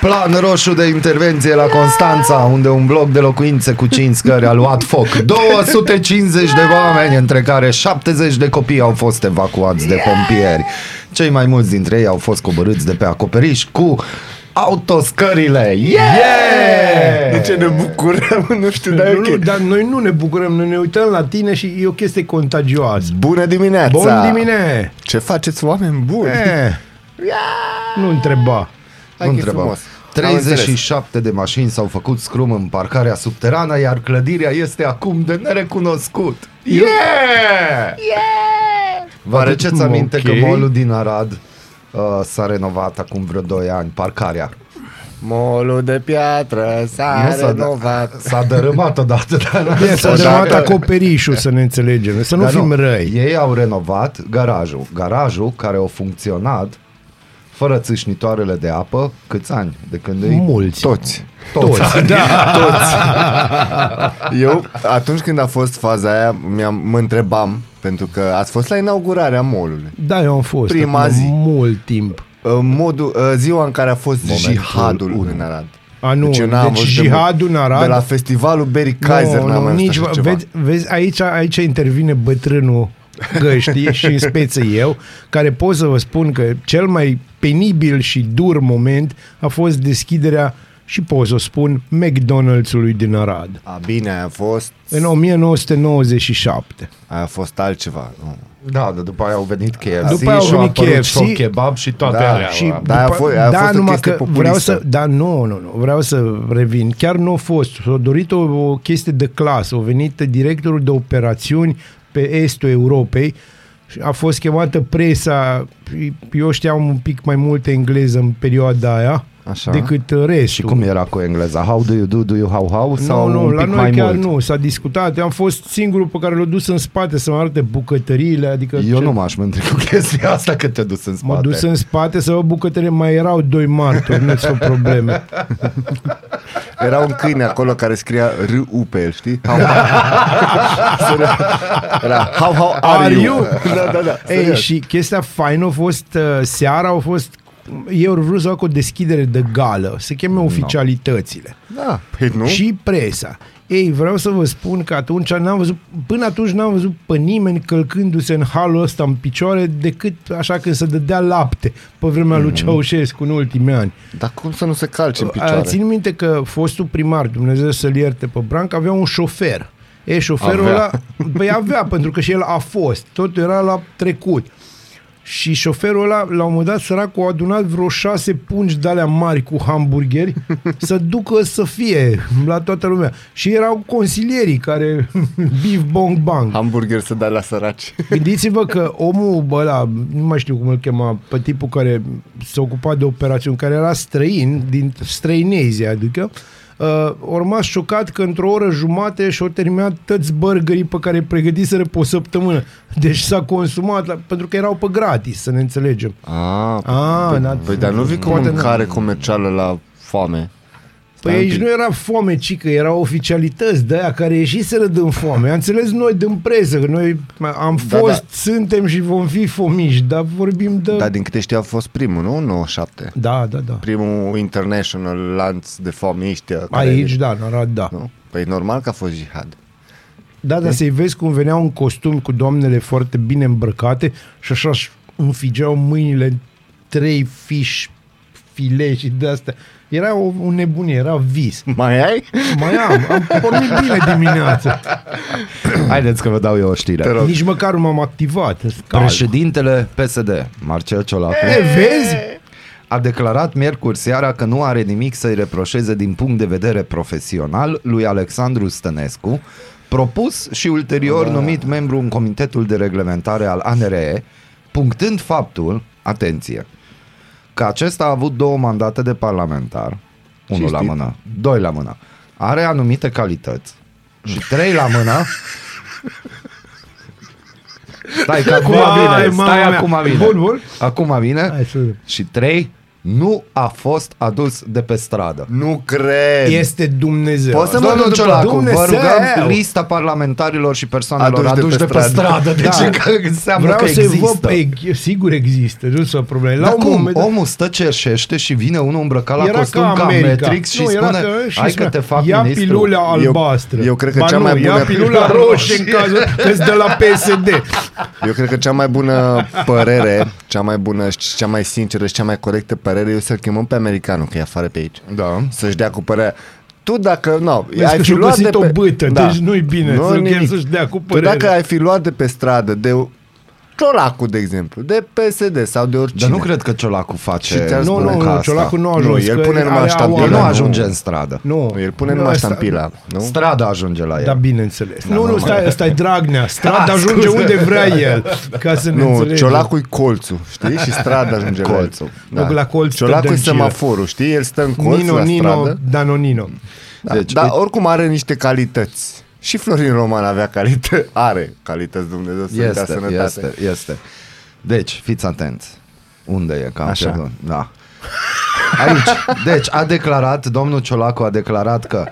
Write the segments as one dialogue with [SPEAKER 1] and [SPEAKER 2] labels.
[SPEAKER 1] Plan roșu de intervenție la Constanța, unde un bloc de locuințe cu 5 scări a luat foc. 250 de oameni, între care 70 de copii au fost evacuați de pompieri. Cei mai mulți dintre ei au fost coborâți de pe acoperiș cu autoscările. Yeah!
[SPEAKER 2] De ce ne bucurăm? Nu știu, dar e
[SPEAKER 3] Nu, nu,
[SPEAKER 2] ok.
[SPEAKER 3] dar noi nu ne bucurăm, noi ne uităm la tine și e o chestie contagioasă.
[SPEAKER 2] Bună dimineața! Eh.
[SPEAKER 3] Bun dimine!
[SPEAKER 2] Ce faceți, oameni buni?
[SPEAKER 3] E, nu întreba.
[SPEAKER 2] Hai
[SPEAKER 1] Nu
[SPEAKER 2] că e
[SPEAKER 1] întrebam.
[SPEAKER 2] frumos. Am înțeles.
[SPEAKER 1] 37 de mașini s-au făcut scrum în parcarea subterană, iar clădirea este acum de nerecunoscut. Yeah! Yeah! Vă aduceți
[SPEAKER 2] Ok.
[SPEAKER 1] aminte okay. că molul din Arad uh, s-a renovat acum vreo 2 ani, parcarea.
[SPEAKER 2] Molul de piatră
[SPEAKER 1] Nu
[SPEAKER 2] s-a
[SPEAKER 1] s-a,
[SPEAKER 2] renovat.
[SPEAKER 1] s-a dărâmat odată, dar
[SPEAKER 3] E să
[SPEAKER 1] Dar-
[SPEAKER 3] dăm
[SPEAKER 2] Da.
[SPEAKER 3] acoperișul să ne înțelegem, să nu
[SPEAKER 1] dar
[SPEAKER 3] fim răi.
[SPEAKER 1] Ei au renovat garajul. Garajul care a funcționat fără țâșnitoarele de apă, câți ani? De când e?
[SPEAKER 3] Mulți. Da.
[SPEAKER 2] Toți.
[SPEAKER 1] Toți.
[SPEAKER 2] Eu, atunci când a fost faza aia, mi-am, mă întrebam, pentru că ați fost la inaugurarea molului.
[SPEAKER 3] Da, eu am fost.
[SPEAKER 2] Prima
[SPEAKER 3] acum
[SPEAKER 2] zi.
[SPEAKER 3] mult timp.
[SPEAKER 2] În modul, uh, ziua în care a fost
[SPEAKER 1] Momentul
[SPEAKER 2] jihadul
[SPEAKER 1] unu.
[SPEAKER 2] în Arad.
[SPEAKER 3] A, nu.
[SPEAKER 2] eu
[SPEAKER 3] Deci
[SPEAKER 2] n-am văzut de mult.
[SPEAKER 3] jihadul în Arad-
[SPEAKER 2] De la festivalul Barry Kaiser
[SPEAKER 3] Nu,
[SPEAKER 2] n-am
[SPEAKER 3] nu,
[SPEAKER 2] mai
[SPEAKER 3] nici,
[SPEAKER 2] nici așa ceva.
[SPEAKER 3] vezi, vezi, aici, aici intervine bătrânul găștii și în speță eu, care pot să vă spun că cel mai penibil și dur moment a fost deschiderea și pot să o spun McDonald's-ului din Arad.
[SPEAKER 2] A, bine, aia a fost,
[SPEAKER 3] În 1997.
[SPEAKER 2] aia a fost altceva. Nu.
[SPEAKER 1] Da, dar după aia au venit KFC
[SPEAKER 3] După aia au
[SPEAKER 1] și au
[SPEAKER 3] venit
[SPEAKER 1] apărut
[SPEAKER 3] KFC.
[SPEAKER 1] și kebab și toate
[SPEAKER 2] Da,
[SPEAKER 1] alea.
[SPEAKER 3] Și
[SPEAKER 1] Și...
[SPEAKER 2] Da, a fost- a
[SPEAKER 3] da,
[SPEAKER 2] fost o
[SPEAKER 3] numai
[SPEAKER 2] chestie
[SPEAKER 3] că
[SPEAKER 2] populistă.
[SPEAKER 3] vreau să, da, nu, nu, nu, vreau să revin. Chiar nu a fost. S-a dorit o, o chestie de clasă. A venit directorul de operațiuni pe estul Europei și a fost chemată presa. Eu știam un pic mai multă engleză în perioada aia
[SPEAKER 1] Așa.
[SPEAKER 3] decât uh, restul.
[SPEAKER 1] și cum era cu engleza? How do you do, do you how how? Sau
[SPEAKER 3] Nu, nu,
[SPEAKER 1] un
[SPEAKER 3] la
[SPEAKER 1] pic
[SPEAKER 3] noi
[SPEAKER 1] mai
[SPEAKER 3] chiar
[SPEAKER 1] mult?
[SPEAKER 3] nu. S-a discutat. Eu am fost singurul pe care l-a dus în spate să mă arate bucătăriile. Adică
[SPEAKER 1] Eu
[SPEAKER 3] ce-
[SPEAKER 1] nu m-aș mândri cu chestia asta că te-a dus în spate.
[SPEAKER 3] M-a dus în spate să vă bucătărie. Mai erau doi martori, nu-ți fă probleme.
[SPEAKER 2] Era un câine acolo care scria R.U. pe el, știi? How, Serios. Era how, how are,
[SPEAKER 3] Are
[SPEAKER 2] you?
[SPEAKER 3] you?
[SPEAKER 2] da, da, da.
[SPEAKER 3] Ei,
[SPEAKER 2] serios.
[SPEAKER 3] și chestia faină a fost, uh, seara au fost, eu au vrut să fac o deschidere de gală, se cheme oficialitățile
[SPEAKER 2] Da, păi nu?
[SPEAKER 3] și presa. Ei, vreau să vă spun că atunci n-am văzut, până atunci n-am văzut pe nimeni călcându-se în halul ăsta în picioare decât așa când se dădea lapte pe vremea lui Ceaușescu în ultimii ani.
[SPEAKER 2] Mm. Dar cum să nu se calce în
[SPEAKER 3] A,
[SPEAKER 2] picioare?
[SPEAKER 3] Țin minte că fostul primar, Dumnezeu să-l ierte pe Branc, avea un șofer. E, șoferul
[SPEAKER 2] Avea.
[SPEAKER 3] ăla, păi avea, pentru că și el a fost, tot era la trecut. Și șoferul ăla, la un moment dat, săracul, a adunat vreo șase pungi de alea mari cu hamburgeri să ducă să fie la toată lumea. Și erau consilierii care, bif bong bang.
[SPEAKER 2] Hamburger să dai la săraci.
[SPEAKER 3] Gândiți-vă că omul bă, ăla, nu mai știu cum îl chema, pe tipul care se ocupa de operațiuni, care era străin, din străinezia, adică, uh, urma șocat că într-o oră jumate și-au terminat toți burgerii pe care îi pregătiseră pe o săptămână. Deci s-a consumat, la, pentru că erau pe gratis, să ne înțelegem.
[SPEAKER 2] Ah,
[SPEAKER 3] Ah, n-a-
[SPEAKER 2] păi dar nu vii cu
[SPEAKER 3] poate
[SPEAKER 2] mâncare comercială la foame.
[SPEAKER 3] Păi
[SPEAKER 2] Stai un
[SPEAKER 3] aici
[SPEAKER 2] pic.
[SPEAKER 3] nu era foame, ci că erau oficialități de aia care ieșiseră din foame. Am înțeles noi din presă, că noi am
[SPEAKER 2] Da,
[SPEAKER 3] fost,
[SPEAKER 2] da.
[SPEAKER 3] suntem și vom fi fomiși, dar vorbim de...
[SPEAKER 2] Dar din câte știu a fost primul, nu? 97.
[SPEAKER 3] da, da, da.
[SPEAKER 2] Primul international lanț de foamiști. care-
[SPEAKER 3] Aici, da, în Arad, da.
[SPEAKER 2] Nu? Păi normal că a fost jihad.
[SPEAKER 3] Da, dar să-i vezi cum veneau în costum cu doamnele foarte bine îmbrăcate și așa își înfigeau mâinile în trei fiș file și de astea. Era o, o nebunie, era vis.
[SPEAKER 2] Mai ai?
[SPEAKER 3] Mai am, am pornit bine dimineața.
[SPEAKER 1] Da. Haideți că vă dau eu o știre.
[SPEAKER 2] Te rog.
[SPEAKER 3] Nici măcar nu m-am activat. sunt calm.
[SPEAKER 1] Președintele PSD, Marcel Ciolacu,
[SPEAKER 3] E, vezi?
[SPEAKER 1] a declarat miercuri seara că nu are nimic să-i reproșeze din punct de vedere profesional lui Alexandru Stănescu, propus și ulterior numit membru în Comitetul de Reglementare al ANRE, punctând faptul, atenție, că acesta a avut două mandate de parlamentar, unul la
[SPEAKER 2] Cinstit.
[SPEAKER 1] mână, doi la mână, are anumite calități și trei la mână Stai că acum
[SPEAKER 3] Vai,
[SPEAKER 1] vine, stai
[SPEAKER 3] mama mea.
[SPEAKER 1] acum vine.
[SPEAKER 3] Bun, bun.
[SPEAKER 1] Acum vine.
[SPEAKER 3] Hai să vedem.
[SPEAKER 1] și trei, nu a fost adus de pe stradă.
[SPEAKER 2] Nu cred.
[SPEAKER 3] Este Dumnezeu.
[SPEAKER 1] Poți să
[SPEAKER 3] Asta
[SPEAKER 1] mă
[SPEAKER 3] nu
[SPEAKER 1] duc
[SPEAKER 3] după
[SPEAKER 1] Ciolacu, vă
[SPEAKER 3] Dumnezeu.
[SPEAKER 1] rugăm lista parlamentarilor și persoanelor aduși de pe stradă. Deci că înseamnă
[SPEAKER 3] Da. Vreau
[SPEAKER 1] că
[SPEAKER 3] să
[SPEAKER 1] există.
[SPEAKER 3] văd, e, sigur există, nu sunt probleme. La
[SPEAKER 1] Dar
[SPEAKER 3] un
[SPEAKER 1] cum?
[SPEAKER 3] moment dat-
[SPEAKER 1] Omul stă cerșește și vine unul îmbrăcat la
[SPEAKER 3] Era
[SPEAKER 1] costum
[SPEAKER 3] ca
[SPEAKER 1] ca,
[SPEAKER 3] America.
[SPEAKER 1] Matrix și
[SPEAKER 3] Nu, era
[SPEAKER 1] spune,
[SPEAKER 3] ca- și
[SPEAKER 1] hai că
[SPEAKER 3] spunea,
[SPEAKER 1] te fac
[SPEAKER 3] ia
[SPEAKER 1] ministru.
[SPEAKER 3] pilula albastră.
[SPEAKER 2] eu cred că
[SPEAKER 3] ba
[SPEAKER 2] cea
[SPEAKER 3] nu,
[SPEAKER 2] mai bună-
[SPEAKER 3] Ia pilula roșie în cazul că de la PSD.
[SPEAKER 2] Eu cred că cea mai bună părere, cea mai bună și cea mai sinceră și cea mai corectă părere e să-l chemăm pe americanul, că e afară pe aici.
[SPEAKER 1] Da.
[SPEAKER 2] Să-și dea cu părerea. Tu dacă, nu,
[SPEAKER 3] Vezi că și-a găsit o bâtă, deci nu-i bine să-l chem
[SPEAKER 2] Da. nimic.
[SPEAKER 3] să-și dea cu
[SPEAKER 2] Tu
[SPEAKER 3] părere.
[SPEAKER 2] dacă ai fi luat de pe stradă, de Ciolacu, de exemplu, de PSD sau de oricine.
[SPEAKER 1] Dar nu cred că Ciolacu
[SPEAKER 2] Și
[SPEAKER 1] face
[SPEAKER 2] te-am
[SPEAKER 3] Nu,
[SPEAKER 2] spune
[SPEAKER 3] nu,
[SPEAKER 2] că
[SPEAKER 3] nu,
[SPEAKER 1] asta.
[SPEAKER 3] Ciolacu nu a
[SPEAKER 2] Nu,
[SPEAKER 3] ajuns.
[SPEAKER 2] el
[SPEAKER 3] că
[SPEAKER 2] pune numai
[SPEAKER 3] are-
[SPEAKER 2] ștampila,
[SPEAKER 3] au-
[SPEAKER 1] El nu
[SPEAKER 2] nu.
[SPEAKER 1] ajunge în stradă.
[SPEAKER 3] Nu.
[SPEAKER 2] El pune
[SPEAKER 3] Nu,
[SPEAKER 2] numai
[SPEAKER 3] asta-
[SPEAKER 2] ștampila, nu?
[SPEAKER 1] Strada ajunge la el.
[SPEAKER 3] Da, bineînțeles. Nu, nu,
[SPEAKER 1] normal.
[SPEAKER 3] stai, stai Dragnea. Strada
[SPEAKER 1] Ah,
[SPEAKER 3] ajunge
[SPEAKER 1] scuze.
[SPEAKER 3] unde vrea el. Ca să ne
[SPEAKER 2] Nu,
[SPEAKER 3] înțelegem.
[SPEAKER 2] Ciolacu-i colțul, știi? Și strada ajunge la el. Da.
[SPEAKER 1] Colțul.
[SPEAKER 3] Nu, la colț stă
[SPEAKER 2] Ciolacu-i
[SPEAKER 3] dăncilă.
[SPEAKER 2] semaforul, știi? El stă în colț
[SPEAKER 3] Nino,
[SPEAKER 2] la
[SPEAKER 3] Nino,
[SPEAKER 2] stradă.
[SPEAKER 3] Danonino.
[SPEAKER 2] Da,
[SPEAKER 1] Deci,
[SPEAKER 2] deci, dar
[SPEAKER 1] uite-
[SPEAKER 2] oricum are niște calități. Și Florin Roman avea calități. Are calități, Dumnezeu să-i dea
[SPEAKER 1] Este,
[SPEAKER 2] sănătate.
[SPEAKER 1] este, este. Deci, fiți atenți. Unde e? Că am
[SPEAKER 2] Așa.
[SPEAKER 1] pierdut. Da. Aici. Deci, a declarat, domnul Ciolacu a declarat că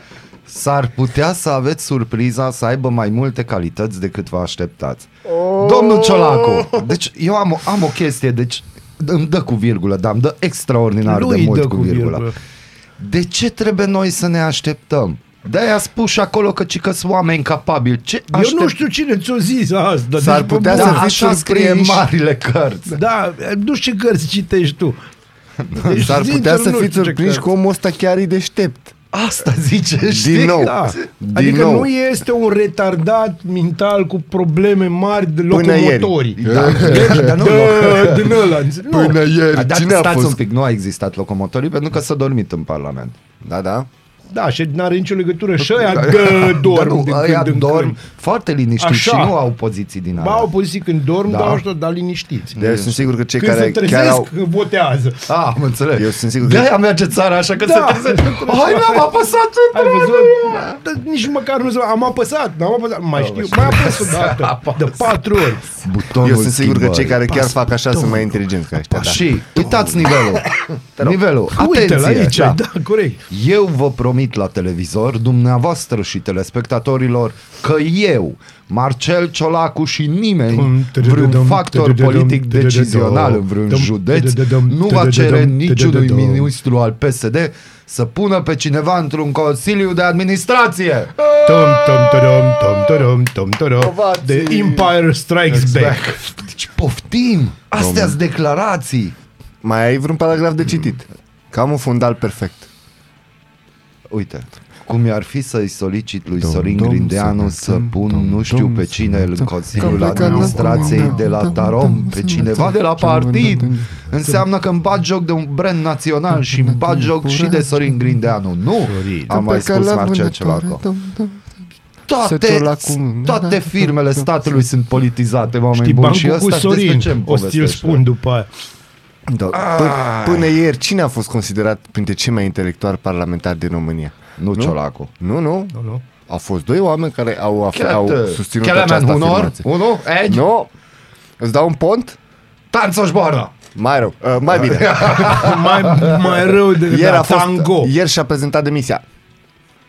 [SPEAKER 1] s-ar putea să aveți surpriza să aibă mai multe calități decât vă așteptați.
[SPEAKER 3] Oh!
[SPEAKER 1] Domnul Ciolacu, deci eu am, o- am o chestie, deci îmi dă cu virgulă, dar îmi dă extraordinar
[SPEAKER 3] Lui
[SPEAKER 1] de mult
[SPEAKER 3] dă
[SPEAKER 1] cu
[SPEAKER 3] cu
[SPEAKER 1] virgulă.
[SPEAKER 3] virgulă.
[SPEAKER 1] De ce trebuie noi să ne așteptăm? De-aia spus și acolo că ci că sunt oameni capabili. Ce
[SPEAKER 3] Eu nu știu cine ți-o zis asta. deci,
[SPEAKER 2] S-ar
[SPEAKER 3] pe
[SPEAKER 2] putea
[SPEAKER 3] bune.
[SPEAKER 1] da,
[SPEAKER 2] să fii
[SPEAKER 1] așa scrie în
[SPEAKER 2] surprinși.
[SPEAKER 1] marile cărți.
[SPEAKER 3] Da, nu știu ce cărți citești tu. Deci,
[SPEAKER 2] Da, S-ar putea
[SPEAKER 3] sincer,
[SPEAKER 2] să
[SPEAKER 3] nu
[SPEAKER 2] fiți
[SPEAKER 3] știu ce
[SPEAKER 2] surprinși
[SPEAKER 3] cărți.
[SPEAKER 2] că omul ăsta chiar e deștept.
[SPEAKER 1] Asta zice, știi?
[SPEAKER 2] Din nou.
[SPEAKER 3] Da.
[SPEAKER 2] Din
[SPEAKER 3] Adică
[SPEAKER 2] nou.
[SPEAKER 3] nu este un retardat mental cu probleme mari de
[SPEAKER 2] Până ieri.
[SPEAKER 3] locomotorii. Deci,
[SPEAKER 1] Da, dar nu,
[SPEAKER 3] Bă, din ăla. înțelegi? Nu.
[SPEAKER 2] Până ieri,
[SPEAKER 1] dar
[SPEAKER 2] cine a
[SPEAKER 1] stați
[SPEAKER 2] fost?
[SPEAKER 1] un pic, nu a existat locomotorii pentru că s-a dormit în Parlament.
[SPEAKER 2] Da, da.
[SPEAKER 3] Da, și n-are nicio legătură și ăia gă, dorm
[SPEAKER 1] Dar
[SPEAKER 3] din
[SPEAKER 1] nu, Da, ăia
[SPEAKER 3] când în
[SPEAKER 1] dorm
[SPEAKER 3] când.
[SPEAKER 1] foarte liniștiți
[SPEAKER 3] Așa.
[SPEAKER 1] și nu au poziții din
[SPEAKER 3] Ba,
[SPEAKER 1] alea.
[SPEAKER 3] au poziții când dorm,
[SPEAKER 1] Da.
[SPEAKER 3] da. dar ăștia, dar liniștiți.
[SPEAKER 2] De Deci sunt sigur că cei
[SPEAKER 3] Când se
[SPEAKER 2] care
[SPEAKER 3] trezesc,
[SPEAKER 2] chiar au...
[SPEAKER 3] votează.
[SPEAKER 1] Ah, am înțeles.
[SPEAKER 2] Eu sunt sigur că-
[SPEAKER 1] De-aia merge țara așa că
[SPEAKER 3] Da.
[SPEAKER 1] se trezește. Hai, n-am apăsat
[SPEAKER 3] Ai
[SPEAKER 1] pe
[SPEAKER 3] văzut? Da, nici măcar nu s-a- Am apăsat, n-am apăsat.
[SPEAKER 1] Da,
[SPEAKER 3] Mai știu, mai apăs o dată. De patru ori.
[SPEAKER 1] butonul
[SPEAKER 2] Eu sunt sigur că
[SPEAKER 1] schimbării.
[SPEAKER 2] cei care chiar fac așa sunt mai inteligenți ca ăștia, da.
[SPEAKER 1] Și uitați nivelul. nivelul.
[SPEAKER 3] Uite
[SPEAKER 1] Atenție.
[SPEAKER 3] la aici, da, corect.
[SPEAKER 1] Eu vă promit la televizor, dumneavoastră și telespectatorilor, că eu, Marcel Ciolacu și nimeni, vreun factor politic decizional în vreun județ, nu va cere niciunui ministru al PSD să pună pe cineva într-un consiliu de administrație.
[SPEAKER 3] Tom, tom, tom, tom, tom, tom, tom,
[SPEAKER 2] Ovații.
[SPEAKER 3] The Empire Strikes Back.
[SPEAKER 1] Deci poftim! Astea sunt declarații!
[SPEAKER 2] Mai ai vreun paragraf de citit? Cam un fundal perfect.
[SPEAKER 1] Uite, cum i-ar fi să-i solicit lui Sorin
[SPEAKER 2] dom,
[SPEAKER 1] Grindeanu
[SPEAKER 2] dom,
[SPEAKER 1] să
[SPEAKER 2] dom,
[SPEAKER 1] pun
[SPEAKER 2] dom,
[SPEAKER 1] nu știu
[SPEAKER 2] dom,
[SPEAKER 1] pe cine
[SPEAKER 2] dom,
[SPEAKER 1] în
[SPEAKER 2] dom,
[SPEAKER 1] Consiliul
[SPEAKER 2] dom, dom,
[SPEAKER 1] Administrației
[SPEAKER 2] dom,
[SPEAKER 1] de la
[SPEAKER 2] dom,
[SPEAKER 1] Tarom,
[SPEAKER 2] dom,
[SPEAKER 1] pe
[SPEAKER 2] dom,
[SPEAKER 1] cineva
[SPEAKER 2] dom,
[SPEAKER 1] de la
[SPEAKER 2] dom,
[SPEAKER 1] partid.
[SPEAKER 2] dom, dom,
[SPEAKER 1] Înseamnă că îmi bat joc de un brand național și îmi bat joc și de Sorin Grindeanu. Nu! Am mai spus Marcel ceva acolo. Toate,
[SPEAKER 2] Sătul acum. Da,
[SPEAKER 1] toate firmele statului sunt politizate, oameni
[SPEAKER 3] Știi,
[SPEAKER 1] buni. Și
[SPEAKER 3] bancul cu
[SPEAKER 1] ăsta despre
[SPEAKER 3] Sorin,
[SPEAKER 1] ce îmi
[SPEAKER 3] o să ți-l
[SPEAKER 1] povestește?
[SPEAKER 3] spun după aia.
[SPEAKER 2] Da. Pân- Până ieri, cine a fost considerat printre cei mai intelectuali parlamentari din România?
[SPEAKER 1] Nu, Ciolacu.
[SPEAKER 2] Nu, nu.
[SPEAKER 3] Nu, nu.
[SPEAKER 2] Au fost doi oameni care au, af-
[SPEAKER 1] Chiar,
[SPEAKER 2] au
[SPEAKER 1] uh,
[SPEAKER 2] susținut
[SPEAKER 1] chiar
[SPEAKER 2] această
[SPEAKER 1] aveam
[SPEAKER 2] afirmație.
[SPEAKER 1] unor, unul, egi, no.
[SPEAKER 2] Nu? Îți dau un pont?
[SPEAKER 1] Tanțoș Borna.
[SPEAKER 2] Mai rău. Uh, mai bine.
[SPEAKER 3] mai, mai rău decât
[SPEAKER 2] Ieri
[SPEAKER 3] la
[SPEAKER 2] a fost,
[SPEAKER 3] tango.
[SPEAKER 2] Ieri și-a prezentat demisia.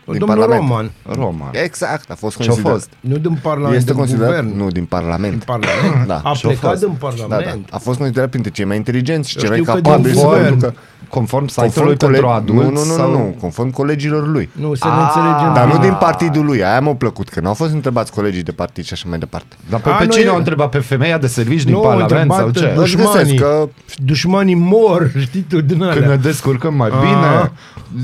[SPEAKER 2] din
[SPEAKER 3] Domnul
[SPEAKER 2] Parlament.
[SPEAKER 3] Roman,
[SPEAKER 1] Roma.
[SPEAKER 2] Exact, a fost
[SPEAKER 1] Ce-a
[SPEAKER 2] considerat.
[SPEAKER 1] fost?
[SPEAKER 3] nu din parlament,
[SPEAKER 2] Este
[SPEAKER 3] din
[SPEAKER 2] considerat?
[SPEAKER 3] guvern.
[SPEAKER 2] Nu, din Parlament.
[SPEAKER 3] Parlament.
[SPEAKER 2] Da,
[SPEAKER 3] A
[SPEAKER 2] și-a
[SPEAKER 3] plecat
[SPEAKER 2] fost.
[SPEAKER 3] din Parlament.
[SPEAKER 2] Da, da. A fost considerat printre cei mai inteligenți și
[SPEAKER 3] Eu
[SPEAKER 2] cei mai
[SPEAKER 3] știu că din
[SPEAKER 2] capabili. să
[SPEAKER 3] guvern.
[SPEAKER 2] conducă-
[SPEAKER 1] Conform
[SPEAKER 2] Conform
[SPEAKER 1] site-ului pentru
[SPEAKER 2] colegi-
[SPEAKER 1] adulți?
[SPEAKER 2] Nu, nu, nu,
[SPEAKER 1] sau...
[SPEAKER 2] nu, nu, conform colegilor lui.
[SPEAKER 3] Nu, să ne înțelegem.
[SPEAKER 2] Ah. Dar nu
[SPEAKER 3] bine.
[SPEAKER 2] din partidul lui, aia mi-a plăcut, că nu au fost întrebați colegii de partid și așa mai departe.
[SPEAKER 1] Dar Păi pe,
[SPEAKER 3] A,
[SPEAKER 1] pe
[SPEAKER 3] nu
[SPEAKER 1] cine
[SPEAKER 3] e-
[SPEAKER 1] o întreba? Pe femeia de servici
[SPEAKER 3] Nu,
[SPEAKER 1] din Parlament
[SPEAKER 3] întrebat
[SPEAKER 1] sau ce?
[SPEAKER 2] Își găsesc
[SPEAKER 3] Dușmanii.
[SPEAKER 2] că
[SPEAKER 3] Dușmanii mor, știi tu, din
[SPEAKER 1] Când ne
[SPEAKER 3] alea. Ah.
[SPEAKER 1] descurcăm mai
[SPEAKER 3] A.
[SPEAKER 1] bine,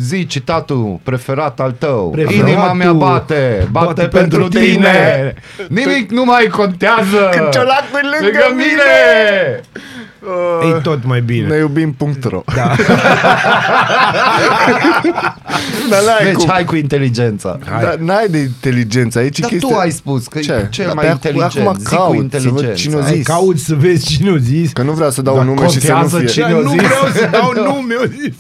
[SPEAKER 1] zi citatul preferat al tău.
[SPEAKER 3] Preferatul.
[SPEAKER 1] Inima mea bate, bate,
[SPEAKER 3] Bate
[SPEAKER 1] pentru
[SPEAKER 3] pentru
[SPEAKER 1] tine.
[SPEAKER 3] tine.
[SPEAKER 1] Nimic nu mai contează.
[SPEAKER 2] Când ciolacul e lângă
[SPEAKER 1] lângă mine.
[SPEAKER 2] Uh,
[SPEAKER 3] E tot mai bine.
[SPEAKER 2] Ne iubim .ro
[SPEAKER 3] Da.
[SPEAKER 2] Dar n-ai,
[SPEAKER 1] Deci
[SPEAKER 2] cum,
[SPEAKER 1] hai cu inteligența.
[SPEAKER 2] dar n-ai de inteligență aici. e
[SPEAKER 1] Dar
[SPEAKER 2] chestia...
[SPEAKER 1] tu ai spus că
[SPEAKER 2] Ce?
[SPEAKER 1] e cel
[SPEAKER 2] Dar
[SPEAKER 1] mai
[SPEAKER 2] pe
[SPEAKER 1] inteligent.
[SPEAKER 2] Acum
[SPEAKER 1] Zic cu
[SPEAKER 2] caut să văd cine o
[SPEAKER 1] inteligența.
[SPEAKER 2] zis.
[SPEAKER 3] Caut să vezi cine o zis.
[SPEAKER 2] Că nu vreau să dau
[SPEAKER 1] Dar
[SPEAKER 2] nume și să nu
[SPEAKER 1] contează
[SPEAKER 2] fie.
[SPEAKER 1] cine-
[SPEAKER 3] Dar
[SPEAKER 1] o
[SPEAKER 3] nu
[SPEAKER 1] zis.
[SPEAKER 3] vreau să dau nume, o zis.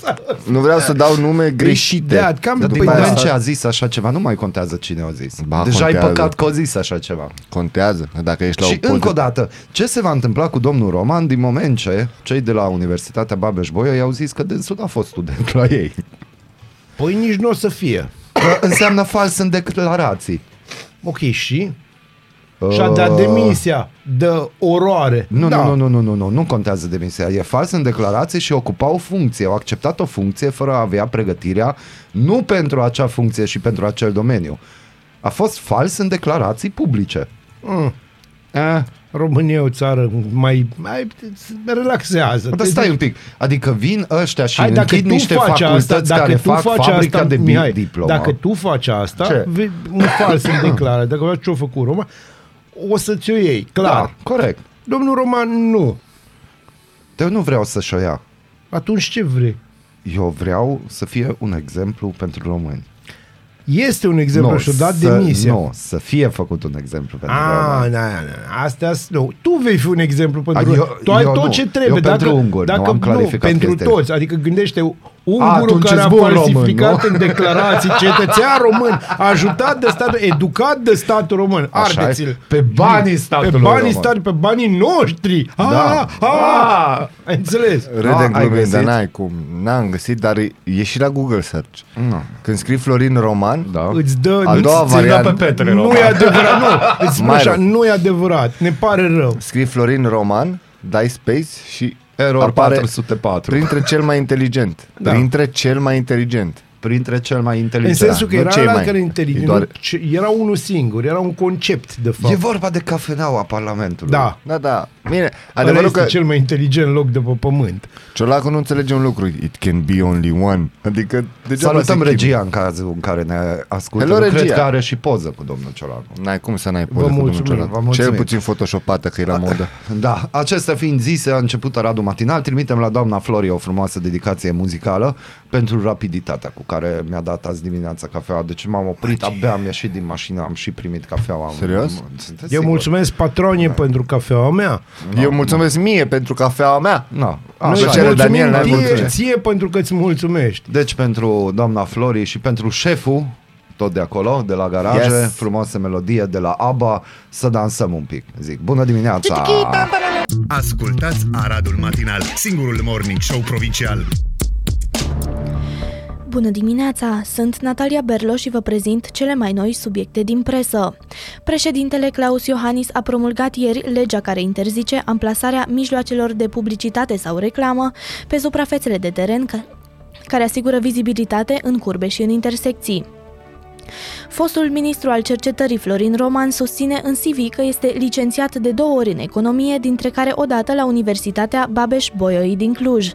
[SPEAKER 2] Nu vreau să dau nume greșite.
[SPEAKER 3] Da, cam
[SPEAKER 1] Dar
[SPEAKER 3] Păi
[SPEAKER 1] din
[SPEAKER 2] aia
[SPEAKER 1] moment
[SPEAKER 2] asta
[SPEAKER 1] ce a zis așa ceva, nu mai contează cine a zis.
[SPEAKER 2] Ba,
[SPEAKER 1] Deja
[SPEAKER 2] contează.
[SPEAKER 1] e păcat că a zis așa ceva.
[SPEAKER 2] Contează. Dacă ești la
[SPEAKER 1] Și
[SPEAKER 2] o poză-
[SPEAKER 1] încă o dată, ce se va întâmpla cu domnul Roman din moment ce cei de la Universitatea Babeș-Bolyai i-au zis că dânsul a fost student la ei?
[SPEAKER 3] Păi nici nu o să fie.
[SPEAKER 1] Că înseamnă fals în declarații. Uh,
[SPEAKER 3] Ok, și? Și-a dat demisia de oroare.
[SPEAKER 1] Nu,
[SPEAKER 3] da.
[SPEAKER 1] da. nu, nu, nu, nu, nu, nu contează demisia. E fals în declarație și ocupa o funcție. Au acceptat o funcție fără a avea pregătirea nu pentru acea funcție și pentru acel domeniu. A fost fals în declarații publice. Mm. Eh,
[SPEAKER 3] România e o țară mai, mai se relaxează.
[SPEAKER 1] dar stai un pic. Adică vin ăștia și Hai,
[SPEAKER 3] Hai, dacă
[SPEAKER 1] închid
[SPEAKER 3] tu
[SPEAKER 1] niște
[SPEAKER 3] faci
[SPEAKER 1] facultăți
[SPEAKER 3] asta,
[SPEAKER 1] asta,
[SPEAKER 3] dacă
[SPEAKER 1] care
[SPEAKER 3] tu
[SPEAKER 1] fac
[SPEAKER 3] faci
[SPEAKER 1] fabrica
[SPEAKER 3] asta,
[SPEAKER 1] de
[SPEAKER 3] Mihai,
[SPEAKER 1] Mihai, diploma.
[SPEAKER 3] dacă tu faci asta,
[SPEAKER 1] Ce?
[SPEAKER 3] vei- un fals îmi declară, dacă faci ce-a făcut Roman, o să ți-o iei, clar.
[SPEAKER 1] Da, corect.
[SPEAKER 3] Domnul Roman, nu.
[SPEAKER 1] Eu nu vreau să-și o ia.
[SPEAKER 3] Atunci ce vrei?
[SPEAKER 1] Eu vreau să fie un exemplu pentru români.
[SPEAKER 3] Este un exemplu
[SPEAKER 1] Nu,
[SPEAKER 3] și-o dat
[SPEAKER 1] să-
[SPEAKER 3] demisia. Ah.
[SPEAKER 1] Nu, să fie făcut un exemplu pentru români.
[SPEAKER 3] A, na, na, na. Astea sunt- nu. Tu vei fi un exemplu pentru
[SPEAKER 1] Adică
[SPEAKER 3] eu,
[SPEAKER 1] eu-
[SPEAKER 3] tu ai
[SPEAKER 1] eu
[SPEAKER 3] tot
[SPEAKER 1] nu.
[SPEAKER 3] ce trebuie.
[SPEAKER 1] Eu
[SPEAKER 3] dacă,
[SPEAKER 1] pentru unguri,
[SPEAKER 3] dacă,
[SPEAKER 1] nu am clarificat
[SPEAKER 3] pentru
[SPEAKER 1] chestiile.
[SPEAKER 3] toți. Adică gândește ungurul
[SPEAKER 1] Atunci
[SPEAKER 3] care a
[SPEAKER 1] îți bun român,
[SPEAKER 3] falsificat
[SPEAKER 1] nu?
[SPEAKER 3] în declarații, cetățean român, ajutat de stat, educat de statul român.
[SPEAKER 1] Așa e.
[SPEAKER 3] Ardeți-l.
[SPEAKER 1] Pe banii statului
[SPEAKER 3] Pe banii
[SPEAKER 1] român.
[SPEAKER 3] statului, pe banii noștri. A,
[SPEAKER 1] Da.
[SPEAKER 3] a, ai înțeles?
[SPEAKER 1] Da,
[SPEAKER 2] Râde în
[SPEAKER 1] ai
[SPEAKER 2] glumind, dar
[SPEAKER 1] găsit?
[SPEAKER 2] n-ai cum. N-am găsit, dar e- e și la Google Search. Când scrii Florin Roman,
[SPEAKER 1] Da.
[SPEAKER 3] Îți dă...
[SPEAKER 2] A doua
[SPEAKER 3] nu-ți-
[SPEAKER 2] variantă.
[SPEAKER 3] Nu e adevărat, nu. Îți spun
[SPEAKER 2] Mai
[SPEAKER 3] așa,
[SPEAKER 2] rău.
[SPEAKER 3] nu e adevărat. Ne pare rău.
[SPEAKER 2] scrii Florin Roman, dai space și
[SPEAKER 1] Error
[SPEAKER 2] apare
[SPEAKER 1] 404.
[SPEAKER 2] printre cel mai inteligent.
[SPEAKER 3] Da.
[SPEAKER 2] Printre cel mai inteligent. Da,
[SPEAKER 1] Printre cel mai
[SPEAKER 3] În
[SPEAKER 1] inteligent.
[SPEAKER 3] sensul că
[SPEAKER 2] nu
[SPEAKER 3] era
[SPEAKER 2] cei
[SPEAKER 3] ăla
[SPEAKER 2] mai.
[SPEAKER 3] care
[SPEAKER 2] E
[SPEAKER 3] inteligent,
[SPEAKER 2] doar-
[SPEAKER 3] doar... era unul singur, era un concept de fapt.
[SPEAKER 1] E vorba de cafeneaua Parlamentului.
[SPEAKER 3] da.
[SPEAKER 2] Da, da. Bine,
[SPEAKER 3] Adevărul
[SPEAKER 2] adevărul
[SPEAKER 3] este
[SPEAKER 2] că
[SPEAKER 3] că... cel mai inteligent loc de pe pământ.
[SPEAKER 2] Ciolacu nu înțelege un lucru. It can be only one. Adică degeaba
[SPEAKER 1] Salutăm
[SPEAKER 2] se chinuie.
[SPEAKER 1] regia în cazul în care ne ascultă.
[SPEAKER 2] Hello,
[SPEAKER 1] Nu Cred
[SPEAKER 2] regia.
[SPEAKER 1] că are și poză cu domnul Ciolacu.
[SPEAKER 2] N-ai cum să n-ai
[SPEAKER 3] Vă
[SPEAKER 2] poză cu domnul
[SPEAKER 3] mulțumim,
[SPEAKER 1] vă
[SPEAKER 2] Ciolacu.
[SPEAKER 1] mulțumim.
[SPEAKER 2] Cel puțin photoshopată, că e la modă.
[SPEAKER 1] Da, acestea fiind zise, a început Radu Matinal. Trimitem la doamna Florie o frumoasă dedicație muzicală pentru rapiditatea cu care mi-a dat azi dimineața cafeaua. Deci m-am oprit, abia am ieșit din mașină, am și primit cafeaua. Am-
[SPEAKER 2] Serios?
[SPEAKER 1] Sunteți
[SPEAKER 3] Eu
[SPEAKER 1] sigur?
[SPEAKER 3] mulțumesc patronie da. pentru cafeaua mea.
[SPEAKER 2] Eu mulțumesc mie pentru cafeaua mea.
[SPEAKER 1] Na,
[SPEAKER 3] Noi
[SPEAKER 1] așa
[SPEAKER 3] îți
[SPEAKER 1] e.
[SPEAKER 2] cere Daniel, n-ai
[SPEAKER 3] ție,
[SPEAKER 2] mulțumit.
[SPEAKER 3] ție pentru că îți mulțumești.
[SPEAKER 1] Deci pentru doamna Flori și pentru șeful, tot de acolo, de la garaje, yes.
[SPEAKER 2] Yes.
[SPEAKER 1] frumoasă melodie de la ABBA, să dansăm un pic. Zic, bună dimineața!
[SPEAKER 4] Ascultați Aradul Matinal, singurul morning show provincial.
[SPEAKER 5] Bună dimineața! Sunt Natalia Berlo și vă prezint cele mai noi subiecte din presă. Președintele Claus Iohannis a promulgat ieri legea care interzice amplasarea mijloacelor de publicitate sau reclamă pe suprafețele de teren ca- care asigură vizibilitate în curbe și în intersecții. Fostul ministru al cercetării Florin Roman susține în CV că este licențiat de două ori în economie, dintre care o dată la Universitatea Babeș-Bolyai din Cluj.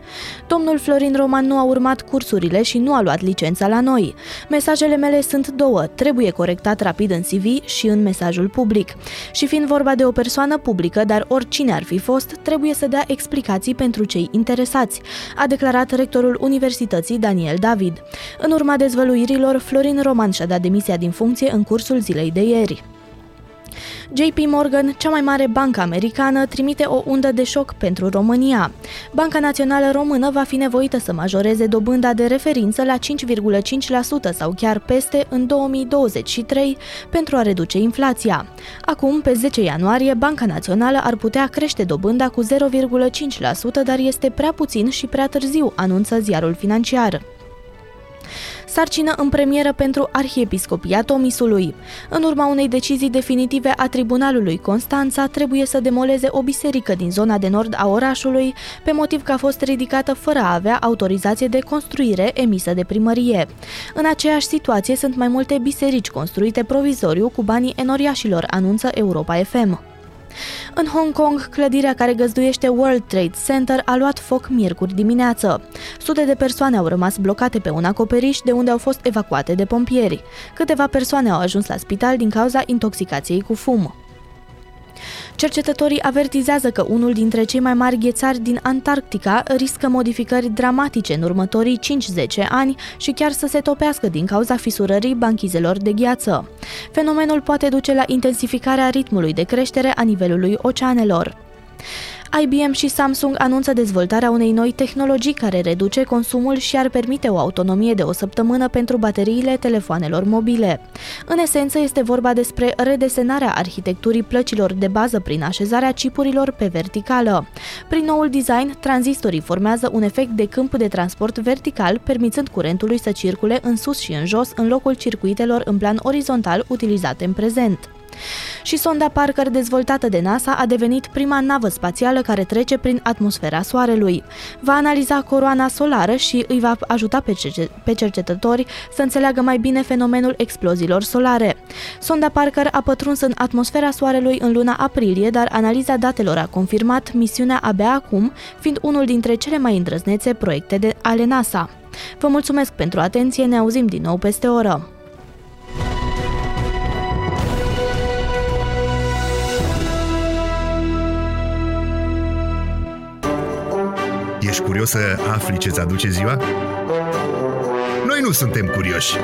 [SPEAKER 5] Domnul Florin Roman nu a urmat cursurile și nu a luat licența la noi. Mesajele mele sunt două, trebuie corectat rapid în CV și în mesajul public. Și fiind vorba de o persoană publică, dar oricine ar fi fost, trebuie să dea explicații pentru cei interesați, a declarat rectorul Universității Daniel David. În urma dezvăluirilor, Florin Roman și-a dat demisia din funcție în cursul zilei de ieri. JP Morgan, cea mai mare bancă americană, trimite o undă de șoc pentru România. Banca Națională Română va fi nevoită să majoreze dobânda de referință la 5,5% sau chiar peste în 2023 pentru a reduce inflația. Acum, pe 10 ianuarie, Banca Națională ar putea crește dobânda cu 0,5%, dar este prea puțin și prea târziu, anunță ziarul financiar sarcină în premieră pentru Arhiepiscopia Tomisului. În urma unei decizii definitive a Tribunalului Constanța, trebuie să demoleze o biserică din zona de nord a orașului, pe motiv că a fost ridicată fără a avea autorizație de construire emisă de primărie. În aceeași situație sunt mai multe biserici construite provizoriu cu banii enoriașilor, anunță Europa FM. În Hong Kong, clădirea care găzduiește World Trade Center a luat foc miercuri dimineață. Sute de persoane au rămas blocate pe un acoperiș de unde au fost evacuate de pompieri. Câteva persoane au ajuns la spital din cauza intoxicației cu fum. Cercetătorii avertizează că unul dintre cei mai mari ghețari din Antarctica riscă modificări dramatice în următorii 5-10 ani și chiar să se topească din cauza fisurării banchizelor de gheață. Fenomenul poate duce la intensificarea ritmului de creștere a nivelului oceanelor. IBM și Samsung anunță dezvoltarea unei noi tehnologii care reduce consumul și ar permite o autonomie de o săptămână pentru bateriile telefoanelor mobile. În esență, este vorba despre redesenarea arhitecturii plăcilor de bază prin așezarea chipurilor pe verticală. Prin noul design, tranzistorii formează un efect de câmp de transport vertical, permițând curentului să circule în sus și în jos în locul circuitelor în plan orizontal utilizate în prezent. Și sonda Parker dezvoltată de NASA a devenit prima navă spațială care trece prin atmosfera Soarelui. Va analiza coroana solară și îi va ajuta pe cerce- pe cercetători să înțeleagă mai bine fenomenul exploziilor solare. Sonda Parker a pătruns în atmosfera Soarelui în luna aprilie, dar analiza datelor a confirmat misiunea abia acum, fiind unul dintre cele mai îndrăznețe proiecte de, ale NASA. Vă mulțumesc pentru atenție, ne auzim din nou peste o oră.
[SPEAKER 4] Ești curios să afli ce-ți aduce ziua? Noi nu suntem curioși.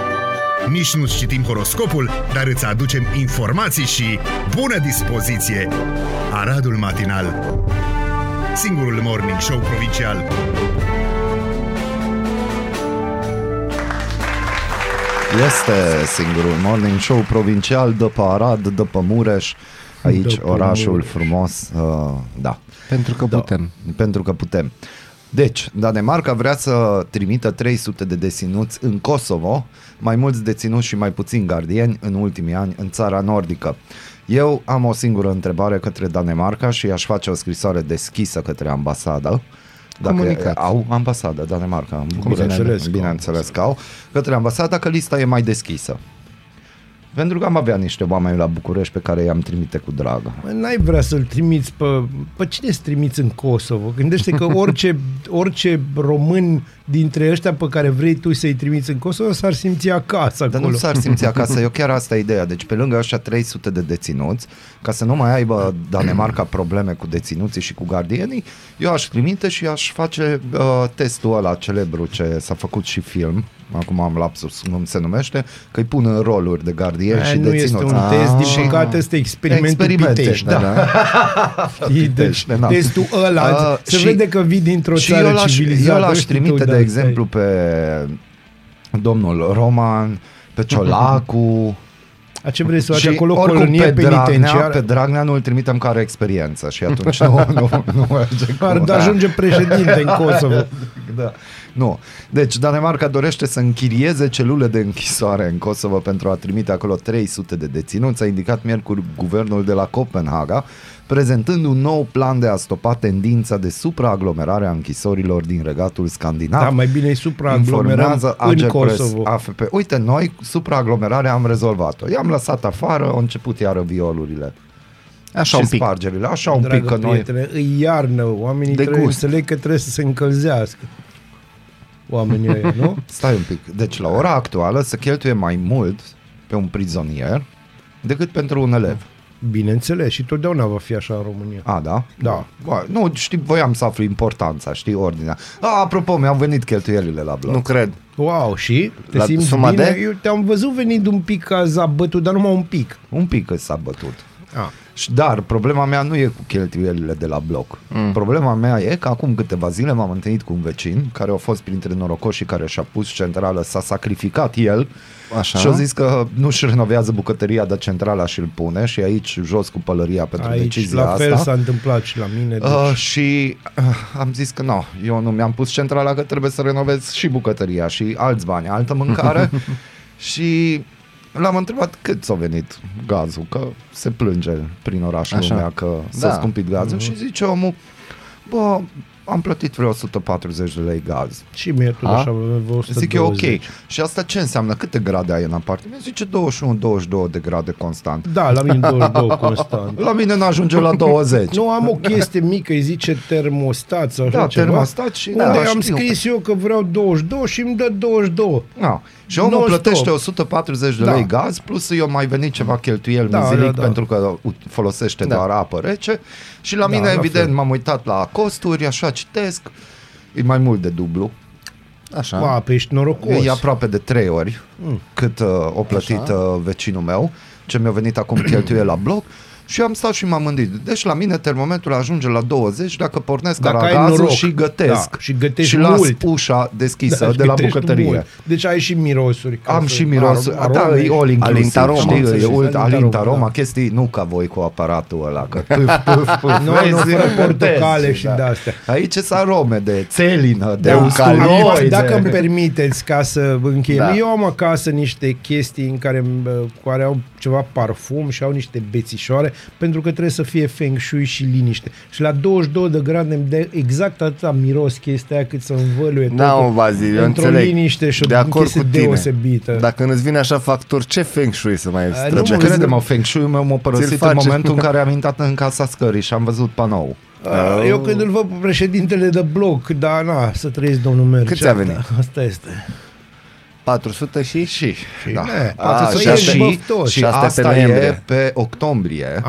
[SPEAKER 4] Nici nu citim horoscopul, dar îți aducem informații și bună dispoziție! Aradul Matinal Singurul Morning Show Provincial
[SPEAKER 1] Este singurul morning show provincial după Arad, după Mureș, aici
[SPEAKER 3] După
[SPEAKER 1] orașul
[SPEAKER 3] Mureș.
[SPEAKER 1] frumos, uh, da,
[SPEAKER 2] Pentru că
[SPEAKER 1] Da.
[SPEAKER 2] putem.
[SPEAKER 1] pentru că putem. Deci, Danemarca vrea să trimită 300 de deținuți în Kosovo, mai mulți deținuți și mai puțini gardieni în ultimii ani în țara nordică. Eu am o singură întrebare către Danemarca și aș face o scrisoare deschisă către ambasadă. Dacă
[SPEAKER 2] Comunicați.
[SPEAKER 1] au ambasadă, Danemarca,
[SPEAKER 3] Bineînțeles că au
[SPEAKER 1] bineînțeles că au, către ambasada dacă lista e mai deschisă. Pentru că am avea niște oameni la București pe care i-am trimite cu dragă.
[SPEAKER 3] Mă, N-ai vrea să-l trimiți pe... Pe cine să trimiți în Kosovo? Gândește că orice, orice român dintre ăștia pe care vrei tu să-i trimiți în Kosovo s-ar simți acasă
[SPEAKER 1] Dar
[SPEAKER 3] acolo.
[SPEAKER 1] nu s-ar simți acasă, eu chiar asta e ideea. Deci pe lângă ăștia 300 de deținuți, ca să nu mai aibă Danemarca probleme cu deținuții și cu gardienii, eu aș trimite și aș face uh, testul ăla celebru ce s-a făcut și film, acum am lapsus cum se numește, că îi pun în roluri de gardieni și
[SPEAKER 3] Aia nu
[SPEAKER 1] deținuți.
[SPEAKER 3] este un test,
[SPEAKER 1] Ah.
[SPEAKER 3] din păcate este experimentul
[SPEAKER 1] Experimente,
[SPEAKER 3] Pitești, da. Știi, deci,
[SPEAKER 1] Pitește, da.
[SPEAKER 3] testul ăla,
[SPEAKER 1] Uh,
[SPEAKER 3] se
[SPEAKER 1] și-
[SPEAKER 3] vede că vii dintr-o
[SPEAKER 1] și
[SPEAKER 3] țară
[SPEAKER 1] eu l-aș,
[SPEAKER 3] civilizată. Da,
[SPEAKER 1] eu l-aș
[SPEAKER 3] și tu
[SPEAKER 1] trimite, de
[SPEAKER 3] dai-
[SPEAKER 1] exemplu, pe domnul Roman, pe Ciolacu,
[SPEAKER 3] A ce vrei să faci
[SPEAKER 1] și
[SPEAKER 3] acolo?
[SPEAKER 1] oricum
[SPEAKER 3] Colonie
[SPEAKER 1] pe Dragnea,
[SPEAKER 3] penitenciară?
[SPEAKER 1] pe Dragnea nu îl trimitem ca are experiență și atunci nu, nu, nu merge cu-
[SPEAKER 3] Ar
[SPEAKER 1] da.
[SPEAKER 3] ajunge președinte în Kosovo.
[SPEAKER 1] Da. Nu. Deci Danemarca dorește să închirieze celule de închisoare în Kosovo pentru a trimite acolo 300 de deținuți, a indicat miercuri guvernul de la Copenhaga, prezentând un nou plan de a stopa tendința de supraaglomerare a închisorilor din regatul scandinav.
[SPEAKER 3] Da, mai bine îi supraaglomerăm
[SPEAKER 1] Informează
[SPEAKER 3] în
[SPEAKER 1] AGPRES,
[SPEAKER 3] Kosovo.
[SPEAKER 1] AFP. Uite, noi supraaglomerarea am rezolvat-o. I-am lăsat afară, au început iară violurile. Așa și
[SPEAKER 2] un pic.
[SPEAKER 1] spargerile, așa un pic
[SPEAKER 3] Dragă
[SPEAKER 1] că noi...
[SPEAKER 3] prietene, e iarnă, oamenii
[SPEAKER 1] De
[SPEAKER 3] de trebuie
[SPEAKER 1] gust.
[SPEAKER 3] să înțeleg că trebuie să se încălzească. Oamenii ăia, nu?
[SPEAKER 1] Stai un pic. Deci la ora actuală se cheltuie mai mult pe un prizonier decât pentru un elev.
[SPEAKER 3] Bineînțeles, și totdeauna va fi așa în România.
[SPEAKER 1] A, da?
[SPEAKER 3] Da.
[SPEAKER 1] Bă, nu, știi, voiam să aflu importanța, știi, ordinea. A, apropo, mi-au venit cheltuielile la blog.
[SPEAKER 2] Nu cred.
[SPEAKER 3] Wow, și? Te
[SPEAKER 2] La
[SPEAKER 3] simți
[SPEAKER 2] suma
[SPEAKER 3] bine?
[SPEAKER 2] de?
[SPEAKER 3] Eu te-am văzut venind un pic ca zabătut, dar numai un pic. Ah.
[SPEAKER 1] Un pic că s-a bătut.
[SPEAKER 3] A.
[SPEAKER 1] Și- Dar problema mea nu e cu cheltuielile de la bloc. Mm. Problema mea e că acum câteva zile m-am întâlnit cu un vecin care a fost printre norocoșii care și-a pus centrală, s-a sacrificat el
[SPEAKER 2] Așa.
[SPEAKER 1] și a zis că nu-și renovează bucătăria, dar centrala și-l pune și aici jos cu pălăria pentru
[SPEAKER 3] Aici,
[SPEAKER 1] decizia
[SPEAKER 3] la fel
[SPEAKER 1] asta.
[SPEAKER 3] s-a întâmplat și la mine. Deci,
[SPEAKER 1] Uh, și uh, am zis că nu, eu nu mi-am pus centrala că trebuie să renovez și bucătăria și alți bani, altă mâncare și l-am întrebat cât s-a venit gazul, că se plânge prin orașul
[SPEAKER 2] Așa.
[SPEAKER 1] lumea că s-a
[SPEAKER 2] Da.
[SPEAKER 1] scumpit gazul și zice omul, bă, am plătit vreo 140 de lei gaz.
[SPEAKER 3] Și mie tot
[SPEAKER 1] A?
[SPEAKER 3] așa, vă 120.
[SPEAKER 1] Zic eu, ok. Și asta ce înseamnă? Câte grade ai în apartament? Zice 21-22 de grade constant.
[SPEAKER 3] Da, la mine 22 constant.
[SPEAKER 1] La mine n-ajunge la 20.
[SPEAKER 3] Nu, am o chestie mică, îi zice termostat sau așa
[SPEAKER 1] Da,
[SPEAKER 3] ceva.
[SPEAKER 1] termostat și-
[SPEAKER 3] Unde
[SPEAKER 1] da,
[SPEAKER 3] am
[SPEAKER 1] știu.
[SPEAKER 3] scris eu că vreau 22 și îmi dă 22.
[SPEAKER 1] No. Da. Și omul
[SPEAKER 3] Non-stop.
[SPEAKER 1] plătește 140 de
[SPEAKER 3] Da.
[SPEAKER 1] lei gaz, plus eu mai venit ceva cheltuieli
[SPEAKER 3] Da,
[SPEAKER 1] da, zilic
[SPEAKER 3] da, da.
[SPEAKER 1] pentru că u- folosește da. doar apă rece. Și la
[SPEAKER 3] Da,
[SPEAKER 1] mine,
[SPEAKER 3] la
[SPEAKER 1] evident,
[SPEAKER 3] fel.
[SPEAKER 1] m-am uitat la costuri, așa citesc, e mai mult de dublu.
[SPEAKER 2] Așa.
[SPEAKER 3] Da. Ba, pe ești norocos.
[SPEAKER 1] E aproape de trei ori
[SPEAKER 3] Mm.
[SPEAKER 1] cât uh, o plătit uh, vecinul meu, ce mi-a venit acum cheltuie la bloc. Și am stat și m-am gândit. Deci la mine termometrul ajunge la 20 dacă pornesc
[SPEAKER 3] Dacă ai
[SPEAKER 1] caragazul
[SPEAKER 3] noroc.
[SPEAKER 1] și gătesc.
[SPEAKER 3] Da, și gătești
[SPEAKER 1] și las
[SPEAKER 3] mult.
[SPEAKER 1] ușa deschisă
[SPEAKER 3] Da,
[SPEAKER 1] de la
[SPEAKER 3] gătești
[SPEAKER 1] bucătărie.
[SPEAKER 3] mult. Deci ai și mirosuri. ca
[SPEAKER 1] Am
[SPEAKER 3] să-
[SPEAKER 1] și miros.
[SPEAKER 3] ar-
[SPEAKER 1] da,
[SPEAKER 3] arome.
[SPEAKER 1] e all inclusive,
[SPEAKER 2] Alintaroma,
[SPEAKER 1] știi, e
[SPEAKER 3] înțelegi,
[SPEAKER 1] ult,
[SPEAKER 3] alintaroma,
[SPEAKER 1] alintaroma,
[SPEAKER 3] da.
[SPEAKER 1] chestii, nu ca voi cu aparatul ăla, că pâf, pâf, pâf,
[SPEAKER 3] Nu,
[SPEAKER 1] vezi,
[SPEAKER 3] nu, fără
[SPEAKER 1] îmi
[SPEAKER 3] portocale
[SPEAKER 1] gătesc,
[SPEAKER 3] și de-astea.
[SPEAKER 1] Aici sunt arome de țelină, de
[SPEAKER 3] Da,
[SPEAKER 1] usturoi,
[SPEAKER 3] acum,
[SPEAKER 1] de...
[SPEAKER 3] dacă îmi permiteți ca să încheiem, da.
[SPEAKER 2] Da.
[SPEAKER 3] eu am acasă niște chestii în care, uh, care au ceva parfum și au niște bețișoare, pentru că trebuie să fie feng shui și liniște. Și la 22 de grade îmi dă exact atâta miros chestia aia cât să învăluie
[SPEAKER 2] Da,
[SPEAKER 3] totul
[SPEAKER 2] mă, Bazil, eu
[SPEAKER 3] într-o
[SPEAKER 2] înțeleg.
[SPEAKER 3] liniște și
[SPEAKER 2] de
[SPEAKER 3] o
[SPEAKER 2] acord
[SPEAKER 3] chestie
[SPEAKER 2] cu tine. Da.
[SPEAKER 3] deosebită.
[SPEAKER 2] Dacă nu-ți vine așa factor, ce feng shui să mai
[SPEAKER 1] Nu mă
[SPEAKER 2] străbeci?
[SPEAKER 1] crede-mă, Feng Shui meu m-a
[SPEAKER 2] Ți-l
[SPEAKER 1] părăsit în
[SPEAKER 2] face.
[SPEAKER 1] momentul în care am intrat în casa scării și am văzut panou. Ah,
[SPEAKER 3] Uh, Eu când îl văd pe președintele de bloc, dar na, să trăiesc domnul Mercea.
[SPEAKER 2] Cât ți-a venit?
[SPEAKER 3] Da, Asta este.
[SPEAKER 2] 400 și? Și.
[SPEAKER 1] Da.
[SPEAKER 2] A,
[SPEAKER 1] Poate să
[SPEAKER 2] și
[SPEAKER 1] fie
[SPEAKER 2] asta-
[SPEAKER 1] și,
[SPEAKER 3] băftos.
[SPEAKER 1] și
[SPEAKER 2] Și asta e
[SPEAKER 1] asta
[SPEAKER 2] pe
[SPEAKER 1] e
[SPEAKER 2] noiembrie.
[SPEAKER 1] pe octombrie.
[SPEAKER 3] Ah,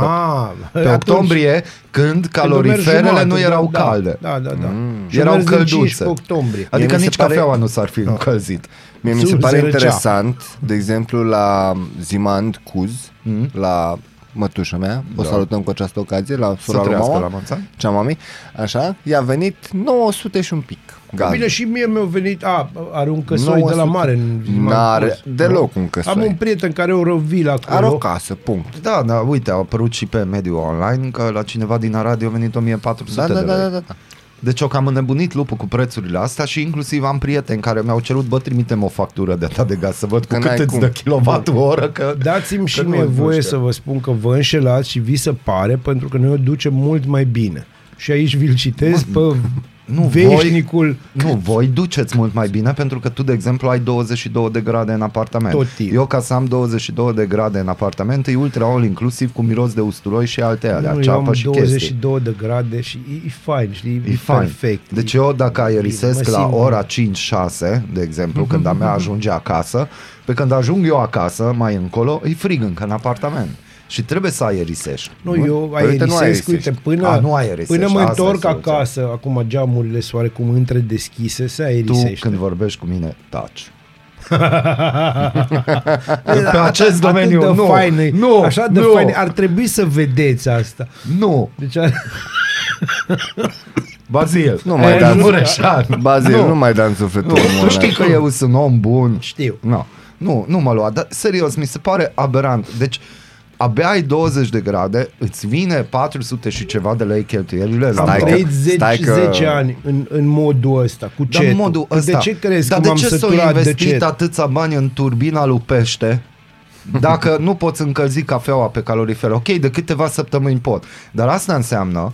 [SPEAKER 1] Pe
[SPEAKER 3] atunci-
[SPEAKER 1] octombrie, când
[SPEAKER 3] Când mergi
[SPEAKER 1] caloriferele
[SPEAKER 3] jumate,
[SPEAKER 1] nu
[SPEAKER 3] da,
[SPEAKER 1] erau
[SPEAKER 3] da,
[SPEAKER 1] calde.
[SPEAKER 3] Da, da, da. Mm.
[SPEAKER 1] Erau călduțe.
[SPEAKER 3] 15 octombrie.
[SPEAKER 2] Mie
[SPEAKER 1] Adică
[SPEAKER 2] mi se
[SPEAKER 1] nici
[SPEAKER 2] pare- Da.
[SPEAKER 1] cafeaua nu s-ar fi încălzit.
[SPEAKER 2] Mie mi se
[SPEAKER 3] Țu-
[SPEAKER 2] pare
[SPEAKER 3] zărăcea.
[SPEAKER 2] interesant, de exemplu, la Zimand Cuz,
[SPEAKER 1] Mm.
[SPEAKER 2] la mătușa mea, o salutăm cu această ocazie, la
[SPEAKER 1] Da. Să
[SPEAKER 2] sora lui
[SPEAKER 1] trăiască la
[SPEAKER 2] mama,
[SPEAKER 1] mulți ani.
[SPEAKER 2] cea mami, așa, i-a venit 900 și un pic. Gaz.
[SPEAKER 3] Bine, și mie mi-au venit, a, are un căsoi
[SPEAKER 2] 900.
[SPEAKER 3] de la mare. În
[SPEAKER 2] N-are deloc un
[SPEAKER 3] Am
[SPEAKER 2] căsoi.
[SPEAKER 3] un prieten care o răvil acolo.
[SPEAKER 2] Are o casă, punct.
[SPEAKER 1] Da, da, uite, au apărut și pe mediul online că la cineva din Arad a venit 1400
[SPEAKER 2] Da,
[SPEAKER 1] de
[SPEAKER 2] da,
[SPEAKER 1] lei.
[SPEAKER 2] da, da, da. da.
[SPEAKER 1] Deci eu cam înnebunit lupul cu prețurile astea și inclusiv am prieteni care mi-au cerut, bă, trimitem o factură de ta de gaz să văd cu
[SPEAKER 2] Că
[SPEAKER 1] cât
[SPEAKER 2] n-ai
[SPEAKER 1] îți
[SPEAKER 2] cum.
[SPEAKER 1] dă kilovatul oră, că...
[SPEAKER 3] Dați-mi și
[SPEAKER 1] nu-
[SPEAKER 3] mie
[SPEAKER 1] nu
[SPEAKER 3] voie
[SPEAKER 1] știu.
[SPEAKER 3] să vă spun că vă înșelați și vi se pare, pentru că noi o ducem mult mai bine. Și aici vi-l citesc pe
[SPEAKER 1] nu,
[SPEAKER 3] veșnicul...
[SPEAKER 1] Nu, voi duceți mult mai bine pentru că tu, de exemplu, ai 22 de grade în apartament.
[SPEAKER 3] Tot timpul.
[SPEAKER 1] Eu, ca să am 22 de grade în apartament, e ultra all inclusiv cu miros de usturoi și alte alea,
[SPEAKER 3] Nu, eu am
[SPEAKER 1] ceapă și chestii.
[SPEAKER 3] 22 de grade și e, e fain, știi?
[SPEAKER 1] E fain.
[SPEAKER 3] perfect.
[SPEAKER 1] Deci
[SPEAKER 3] E-
[SPEAKER 1] eu dacă
[SPEAKER 3] Mă
[SPEAKER 1] aerisesc la
[SPEAKER 3] simt- Mhm,
[SPEAKER 1] ora 5-6, de exemplu, când a mea ajunge acasă, pe când ajung eu acasă, mai încolo, îi frig încă în apartament. Și trebuie să aerisești.
[SPEAKER 3] Nu, eu
[SPEAKER 2] Păi uite, nu
[SPEAKER 3] aerisesc,
[SPEAKER 2] aerisești.
[SPEAKER 3] uite, până,
[SPEAKER 1] A, nu aerisești,
[SPEAKER 3] până mă
[SPEAKER 1] asta exact. e
[SPEAKER 3] întorc
[SPEAKER 1] soluția.
[SPEAKER 3] acasă, acum geamurile sunt oarecum între deschise, se
[SPEAKER 1] Tu,
[SPEAKER 3] aerisește.
[SPEAKER 1] când vorbești cu mine, taci. Pe acest
[SPEAKER 3] Atât
[SPEAKER 1] domeniu,
[SPEAKER 3] de
[SPEAKER 1] nu,
[SPEAKER 3] faine,
[SPEAKER 1] nu,
[SPEAKER 3] așa de
[SPEAKER 1] nu.
[SPEAKER 3] faine, ar trebui să vedeți asta.
[SPEAKER 1] Nu,
[SPEAKER 3] Deci, ar-
[SPEAKER 1] Bazil.
[SPEAKER 2] Nu mai
[SPEAKER 1] E,
[SPEAKER 2] da în
[SPEAKER 1] Mureșan.
[SPEAKER 2] Bazil, nu, mai da în sufletul.
[SPEAKER 1] Nu,
[SPEAKER 2] omul
[SPEAKER 1] tu
[SPEAKER 2] ăla.
[SPEAKER 1] știi că eu sunt om bun.
[SPEAKER 3] Știu.
[SPEAKER 1] Nu, nu, nu mă lua, dar serios, mi se pare aberant. Deci, abia ai 20 de grade, îți vine 400 și ceva de lei cheltuielile.
[SPEAKER 3] am
[SPEAKER 2] Stai că-
[SPEAKER 3] trăit 10,
[SPEAKER 2] stai că-
[SPEAKER 3] 10 ani în, în modul ăsta, cu
[SPEAKER 1] Dar
[SPEAKER 3] ce?
[SPEAKER 1] în modul ăsta.
[SPEAKER 3] Păi De ce crezi
[SPEAKER 1] dar
[SPEAKER 3] că
[SPEAKER 1] de
[SPEAKER 3] m-am
[SPEAKER 1] ce s-au
[SPEAKER 3] săturat de
[SPEAKER 1] investit
[SPEAKER 3] ce?
[SPEAKER 1] atâția bani în turbina lui pește? Dacă nu poți încălzi cafeaua pe calorifer, ok, de câteva săptămâni pot. Dar asta înseamnă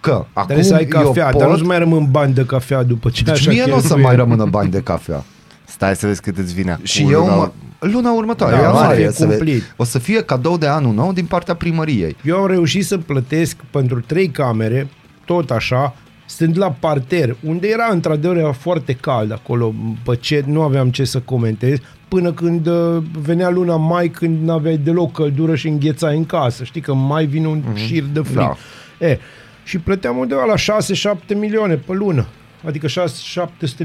[SPEAKER 1] că acum
[SPEAKER 3] Trebuie să ai cafea,
[SPEAKER 1] eu
[SPEAKER 3] dar
[SPEAKER 1] pot,
[SPEAKER 3] nu-ți mai rămân bani de cafea după ce
[SPEAKER 1] deci
[SPEAKER 3] așa
[SPEAKER 1] mie nu o să
[SPEAKER 3] cheltuie.
[SPEAKER 1] mai rămână bani de cafea.
[SPEAKER 2] Stai să vezi cât îți vine acum.
[SPEAKER 1] Și eu mă, luna următoare,
[SPEAKER 3] Da,
[SPEAKER 1] da,
[SPEAKER 3] o să
[SPEAKER 1] ianuarie,
[SPEAKER 3] fie
[SPEAKER 1] să vezi.
[SPEAKER 3] cumplit.
[SPEAKER 1] o să fie cadou de anul nou din partea primăriei.
[SPEAKER 3] Eu am reușit să plătesc pentru trei camere, tot așa, stând la parter, unde era într-adevăr era foarte cald acolo, pe ce, nu aveam ce să comentez, până când uh, venea luna mai, când nu aveai deloc căldură și înghețai în casă. Știi că în mai vine un mm-hmm. șir de frig.
[SPEAKER 1] Da.
[SPEAKER 3] Da. E, și plăteam undeva la 6-7 milioane pe lună. Adică 6-700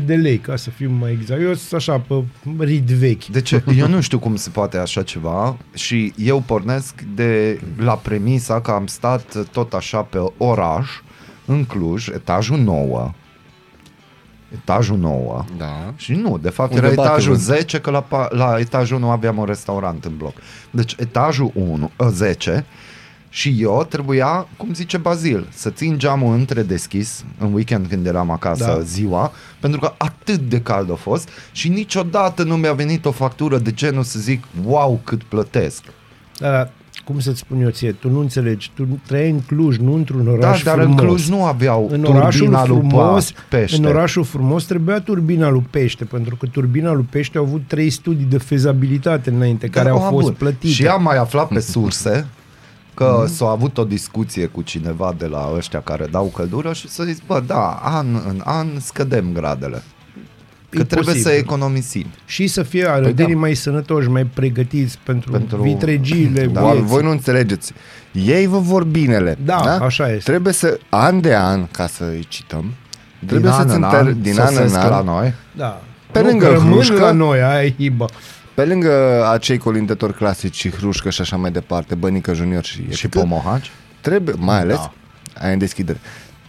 [SPEAKER 3] de lei, ca să fim mai exact. Eu sunt așa, pe rid vechi.
[SPEAKER 1] Deci eu nu știu cum se poate așa ceva și eu pornesc de la premisa că am stat tot așa pe oraș, în Cluj, etajul 9. Etajul 9.
[SPEAKER 2] Da.
[SPEAKER 1] Și nu, de fapt
[SPEAKER 2] Unde
[SPEAKER 1] era
[SPEAKER 2] bate
[SPEAKER 1] etajul
[SPEAKER 2] vânt.
[SPEAKER 1] 10, că la, pa- la etajul nu aveam un restaurant în bloc. Deci etajul 1, ă, 10 și eu trebuia, cum zice Bazil, să țin geamul între deschis în weekend când eram acasă da.
[SPEAKER 3] Da.
[SPEAKER 1] ziua, pentru că atât de cald a fost și niciodată nu mi-a venit o factură de genul să zic, wow, cât plătesc.
[SPEAKER 3] Da, da. cum să-ți spun eu ție, tu nu înțelegi, tu trăiai în Cluj, nu într-un
[SPEAKER 1] Da,
[SPEAKER 3] oraș
[SPEAKER 1] dar
[SPEAKER 3] frumos.
[SPEAKER 1] în Cluj nu aveau
[SPEAKER 3] în orașul
[SPEAKER 1] turbina lui
[SPEAKER 3] frumos,
[SPEAKER 1] Pa- Pește.
[SPEAKER 3] în orașul frumos trebuia turbina lui Pește, pentru că turbina lui Pește au avut trei studii de fezabilitate înainte, care
[SPEAKER 1] Da,
[SPEAKER 3] au
[SPEAKER 1] a,
[SPEAKER 3] fost
[SPEAKER 1] bun.
[SPEAKER 3] plătite. Mhm.
[SPEAKER 1] Și am mai aflat pe surse că s-a avut o discuție cu cineva de la ăștia care dau căldură și să zic, bă, da, an în an scădem gradele. Că
[SPEAKER 3] E
[SPEAKER 1] trebuie
[SPEAKER 3] posibil.
[SPEAKER 1] să economisim.
[SPEAKER 3] și să fie arădenii
[SPEAKER 1] da.
[SPEAKER 3] mai sănătoși, mai pregătiți pentru,
[SPEAKER 1] Pentru-
[SPEAKER 3] pentru... vitregiile
[SPEAKER 1] Da.
[SPEAKER 3] da.
[SPEAKER 2] Doar
[SPEAKER 3] vieții.
[SPEAKER 2] voi nu înțelegeți. Ei vă vor binele.
[SPEAKER 3] Da, așa este.
[SPEAKER 2] Trebuie să, an de an, ca să îi cităm, trebuie
[SPEAKER 1] din
[SPEAKER 2] să-ți
[SPEAKER 1] an în
[SPEAKER 2] inter...
[SPEAKER 1] an,
[SPEAKER 2] din an în
[SPEAKER 1] sosesc
[SPEAKER 2] an,
[SPEAKER 1] la noi.
[SPEAKER 3] Da.
[SPEAKER 2] Pe
[SPEAKER 3] nu,
[SPEAKER 2] lângă
[SPEAKER 3] că rămân
[SPEAKER 2] hrușcă-
[SPEAKER 3] la noi, aia e hiba.
[SPEAKER 2] pe lângă acei colindători clasici, Hrușcă și așa mai departe, Bănică Junior și,
[SPEAKER 1] Și
[SPEAKER 2] Iechică,
[SPEAKER 1] pomohaci.
[SPEAKER 2] Trebuie, mai ales,
[SPEAKER 1] Da.
[SPEAKER 2] aia în deschidere,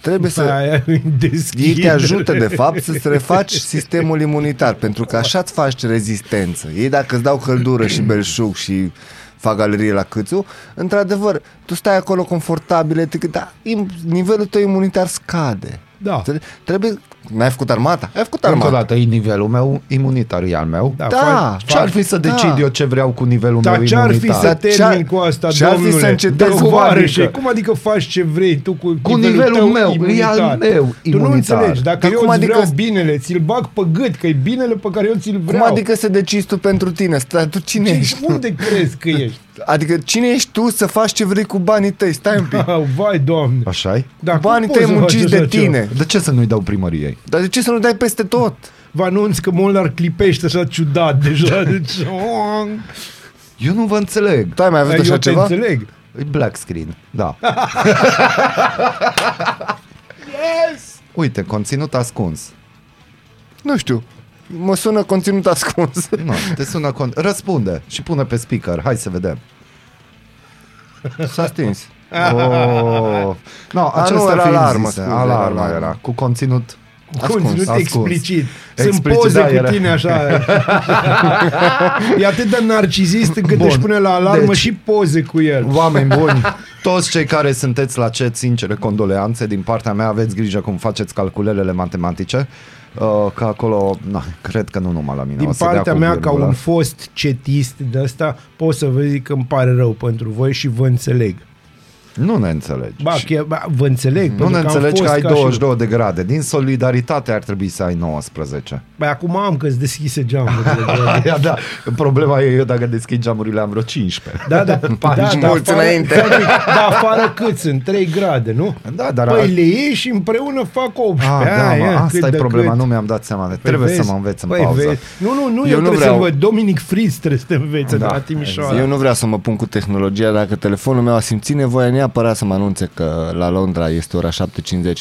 [SPEAKER 2] trebuie să...
[SPEAKER 3] Păi Aia e în deschidere.
[SPEAKER 2] Ei te ajută, de fapt, să-ți refaci sistemul imunitar, pentru că așa îți faci rezistență. Ei, dacă îți dau căldură și belșug și fac galerie la câțu, într-adevăr, tu stai acolo confortabil, etc., dar im- nivelul tău imunitar scade.
[SPEAKER 3] Da.
[SPEAKER 2] Înțelegi? Trebuie... N-ai făcut armata? Ai făcut
[SPEAKER 1] Încă o
[SPEAKER 2] armata.
[SPEAKER 1] dată, e nivelul meu imunitar, e al meu.
[SPEAKER 3] Da,
[SPEAKER 2] Da,
[SPEAKER 1] Ce ar fi să decid
[SPEAKER 2] Da.
[SPEAKER 1] eu ce vreau cu nivelul
[SPEAKER 3] Dar
[SPEAKER 1] meu
[SPEAKER 3] ce ar fi
[SPEAKER 1] imunitar?
[SPEAKER 3] să
[SPEAKER 2] Dar ce-ar-
[SPEAKER 3] termin cu asta,
[SPEAKER 2] ce-ar fi să
[SPEAKER 3] domnule?
[SPEAKER 2] încetezi?
[SPEAKER 3] Dar
[SPEAKER 2] Cum
[SPEAKER 3] tovarășe,
[SPEAKER 2] adică?
[SPEAKER 3] Cum adică faci ce vrei tu cu,
[SPEAKER 1] Cu nivelul
[SPEAKER 3] tău
[SPEAKER 1] meu, e
[SPEAKER 3] imunitar?
[SPEAKER 1] al meu
[SPEAKER 3] Tu nu
[SPEAKER 1] imunitar.
[SPEAKER 3] înțelegi, dacă
[SPEAKER 2] Dar
[SPEAKER 3] eu
[SPEAKER 2] cum
[SPEAKER 3] îți
[SPEAKER 2] adică-
[SPEAKER 3] vreau binele, ți-l bag pe gât, că e binele pe care eu ți-l
[SPEAKER 2] Cum
[SPEAKER 3] vreau.
[SPEAKER 2] adică să decizi tu pentru tine? Stai, tu cine
[SPEAKER 3] Ce,
[SPEAKER 2] ești?
[SPEAKER 3] deci unde crezi că ești?
[SPEAKER 2] Adică cine ești tu să faci ce vrei cu banii tăi? Sai un pic.
[SPEAKER 3] Au, vai, doamne. Da.
[SPEAKER 1] așa -i?
[SPEAKER 3] Dar cum
[SPEAKER 2] Banii
[SPEAKER 3] poți
[SPEAKER 2] tăi
[SPEAKER 3] să
[SPEAKER 2] munciți
[SPEAKER 3] faci
[SPEAKER 2] de
[SPEAKER 3] așa ceva?
[SPEAKER 2] tine.
[SPEAKER 1] De ce să nu-i dau primăriei?
[SPEAKER 2] Dar de ce să nu dai peste tot?
[SPEAKER 3] Vă anunț că Molnar clipește așa ciudat deja. Deci, oang.
[SPEAKER 1] Eu nu vă înțeleg.
[SPEAKER 2] Tu ai mai avut
[SPEAKER 3] Dar
[SPEAKER 2] așa
[SPEAKER 3] eu te
[SPEAKER 2] ceva?
[SPEAKER 3] înțeleg.
[SPEAKER 1] E black screen, da. yes! Uite, conținut ascuns.
[SPEAKER 2] Nu știu. Mă sună conținut ascuns.
[SPEAKER 1] Nu, te sună con- Răspunde și pune pe speaker. Hai să vedem.
[SPEAKER 2] S-a stins.
[SPEAKER 1] Oh. No,
[SPEAKER 2] nu,
[SPEAKER 1] acesta
[SPEAKER 2] era
[SPEAKER 1] fiind
[SPEAKER 2] alarmă,
[SPEAKER 1] zise,
[SPEAKER 2] scuze,
[SPEAKER 1] alarma
[SPEAKER 2] era
[SPEAKER 1] era,
[SPEAKER 2] alarmă.
[SPEAKER 1] cu conținut
[SPEAKER 3] Ascuns, conținut
[SPEAKER 1] ascuns.
[SPEAKER 3] explicit. Sunt
[SPEAKER 1] Explicit,
[SPEAKER 3] poze
[SPEAKER 1] da,
[SPEAKER 3] cu
[SPEAKER 1] era.
[SPEAKER 3] tine așa. e atât de narcizist încât
[SPEAKER 1] Bun.
[SPEAKER 3] își pune la alarmă
[SPEAKER 1] Deci-
[SPEAKER 3] deci, și poze cu el.
[SPEAKER 1] Oameni buni, toți cei care sunteți la CET, sincere condoleanțe, din partea mea aveți grijă cum faceți calculelele matematice, uh, că acolo, na, cred că nu numai la mine. o
[SPEAKER 3] Din
[SPEAKER 1] să dea
[SPEAKER 3] partea
[SPEAKER 1] cu
[SPEAKER 3] mea, ca
[SPEAKER 1] virgulă.
[SPEAKER 3] un fost cetist de asta, pot să vă zic că îmi pare rău pentru voi și vă înțeleg.
[SPEAKER 1] Nu ne înțelegi.
[SPEAKER 3] Ba, că, ba vă înțeleg.
[SPEAKER 1] nu
[SPEAKER 3] pentru
[SPEAKER 1] ne
[SPEAKER 3] că am
[SPEAKER 1] înțelegi că
[SPEAKER 3] fost
[SPEAKER 1] ai
[SPEAKER 3] ca și-
[SPEAKER 1] 22 de grade. Din solidaritate ar trebui să ai 19.
[SPEAKER 3] Băi, acum am că-ți deschise geamurile.
[SPEAKER 1] Aia, da. Problema e eu dacă deschid geamurile am vreo 15.
[SPEAKER 3] Da, da. da, da
[SPEAKER 2] mulți înainte.
[SPEAKER 3] Da, da, afară cât sunt? 3 grade, nu?
[SPEAKER 1] Da, dar-
[SPEAKER 3] Păi le iei și împreună fac 18.
[SPEAKER 1] Ah,
[SPEAKER 3] Aia,
[SPEAKER 1] da, mă,
[SPEAKER 3] cât
[SPEAKER 1] asta e
[SPEAKER 3] de
[SPEAKER 1] problema,
[SPEAKER 3] cât.
[SPEAKER 1] nu mi-am dat seama.
[SPEAKER 3] Păi
[SPEAKER 1] trebuie să mă înveț în pauză.
[SPEAKER 3] Nu, nu, nu, eu, eu
[SPEAKER 2] Eu nu
[SPEAKER 3] trebuie
[SPEAKER 2] vreau.
[SPEAKER 3] să văd. Dominic Fritz trebuie să te învețe da, de la Timișoara.
[SPEAKER 2] Eu
[SPEAKER 3] Exact.
[SPEAKER 2] nu vreau să mă pun cu tehnologia, dacă telefonul meu a simțit nevoia neapărat să mă anunțe că la Londra este ora 7.50, uh,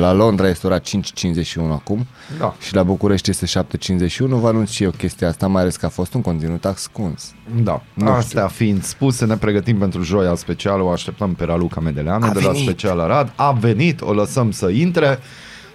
[SPEAKER 2] la Londra este ora 5.51 acum
[SPEAKER 1] Da.
[SPEAKER 2] și la București este 7.51, vă anunț și eu chestia asta, mai ales că a fost un conținut ascuns.
[SPEAKER 1] Da,
[SPEAKER 2] Nu
[SPEAKER 1] astea fiind spuse, ne pregătim pentru joia specială, o așteptăm pe Raluca Medeleanu
[SPEAKER 2] A
[SPEAKER 1] de la
[SPEAKER 2] venit.
[SPEAKER 1] Special Arad. A venit, o lăsăm să intre.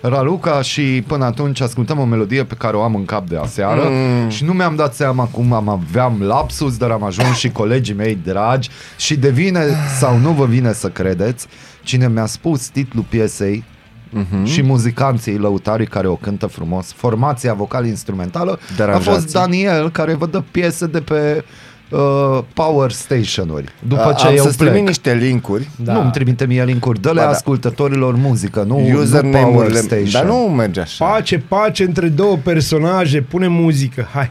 [SPEAKER 1] Raluca și până atunci ascultăm o melodie pe care o am în cap de aseară mm. și nu mi-am dat seama cum am aveam lapsus, dar am ajuns și colegii mei dragi și devine sau nu vă vine să credeți cine mi-a spus titlul piesei
[SPEAKER 2] Mhm.
[SPEAKER 1] mm-hmm. și muzicanții lăutarii care o cântă frumos. Formația vocal-instrumentală a
[SPEAKER 2] Deranjați.
[SPEAKER 1] fost Daniel care vă dă piese de pe uh, power station-uri. După
[SPEAKER 2] A-
[SPEAKER 1] ce
[SPEAKER 2] am
[SPEAKER 1] eu
[SPEAKER 2] să-ți
[SPEAKER 1] plec.
[SPEAKER 2] trimit niște linkuri,
[SPEAKER 1] Da. Nu îmi trimite mie link-uri, dă-le
[SPEAKER 2] Ba da.
[SPEAKER 1] ascultătorilor muzică, nu, nu power
[SPEAKER 2] username-urile,
[SPEAKER 1] station.
[SPEAKER 2] dar nu merge așa.
[SPEAKER 3] Pace, pace între două personaje, pune muzică, hai.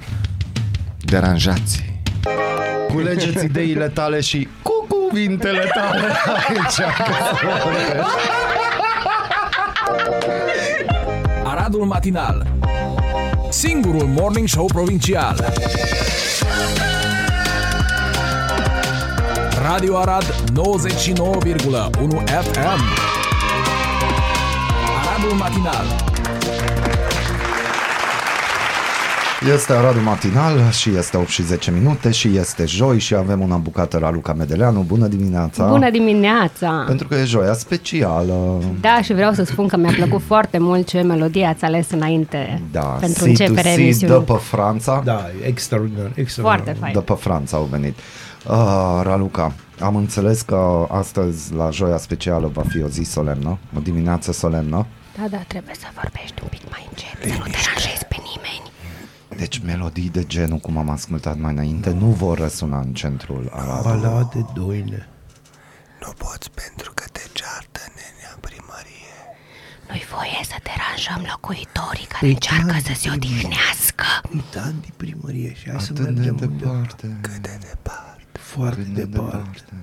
[SPEAKER 2] Deranjați.
[SPEAKER 1] Culegeți ideile tale și cu cuvintele tale aici.
[SPEAKER 6] Aradul Matinal Singurul Morning Show Provincial Radio Arad 99,1 FM Aradul Matinal
[SPEAKER 1] Este Aradul Matinal și este 8 și 10 minute și este joi și avem una bucată la Luca Medeleanu. Bună dimineața!
[SPEAKER 7] Bună dimineața!
[SPEAKER 1] Pentru că e joia specială.
[SPEAKER 7] Da, și vreau să spun că mi-a plăcut foarte mult ce melodie ați ales înainte
[SPEAKER 1] Da,
[SPEAKER 7] pentru
[SPEAKER 1] si tu
[SPEAKER 7] începerea
[SPEAKER 1] si,
[SPEAKER 7] emisiunii.
[SPEAKER 1] dă pe Franța.
[SPEAKER 3] Da, e extraordinar, extraordinar.
[SPEAKER 7] Foarte fain.
[SPEAKER 1] După Franța au venit. Uh, Raluca, am înțeles că astăzi la Joia Specială va fi o zi solemnă, o dimineață solemnă.
[SPEAKER 7] Da, da, trebuie să vorbești un pic mai încet, să nu deranjezi pe nimeni.
[SPEAKER 1] Deci melodii de genul cum am ascultat mai înainte nu vor răsuna în centrul Aradului.
[SPEAKER 3] Balade doine.
[SPEAKER 2] Nu poți pentru că te ceartă nenea primărie.
[SPEAKER 7] Nu-i voie să deranjăm locuitorii care încearcă să se odihnească.
[SPEAKER 3] Dan din primărie și hai să
[SPEAKER 1] Atât de
[SPEAKER 3] mergem unde-
[SPEAKER 1] departe.
[SPEAKER 2] De departe.
[SPEAKER 3] foarte
[SPEAKER 1] Atât
[SPEAKER 3] departe.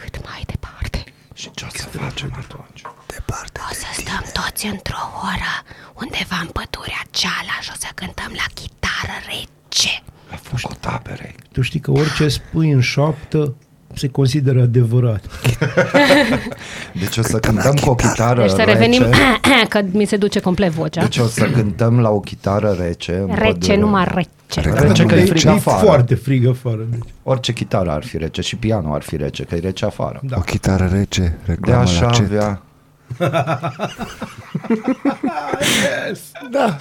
[SPEAKER 7] Cât mai departe.
[SPEAKER 1] Și ce o să facem atunci?
[SPEAKER 2] Departe.
[SPEAKER 7] O să stăm toți într-o oră undeva în pădurea ceala și o să cântăm la chitară rece.
[SPEAKER 1] La focul tabere.
[SPEAKER 3] Tu știi că orice spui în șoaptă se consideră adevărat.
[SPEAKER 1] Deci o să cântăm cu o chitară
[SPEAKER 7] Deci să revenim,
[SPEAKER 1] rece.
[SPEAKER 7] că mi se duce complet vocea.
[SPEAKER 1] Deci o să cântăm la o chitară rece. în
[SPEAKER 7] Rece,
[SPEAKER 1] pădure.
[SPEAKER 7] numai rece.
[SPEAKER 1] Rece că e frig
[SPEAKER 3] e
[SPEAKER 1] afară.
[SPEAKER 3] foarte frig afară. Deci.
[SPEAKER 1] Orice chitară ar fi rece și pianul ar fi rece, că e rece afară.
[SPEAKER 3] Da.
[SPEAKER 2] O chitară rece,
[SPEAKER 1] De
[SPEAKER 2] reclamă
[SPEAKER 1] așa
[SPEAKER 2] la ce?
[SPEAKER 1] avea...
[SPEAKER 2] Da.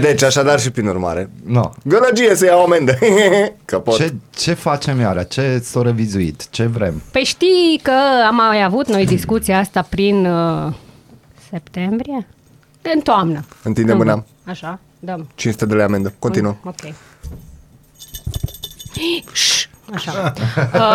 [SPEAKER 2] Deci așadar și prin urmare.
[SPEAKER 1] No.
[SPEAKER 2] Gălăgie să iau amendă. Că pot.
[SPEAKER 1] Ce, ce facem iară? Ce s-a revizuit? Ce vrem?
[SPEAKER 7] Păi știi că am mai avut noi discuția asta prin uh, septembrie? În toamnă.
[SPEAKER 2] Întinde
[SPEAKER 7] Când-
[SPEAKER 2] mâna.
[SPEAKER 7] Așa, dăm.
[SPEAKER 2] 500 de lei amendă. Continuăm.
[SPEAKER 7] Ok. Șș, Așa.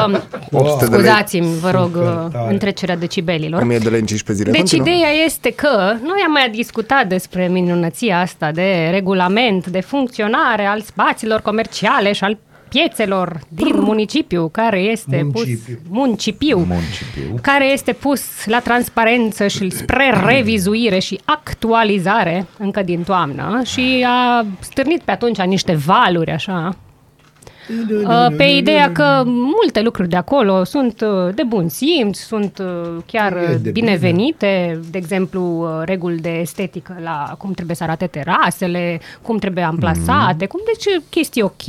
[SPEAKER 7] Um,
[SPEAKER 2] 800 de lei.
[SPEAKER 7] scuzați-mi, vă rog,
[SPEAKER 3] Super
[SPEAKER 7] uh,
[SPEAKER 3] tare.
[SPEAKER 7] întrecerea decibelilor.
[SPEAKER 2] 1000 de lei în 15 zile.
[SPEAKER 7] Deci
[SPEAKER 2] Continuăm.
[SPEAKER 7] ideea este că noi am mai discutat despre minunăția asta de regulament, de funcționare al spațiilor comerciale și al piețelor din municipiu, care este
[SPEAKER 3] Muncipiu.
[SPEAKER 7] pus muncipiu,
[SPEAKER 1] Muncipiu.
[SPEAKER 7] care este pus la transparență și spre revizuire și actualizare încă din toamnă și a stârnit pe atunci niște valuri așa Uh, pe ideea că multe lucruri de acolo sunt uh, de bun simț, sunt uh, chiar
[SPEAKER 3] E de
[SPEAKER 7] uh, binevenite, de exemplu uh, reguli de estetică la cum trebuie să arate terasele, cum trebuie
[SPEAKER 3] Mhm.
[SPEAKER 7] amplasate, cum deci chestii ok,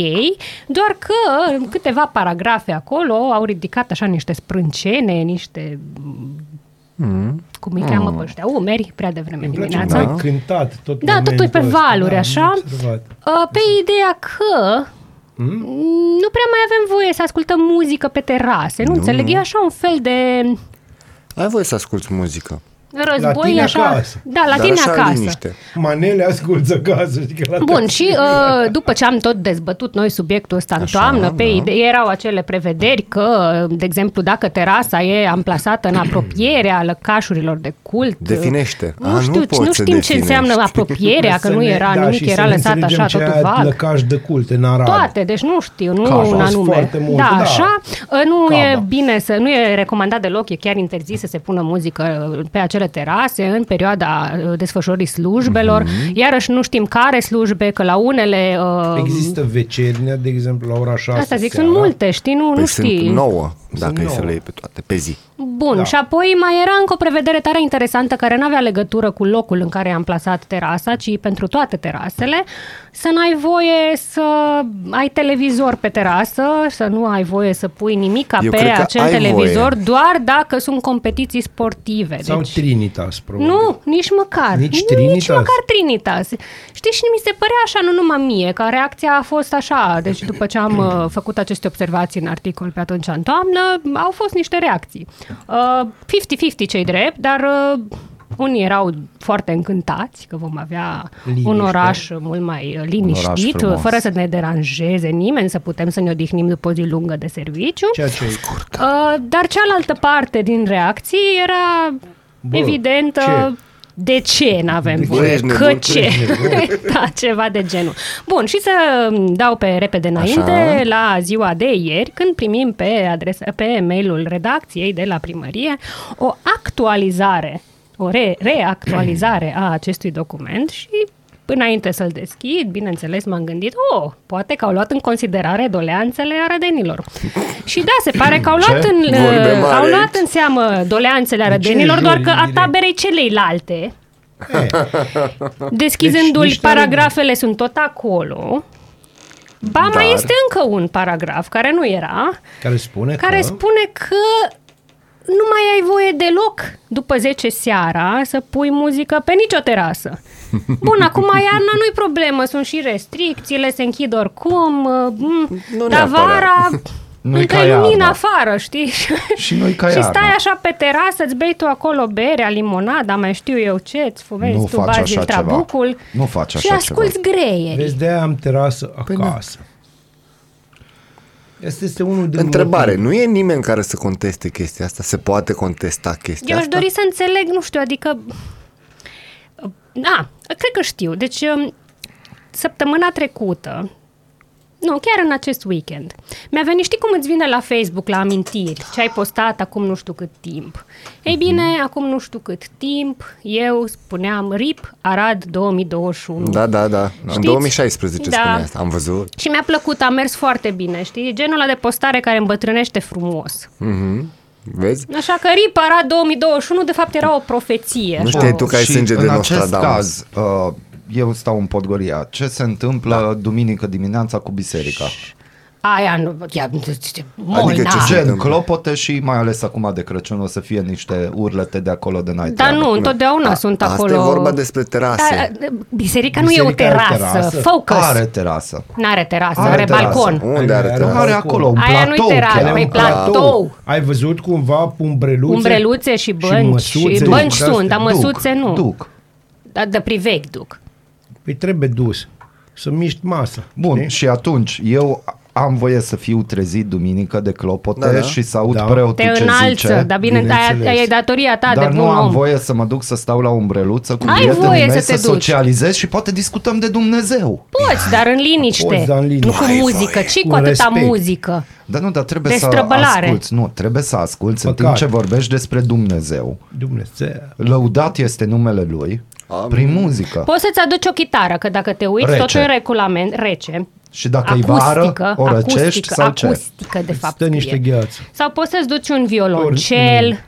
[SPEAKER 7] doar că în câteva paragrafe acolo au ridicat așa niște sprâncene, niște cum
[SPEAKER 1] Hmm.
[SPEAKER 7] îi cheamă
[SPEAKER 3] Mm.
[SPEAKER 7] pe ăștia, umeri, prea devreme
[SPEAKER 3] Îmi place
[SPEAKER 7] dimineața.
[SPEAKER 3] cum ai cântat tot
[SPEAKER 7] Da, totul e pe
[SPEAKER 3] momentul ăsta.
[SPEAKER 7] valuri,
[SPEAKER 3] Da, am
[SPEAKER 7] așa.
[SPEAKER 3] observat.
[SPEAKER 7] Uh, Pe ideea că
[SPEAKER 3] Mm?
[SPEAKER 7] nu prea mai avem voie să ascultăm muzică pe terase, nu, înțeleg, e așa un fel de
[SPEAKER 2] Ai voie să asculti muzică.
[SPEAKER 7] război
[SPEAKER 3] tine
[SPEAKER 7] așa.
[SPEAKER 3] acasă.
[SPEAKER 7] Da, la
[SPEAKER 2] Dar
[SPEAKER 7] tine
[SPEAKER 2] așa în
[SPEAKER 7] acasă.
[SPEAKER 2] liniște.
[SPEAKER 3] Manele ascultă acasă. Știi că la
[SPEAKER 7] Bun, și uh, după ce am tot dezbătut noi subiectul ăsta în toamnă,
[SPEAKER 3] da.
[SPEAKER 7] pe ide- erau acele prevederi că, de exemplu, dacă terasa e amplasată în apropierea lăcașurilor de cult...
[SPEAKER 2] Definește.
[SPEAKER 7] Nu
[SPEAKER 2] A, nu
[SPEAKER 7] știu,
[SPEAKER 2] poți
[SPEAKER 7] nu
[SPEAKER 2] să
[SPEAKER 7] știm ce
[SPEAKER 2] definești.
[SPEAKER 7] înseamnă apropierea, că
[SPEAKER 3] Să
[SPEAKER 7] nu
[SPEAKER 3] ne-
[SPEAKER 7] era
[SPEAKER 3] da,
[SPEAKER 7] nimic,
[SPEAKER 3] și să
[SPEAKER 7] era
[SPEAKER 3] ne
[SPEAKER 7] lăsat
[SPEAKER 3] înțelegem
[SPEAKER 7] așa,
[SPEAKER 3] ce
[SPEAKER 7] totul
[SPEAKER 3] e
[SPEAKER 7] vag.
[SPEAKER 3] lăcaș de cult în Arad.
[SPEAKER 7] Toate, deci nu știu, nu
[SPEAKER 3] Cam
[SPEAKER 7] un
[SPEAKER 3] a fost
[SPEAKER 7] anume.
[SPEAKER 3] foarte mult,
[SPEAKER 7] da,
[SPEAKER 3] da.
[SPEAKER 7] așa, nu
[SPEAKER 3] Cam da.
[SPEAKER 7] e
[SPEAKER 3] a.
[SPEAKER 7] bine să, nu e recomandat deloc, e chiar interzis să se pună muzică pe acele terase în perioada uh, desfășurării slujbelor.
[SPEAKER 3] Mhm.
[SPEAKER 7] Iarăși nu știm care slujbe, că la unele uh,
[SPEAKER 3] Există da. vecernia, de exemplu, la ora 6
[SPEAKER 7] Asta zic,
[SPEAKER 3] seara.
[SPEAKER 7] sunt multe, știi, nu, nu
[SPEAKER 2] Păi
[SPEAKER 7] știi.
[SPEAKER 2] sunt nouă, dacă e să
[SPEAKER 3] nouă.
[SPEAKER 2] le iei pe toate, pe zi.
[SPEAKER 7] Bun, da. și apoi mai era încă o prevedere tare interesantă care nu avea legătură cu locul în care am plasat terasa, ci pentru toate terasele, să n-ai voie să ai televizor pe terasă, să nu ai voie să pui nimic
[SPEAKER 2] Eu
[SPEAKER 7] pe
[SPEAKER 2] cred că
[SPEAKER 7] acel
[SPEAKER 2] ai
[SPEAKER 7] televizor, voie. doar dacă sunt competiții sportive.
[SPEAKER 3] Sau
[SPEAKER 7] deci,
[SPEAKER 3] Trinitas, probabil.
[SPEAKER 7] nu, nici măcar.
[SPEAKER 3] Nici
[SPEAKER 7] Nici
[SPEAKER 3] Trinitas?
[SPEAKER 7] măcar Trinitas. Știi, și mi se părea așa, nu numai mie, că reacția a fost așa. Deci după ce am uh, făcut aceste observații în articol pe atunci în toamnă, au fost niște reacții. Uh, 50-50 cei drept, dar uh, unii erau foarte încântați că vom avea Liniște. un
[SPEAKER 3] Liniște.
[SPEAKER 7] oraș mult mai uh, liniștit,
[SPEAKER 1] frumos.
[SPEAKER 7] fără să ne deranjeze nimeni, să putem să ne odihnim după o zi lungă de serviciu.
[SPEAKER 3] Ceea ce
[SPEAKER 7] Uh, dar cealaltă parte din reacții era
[SPEAKER 3] Bă,
[SPEAKER 7] evidentă.
[SPEAKER 3] ce?
[SPEAKER 7] De ce nu avem
[SPEAKER 3] De
[SPEAKER 7] voie?
[SPEAKER 2] ce? Ești
[SPEAKER 7] Că
[SPEAKER 2] nebun?
[SPEAKER 7] ce? da, ceva de genul. Bun, și să dau pe repede înainte
[SPEAKER 2] Așa.
[SPEAKER 7] la ziua de ieri, când primim pe, adresa, pe mailul redacției de la primărie o actualizare, o re- reactualizare a acestui document și înainte să-l deschid, bineînțeles, m-am gândit, oh, poate că au luat în considerare doleanțele arădenilor. și da, se pare că au luat,
[SPEAKER 1] Ce?
[SPEAKER 7] în, uh,
[SPEAKER 2] Vorbe mari
[SPEAKER 7] au luat
[SPEAKER 2] aici.
[SPEAKER 7] în seamă doleanțele arădenilor, doar că a taberei celeilalte,
[SPEAKER 2] Ah,
[SPEAKER 7] Deschizându-l,
[SPEAKER 3] Deci
[SPEAKER 7] deci,
[SPEAKER 3] niște
[SPEAKER 7] paragrafele sunt tot acolo. Ba, Dar... mai este încă un paragraf care nu era,
[SPEAKER 3] Care spune
[SPEAKER 7] care
[SPEAKER 3] că...
[SPEAKER 7] spune că nu mai ai voie deloc după 10 seara să pui muzică pe nicio terasă. Bun, acum iarna nu-i problemă, sunt și restricțiile, se închid oricum, uh, mm,
[SPEAKER 2] Nu
[SPEAKER 7] dar
[SPEAKER 2] neapărat.
[SPEAKER 7] vara
[SPEAKER 1] Nu-i
[SPEAKER 7] încă
[SPEAKER 1] ca
[SPEAKER 7] e
[SPEAKER 1] iarna.
[SPEAKER 7] lumina afară, știi?
[SPEAKER 1] Și nu-i ca
[SPEAKER 7] și
[SPEAKER 1] iarna.
[SPEAKER 7] stai așa pe terasă, îți bei tu acolo berea, limonada, mai știu eu ce, îți fumezi
[SPEAKER 1] Nu
[SPEAKER 7] tu
[SPEAKER 1] faci
[SPEAKER 7] bazil,
[SPEAKER 1] așa ceva.
[SPEAKER 7] trabucul
[SPEAKER 1] Nu faci
[SPEAKER 7] și
[SPEAKER 1] așa
[SPEAKER 7] asculți greieri.
[SPEAKER 3] Vezi, de-aia am terasă
[SPEAKER 2] da.
[SPEAKER 3] acasă. Asta este unul din
[SPEAKER 2] Întrebare, nu e nimeni care să conteste chestia asta? Se poate contesta chestia
[SPEAKER 7] Eu aș
[SPEAKER 2] asta?
[SPEAKER 7] dori să înțeleg, nu știu, adică... Da, cred că știu. Deci, um, săptămâna trecută, nu, chiar în acest weekend, mi-a venit, știi cum îți vine la Facebook, la amintiri, ce ai postat acum nu știu cât timp. Ei
[SPEAKER 2] Mhm.
[SPEAKER 7] bine, acum nu știu cât timp, eu spuneam RIP Arad 2021.
[SPEAKER 2] Da, da, da. În 2016
[SPEAKER 7] Da.
[SPEAKER 2] da. spune asta. Am văzut.
[SPEAKER 7] Și mi-a plăcut, a mers foarte bine, știi? E Genul ăla de postare care îmbătrânește frumos.
[SPEAKER 2] Mhm. Vezi?
[SPEAKER 7] Așa că RIP Arad 2021, de fapt, era o profeție.
[SPEAKER 2] Nu
[SPEAKER 7] așa
[SPEAKER 2] știai
[SPEAKER 7] o-
[SPEAKER 2] tu că ai
[SPEAKER 1] Și
[SPEAKER 2] sânge de
[SPEAKER 1] în acest
[SPEAKER 2] Nostradamus.
[SPEAKER 1] caz, uh, eu stau în Podgoria. Ce se întâmplă da. duminică dimineața cu biserica?
[SPEAKER 7] Aia nu, chiar,
[SPEAKER 2] Adică
[SPEAKER 7] molna.
[SPEAKER 2] ce se
[SPEAKER 1] Gen,
[SPEAKER 2] întâmplă?
[SPEAKER 1] clopote și mai ales acum de Crăciun o să fie niște urlete de acolo de night
[SPEAKER 7] Dar
[SPEAKER 1] club.
[SPEAKER 7] Da, nu, întotdeauna
[SPEAKER 2] A-
[SPEAKER 7] sunt
[SPEAKER 2] asta
[SPEAKER 7] acolo. Da,
[SPEAKER 2] e vorba despre terase.
[SPEAKER 7] Dar, biserica nu e o
[SPEAKER 3] Biserica are
[SPEAKER 7] terasă.
[SPEAKER 3] terasă?
[SPEAKER 7] Focus.
[SPEAKER 1] Are terasă.
[SPEAKER 7] N-are terasă,
[SPEAKER 1] Are
[SPEAKER 7] are,
[SPEAKER 1] terasă.
[SPEAKER 7] balcon.
[SPEAKER 2] Unde are
[SPEAKER 3] Are-
[SPEAKER 2] terasă?
[SPEAKER 1] Are acolo un
[SPEAKER 7] Aia nu-i
[SPEAKER 1] platou.
[SPEAKER 7] terasă,
[SPEAKER 1] chiar.
[SPEAKER 7] e platou.
[SPEAKER 3] Ai văzut cumva cu umbreluțe?
[SPEAKER 7] Umbreluțe și bănci. Și,
[SPEAKER 3] măsuțe și
[SPEAKER 7] bănci
[SPEAKER 3] de-astea.
[SPEAKER 7] sunt, dar măsuțe nu.
[SPEAKER 1] Duc.
[SPEAKER 7] Dar de priveg duc.
[SPEAKER 3] Păi trebuie dus. Să miști masa.
[SPEAKER 1] Bun,
[SPEAKER 3] știi?
[SPEAKER 1] și atunci eu am voie să fiu trezit duminică de clopote
[SPEAKER 2] Da, da.
[SPEAKER 1] și să aud
[SPEAKER 3] Da.
[SPEAKER 1] preotul
[SPEAKER 7] Te
[SPEAKER 1] ce
[SPEAKER 7] înalță,
[SPEAKER 1] zice.
[SPEAKER 7] dar bine, aia,
[SPEAKER 3] Bineînțeles.
[SPEAKER 7] aia e datoria ta
[SPEAKER 1] dar
[SPEAKER 7] de
[SPEAKER 1] nu
[SPEAKER 7] bun
[SPEAKER 1] am
[SPEAKER 7] om.
[SPEAKER 1] voie să mă duc să stau la umbreluță cu
[SPEAKER 7] Ai
[SPEAKER 1] prietenii
[SPEAKER 7] voie
[SPEAKER 1] mei,
[SPEAKER 7] să
[SPEAKER 1] să
[SPEAKER 7] te duci.
[SPEAKER 1] socializez și poate discutăm de Dumnezeu.
[SPEAKER 7] Poți, dar în liniște.
[SPEAKER 3] Poți, dar în liniște.
[SPEAKER 7] Nu cu
[SPEAKER 3] Ai
[SPEAKER 7] muzică. ce
[SPEAKER 3] Cu
[SPEAKER 7] cu atâta
[SPEAKER 3] respect.
[SPEAKER 7] muzică?
[SPEAKER 1] Dar nu, dar trebuie
[SPEAKER 7] De
[SPEAKER 1] să
[SPEAKER 7] străbălare.
[SPEAKER 1] asculți. Nu, trebuie să asculți în
[SPEAKER 3] Păcat.
[SPEAKER 1] timp ce vorbești despre Dumnezeu.
[SPEAKER 3] Dumnezeu.
[SPEAKER 1] Lăudat este numele Lui
[SPEAKER 2] Amin.
[SPEAKER 1] prin muzică.
[SPEAKER 7] Poți să-ți aduci o chitară, că dacă te uiți,
[SPEAKER 1] Da. Rece.
[SPEAKER 7] tot în regulament, rece.
[SPEAKER 1] și dacă e vară, o răcești
[SPEAKER 7] acustică,
[SPEAKER 1] sau ce?
[SPEAKER 7] acustică, de fapt.
[SPEAKER 3] Stă niște
[SPEAKER 7] e.
[SPEAKER 3] gheață.
[SPEAKER 7] Sau poți să-ți duci un violoncel,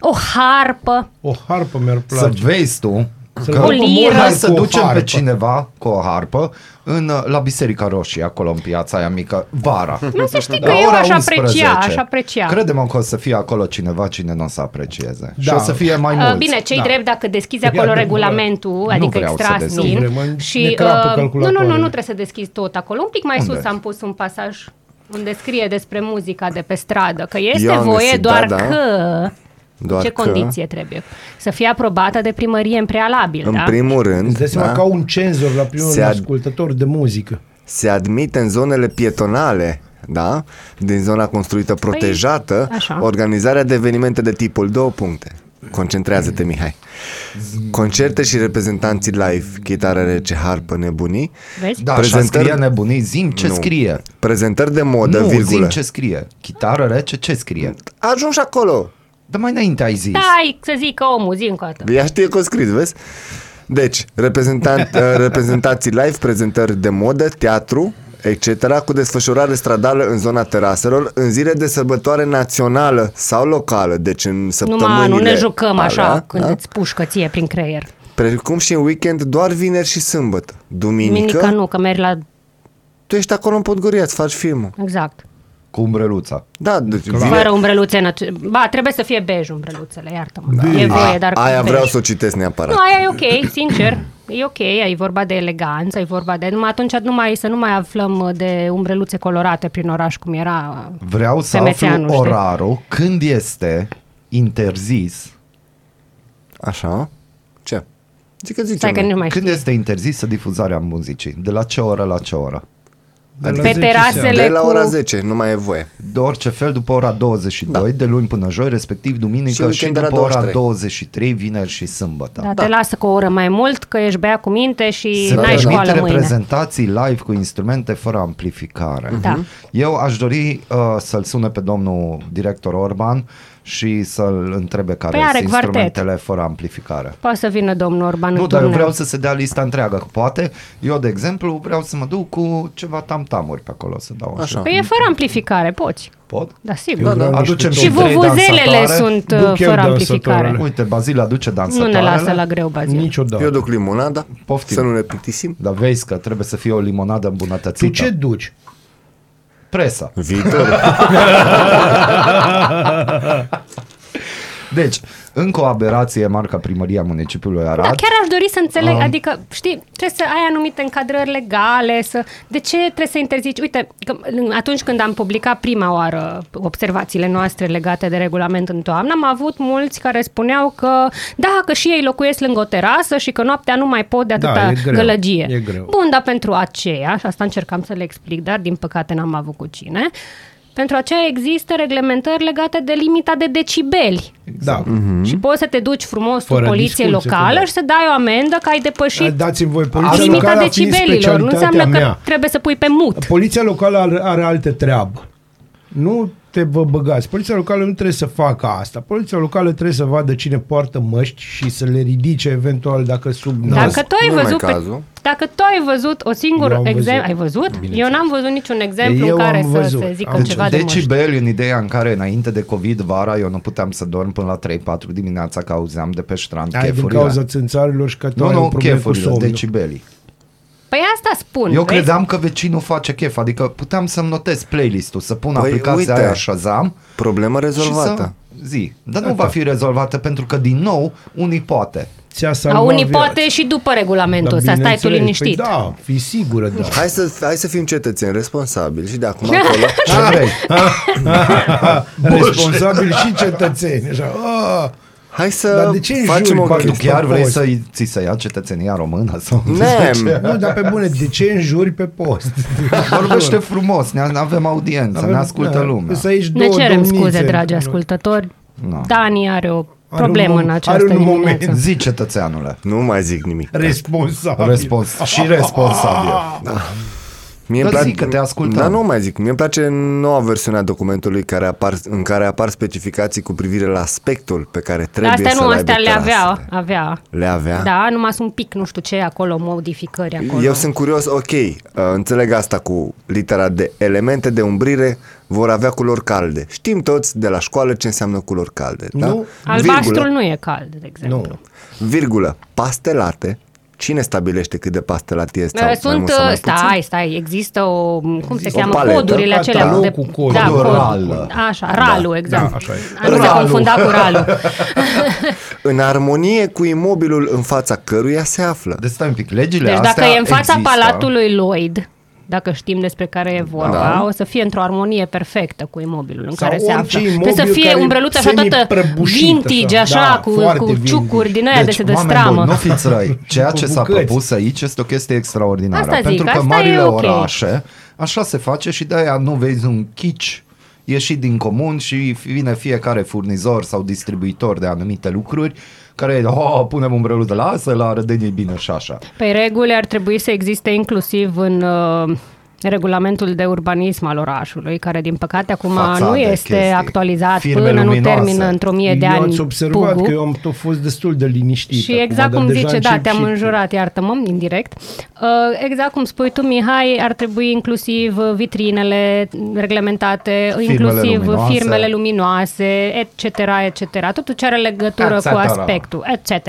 [SPEAKER 7] o harpă.
[SPEAKER 3] O harpă mi-ar
[SPEAKER 1] Să
[SPEAKER 3] place.
[SPEAKER 1] vezi tu
[SPEAKER 3] Să
[SPEAKER 1] că
[SPEAKER 3] o
[SPEAKER 7] liră.
[SPEAKER 1] hai să
[SPEAKER 3] Cu o
[SPEAKER 1] ducem pe
[SPEAKER 3] harpă.
[SPEAKER 1] cineva cu o harpă în, la Biserica Roșie, acolo în piața aia mică, vara.
[SPEAKER 7] Nu să știi că
[SPEAKER 1] La
[SPEAKER 7] eu
[SPEAKER 1] ora
[SPEAKER 7] aș aprecia,
[SPEAKER 1] 11.
[SPEAKER 7] aș aprecia.
[SPEAKER 1] Crede-mă că o să fie acolo cineva cine nu o să aprecieze. Și
[SPEAKER 3] Da.
[SPEAKER 1] o să fie mai
[SPEAKER 7] Uh,
[SPEAKER 1] mulți.
[SPEAKER 7] Bine, cei
[SPEAKER 3] Da.
[SPEAKER 7] da. drept dacă deschizi
[SPEAKER 3] Ia,
[SPEAKER 7] acolo
[SPEAKER 3] nu
[SPEAKER 7] regulamentul, adică
[SPEAKER 1] vreau să
[SPEAKER 7] extrasin.
[SPEAKER 1] deschid.
[SPEAKER 3] Nu vrem, ne
[SPEAKER 7] și
[SPEAKER 3] crapă
[SPEAKER 7] uh, nu, nu, nu, nu
[SPEAKER 3] calculatoarele.
[SPEAKER 7] trebuie să deschizi tot acolo. Un pic mai
[SPEAKER 1] Unde?
[SPEAKER 7] sus am pus un pasaj unde scrie despre muzica de pe stradă, că este
[SPEAKER 2] Eu am
[SPEAKER 7] voie
[SPEAKER 2] găsit,
[SPEAKER 7] doar
[SPEAKER 2] da, da.
[SPEAKER 7] că
[SPEAKER 2] Doar
[SPEAKER 7] ce
[SPEAKER 2] că-
[SPEAKER 7] condiție trebuie? Să fie aprobată de primărie în prealabil,
[SPEAKER 2] În
[SPEAKER 7] da?
[SPEAKER 2] primul rând,
[SPEAKER 3] Îți dai seama
[SPEAKER 2] da,
[SPEAKER 3] ca un cenzor la primul
[SPEAKER 2] Se ad-
[SPEAKER 3] ascultător de muzică.
[SPEAKER 2] se admite în zonele pietonale, da? Din zona construită protejată,
[SPEAKER 7] Păi, așa.
[SPEAKER 2] organizarea de evenimente de tipul două puncte. Concentrează-te,
[SPEAKER 7] Mm.
[SPEAKER 2] Mihai. Concerte și reprezentanții live, chitară rece, harpă, nebunii.
[SPEAKER 7] Vezi?
[SPEAKER 1] Da,
[SPEAKER 2] Prezentări-
[SPEAKER 1] prezentări... scrie nebunii, zim ce
[SPEAKER 2] Nu.
[SPEAKER 1] scrie.
[SPEAKER 2] Prezentări de modă,
[SPEAKER 1] nu,
[SPEAKER 2] virgulă.
[SPEAKER 1] zim ce scrie. Chitară rece, ce scrie?
[SPEAKER 2] Ajungi acolo.
[SPEAKER 1] Dar mai înainte ai zis.
[SPEAKER 7] Stai să zică omul, zi încă o dată.
[SPEAKER 2] Da. Ea știe cum scris, vezi? Deci, reprezentant, uh, reprezentații live, prezentări de modă, teatru, etc., cu desfășurare stradală în zona teraselor, în zile de sărbătoare națională sau locală, deci în săptămânile...
[SPEAKER 7] Numai nu ne jucăm așa
[SPEAKER 2] alea, da?
[SPEAKER 7] când îți pușcă ție prin creier.
[SPEAKER 2] Precum și în weekend, doar vineri și sâmbătă. Duminică,
[SPEAKER 7] Minică nu, că mergi la...
[SPEAKER 2] tu ești acolo în Podgoria, îți faci filmul.
[SPEAKER 7] Exact.
[SPEAKER 1] Cu umbreluța.
[SPEAKER 2] Da, deci
[SPEAKER 7] Fără umbreluțe. În ace- ba, trebuie să fie bej umbreluțele, iartă-mă. Da. E
[SPEAKER 2] A,
[SPEAKER 7] voie, dar cu
[SPEAKER 2] aia
[SPEAKER 7] bej.
[SPEAKER 2] vreau să o citesc neapărat.
[SPEAKER 7] Nu, aia e ok, sincer. E ok, ai vorba de eleganță, ai vorba de... Numai atunci nu mai, să nu mai aflăm de umbreluțe colorate prin oraș, cum era...
[SPEAKER 1] Vreau să
[SPEAKER 7] Semețeanul,
[SPEAKER 1] aflu
[SPEAKER 7] știi?
[SPEAKER 1] orarul când este interzis
[SPEAKER 2] Așa? Ce? Zică, zice.
[SPEAKER 7] Stai că nu mai
[SPEAKER 1] Când
[SPEAKER 7] știu.
[SPEAKER 1] este interzisă difuzarea muzicii? De la ce oră la ce oră?
[SPEAKER 3] De
[SPEAKER 7] Pe
[SPEAKER 3] la 10 seara.
[SPEAKER 7] terasele
[SPEAKER 2] De la
[SPEAKER 7] cu...
[SPEAKER 2] ora 10, nu mai e voie.
[SPEAKER 1] De orice fel, după ora 22, da. de luni până joi, respectiv
[SPEAKER 2] Și
[SPEAKER 1] duminică și, și
[SPEAKER 2] weekend de la
[SPEAKER 1] după ora
[SPEAKER 2] 23.
[SPEAKER 1] 23, vineri și sâmbătă.
[SPEAKER 7] Da, te lasă cu o oră mai mult, că ești bea cu minte și
[SPEAKER 1] Se
[SPEAKER 7] n-ai
[SPEAKER 1] permit
[SPEAKER 7] școală mâine.
[SPEAKER 1] reprezentații live cu instrumente fără amplificare. Mhm.
[SPEAKER 7] Da.
[SPEAKER 1] Eu aș dori uh, să-l sune pe domnul director Orban și să-l întrebe care
[SPEAKER 7] Păi are
[SPEAKER 1] sunt
[SPEAKER 7] quartet.
[SPEAKER 1] instrumentele fără amplificare.
[SPEAKER 7] Poate să vină domnul Orban
[SPEAKER 1] Nu,
[SPEAKER 7] în
[SPEAKER 1] dar eu
[SPEAKER 7] turneu.
[SPEAKER 1] vreau să se dea lista întreagă, că poate. Eu, de exemplu, vreau să mă duc cu ceva tamtamuri pe acolo să dau.
[SPEAKER 2] Așa.
[SPEAKER 7] Păi e fără amplificare, poți.
[SPEAKER 1] Pot?
[SPEAKER 7] Da, sigur.
[SPEAKER 3] da.
[SPEAKER 1] Aducem
[SPEAKER 7] Și
[SPEAKER 1] trei
[SPEAKER 7] vuvuzelele
[SPEAKER 1] dansatoare.
[SPEAKER 7] sunt
[SPEAKER 3] Duc eu
[SPEAKER 7] uh, fără
[SPEAKER 3] dansatoarele.
[SPEAKER 7] amplificare.
[SPEAKER 1] Uite, Bazil aduce
[SPEAKER 7] Nu
[SPEAKER 1] dansatoarele.
[SPEAKER 7] ne lasă la greu, Bazil.
[SPEAKER 3] Niciodată.
[SPEAKER 2] Eu duc limonada,
[SPEAKER 1] Poftim.
[SPEAKER 2] să nu ne plictisim.
[SPEAKER 1] Dar vezi că trebuie să fie o limonadă
[SPEAKER 3] Tu
[SPEAKER 1] îmbunătățită.
[SPEAKER 3] ce duci?
[SPEAKER 1] Presa.
[SPEAKER 2] Viitor.
[SPEAKER 1] Deci, Încă o aberație marca primăria municipiului Arad.
[SPEAKER 7] Da, chiar aș dori să înțeleg,
[SPEAKER 3] Ah.
[SPEAKER 7] um, adică, știi, trebuie să ai anumite încadrări legale, să... de ce trebuie să interzici? Uite, că atunci când am publicat prima oară observațiile noastre legate de regulament în toamnă, am avut mulți care spuneau că, da, că și ei locuiesc lângă o terasă și că noaptea nu mai pot de
[SPEAKER 3] Da,
[SPEAKER 7] atâta
[SPEAKER 3] e greu,
[SPEAKER 7] gălăgie.
[SPEAKER 3] e greu.
[SPEAKER 7] Bun, dar pentru aceea, și asta încercam să le explic, dar din păcate n-am avut cu cine, pentru aceea există reglementări legate de limita de decibeli.
[SPEAKER 3] Da.
[SPEAKER 1] Mhm.
[SPEAKER 3] Mm-hmm.
[SPEAKER 7] Și poți să te duci frumos
[SPEAKER 3] Fără
[SPEAKER 7] cu poliție
[SPEAKER 3] discuție,
[SPEAKER 7] locală
[SPEAKER 3] da.
[SPEAKER 7] și să dai o amendă că ai depășit
[SPEAKER 3] Dați-mi voi poliția
[SPEAKER 7] limita
[SPEAKER 3] locală a fi
[SPEAKER 7] decibelilor. Nu
[SPEAKER 3] specialitatea
[SPEAKER 7] înseamnă că
[SPEAKER 3] mea.
[SPEAKER 7] trebuie să pui pe mut.
[SPEAKER 3] Poliția locală are, are altă treabă. Nu te vă băgați. Poliția locală nu trebuie să facă asta. Poliția locală trebuie să vadă cine poartă măști și să le ridice eventual dacă sub nas.
[SPEAKER 7] Dacă tu ai
[SPEAKER 2] nu-i mai
[SPEAKER 7] văzut, pe,
[SPEAKER 2] cazul.
[SPEAKER 7] dacă tu ai văzut o
[SPEAKER 3] Eu
[SPEAKER 7] singur
[SPEAKER 3] am văzut.
[SPEAKER 7] exemplu, ai văzut? Eu n-am văzut niciun exemplu
[SPEAKER 3] Eu
[SPEAKER 7] în care
[SPEAKER 3] am
[SPEAKER 7] să
[SPEAKER 3] văzut.
[SPEAKER 7] se zică
[SPEAKER 3] Deci-
[SPEAKER 7] ceva de măști.
[SPEAKER 1] decibeli în ideea în care înainte de COVID vara eu nu puteam să dorm până la 3-4 dimineața că auzeam de pe ștrand
[SPEAKER 3] Ai din
[SPEAKER 1] chefurile.
[SPEAKER 3] cauza țânțarilor și că tu
[SPEAKER 1] nu,
[SPEAKER 3] ai o
[SPEAKER 1] nu,
[SPEAKER 3] problemă cu
[SPEAKER 1] chefurile, deci,
[SPEAKER 3] somnul.
[SPEAKER 1] decibelii.
[SPEAKER 7] Păi asta spun.
[SPEAKER 1] Eu
[SPEAKER 7] vezi?
[SPEAKER 1] credeam că vecinul face chef, adică puteam să-mi notez playlist-ul, să pun
[SPEAKER 2] Păi,
[SPEAKER 1] aplicația
[SPEAKER 2] uite.
[SPEAKER 1] aia Shazam
[SPEAKER 2] Problemă
[SPEAKER 1] și să
[SPEAKER 2] rezolvată.
[SPEAKER 1] zi. Dar nu va fi rezolvată pentru că, din nou, unii poate.
[SPEAKER 3] Ți-a
[SPEAKER 7] A
[SPEAKER 3] salvat
[SPEAKER 7] unii
[SPEAKER 3] viața.
[SPEAKER 7] poate și după
[SPEAKER 3] Dar
[SPEAKER 7] regulamentul ăsta, stai tu
[SPEAKER 3] bineînțeles,
[SPEAKER 7] liniștit.
[SPEAKER 3] Păi da, fii sigură, da.
[SPEAKER 2] Hai să, hai să fim cetățeni responsabili și de acum acolo.
[SPEAKER 1] Arei,
[SPEAKER 3] Responsabil și cetățeni. Așa. Ah,
[SPEAKER 2] Hai
[SPEAKER 3] Dar
[SPEAKER 2] să
[SPEAKER 3] de ce îi
[SPEAKER 2] Da, facem
[SPEAKER 3] juri,
[SPEAKER 2] o
[SPEAKER 3] Paul?
[SPEAKER 1] Păi tu
[SPEAKER 2] chestie.
[SPEAKER 1] chiar vrei
[SPEAKER 3] poți.
[SPEAKER 1] să ți se ia cetățenia română? Sau
[SPEAKER 2] Ne,
[SPEAKER 3] nu, dar pe bune, de ce înjuri pe post?
[SPEAKER 1] Vorbește frumos, ne avem audiență, ne ascultă
[SPEAKER 3] Da,
[SPEAKER 1] lumea.
[SPEAKER 3] Să aici
[SPEAKER 7] Ne
[SPEAKER 3] două
[SPEAKER 7] cerem
[SPEAKER 3] domnițe.
[SPEAKER 7] scuze, dragi ascultători.
[SPEAKER 1] Nu.
[SPEAKER 7] Dani are o problemă
[SPEAKER 3] mom-
[SPEAKER 7] în
[SPEAKER 3] are
[SPEAKER 7] această
[SPEAKER 3] un moment.
[SPEAKER 7] dimineață.
[SPEAKER 1] Zi, cetățeanule.
[SPEAKER 2] nu mai zic nimic. Da.
[SPEAKER 3] Responsabil.
[SPEAKER 1] Respons- și responsabil.
[SPEAKER 2] Mie
[SPEAKER 1] Dar Da. zic că te ascultăm.
[SPEAKER 2] Dar nu mai zic. Mie îmi place noua versiune a documentului care apar, în care apar specificații cu privire la aspectul pe care trebuie
[SPEAKER 7] Da, Astea
[SPEAKER 2] să
[SPEAKER 7] nu,
[SPEAKER 2] le
[SPEAKER 7] astea
[SPEAKER 2] aibă
[SPEAKER 7] le avea,
[SPEAKER 2] terasele.
[SPEAKER 7] avea.
[SPEAKER 2] Le avea?
[SPEAKER 7] Da, numai sunt un pic, nu știu ce, acolo, modificări acolo.
[SPEAKER 2] Eu sunt curios, ok, uh, înțeleg asta cu litera de elemente de umbrire vor avea culori calde. Știm toți de la școală ce înseamnă culori calde, da?
[SPEAKER 3] Nu.
[SPEAKER 7] Albastrul
[SPEAKER 2] Virgulă,
[SPEAKER 7] nu e cald, de exemplu.
[SPEAKER 3] Nu.
[SPEAKER 2] virgulă, pastelate. Cine stabilește cât de pastelat este?
[SPEAKER 7] Uh,
[SPEAKER 2] Sau mai
[SPEAKER 7] Sunt,
[SPEAKER 2] mult sau mai
[SPEAKER 7] uh,
[SPEAKER 2] puțin?
[SPEAKER 7] stai, stai, există o, cum se cheamă,
[SPEAKER 2] paletă,
[SPEAKER 7] codurile acelea.
[SPEAKER 3] catalog
[SPEAKER 7] De, Da,
[SPEAKER 3] cu coduri.
[SPEAKER 1] Codul
[SPEAKER 7] cod-
[SPEAKER 2] Da,
[SPEAKER 1] RAL.
[SPEAKER 7] Așa, ralul, exact.
[SPEAKER 3] da, așa e.
[SPEAKER 7] A, Nu se
[SPEAKER 1] Ralul.
[SPEAKER 7] confunda cu ralul.
[SPEAKER 2] În armonie cu imobilul în fața căruia se află.
[SPEAKER 1] Deci stai un pic, legile
[SPEAKER 7] Deci dacă
[SPEAKER 1] astea
[SPEAKER 7] e în fața
[SPEAKER 1] există.
[SPEAKER 7] palatului Lloyd, dacă știm despre care e vorba, o să fie într-o armonie perfectă cu imobilul în
[SPEAKER 3] Sau
[SPEAKER 7] care se
[SPEAKER 3] orice
[SPEAKER 7] află.
[SPEAKER 3] imobil
[SPEAKER 7] Trebuie să fie
[SPEAKER 3] care e
[SPEAKER 7] umbreluță așa toată
[SPEAKER 3] semi-prăbușit,
[SPEAKER 7] vintage,
[SPEAKER 3] așa.
[SPEAKER 7] așa,
[SPEAKER 3] Da,
[SPEAKER 7] cu,
[SPEAKER 3] foarte
[SPEAKER 7] cu
[SPEAKER 3] vintage. Deci,
[SPEAKER 7] ciucuri din aia de se
[SPEAKER 1] Deci, oameni
[SPEAKER 7] destramă.
[SPEAKER 1] buni, nu fiți răi. Ceea
[SPEAKER 3] Cu
[SPEAKER 1] ce s-a
[SPEAKER 3] bucăți.
[SPEAKER 1] propus aici este o chestie extraordinară.
[SPEAKER 7] Asta zic,
[SPEAKER 1] pentru că
[SPEAKER 7] asta
[SPEAKER 1] marile
[SPEAKER 7] e ok.
[SPEAKER 1] orașe, așa se face și de-aia nu vezi un chici ieșit din comun și vine fiecare furnizor sau distribuitor de anumite lucruri care oh, punem umbrelul de la asta, la rădenii bine și așa.
[SPEAKER 7] Pe reguli Păi ar trebui să existe inclusiv în uh, regulamentul de urbanism al orașului, care din păcate acum
[SPEAKER 1] Fațade,
[SPEAKER 7] nu este
[SPEAKER 1] chestii,
[SPEAKER 7] actualizat
[SPEAKER 1] firme
[SPEAKER 7] până
[SPEAKER 1] luminoase.
[SPEAKER 7] nu termină într-o mie de
[SPEAKER 3] eu
[SPEAKER 7] ani.
[SPEAKER 3] ați observat
[SPEAKER 7] pugul.
[SPEAKER 3] că eu am tot fost destul de liniștit.
[SPEAKER 7] Și
[SPEAKER 3] acum,
[SPEAKER 7] exact
[SPEAKER 3] dar
[SPEAKER 7] cum
[SPEAKER 3] deja
[SPEAKER 7] zice, da,
[SPEAKER 3] încep
[SPEAKER 7] te-am
[SPEAKER 3] și-
[SPEAKER 7] înjurat, iartă-mă, indirect. Uh, Exact cum spui tu, Mihai, ar trebui inclusiv uh, vitrinele reglementate,
[SPEAKER 1] Firmele
[SPEAKER 7] inclusiv
[SPEAKER 1] luminoase.
[SPEAKER 7] firmele luminoase, etc., etc. Totul ce are legătură
[SPEAKER 1] Etc.
[SPEAKER 7] cu aspectul, etc.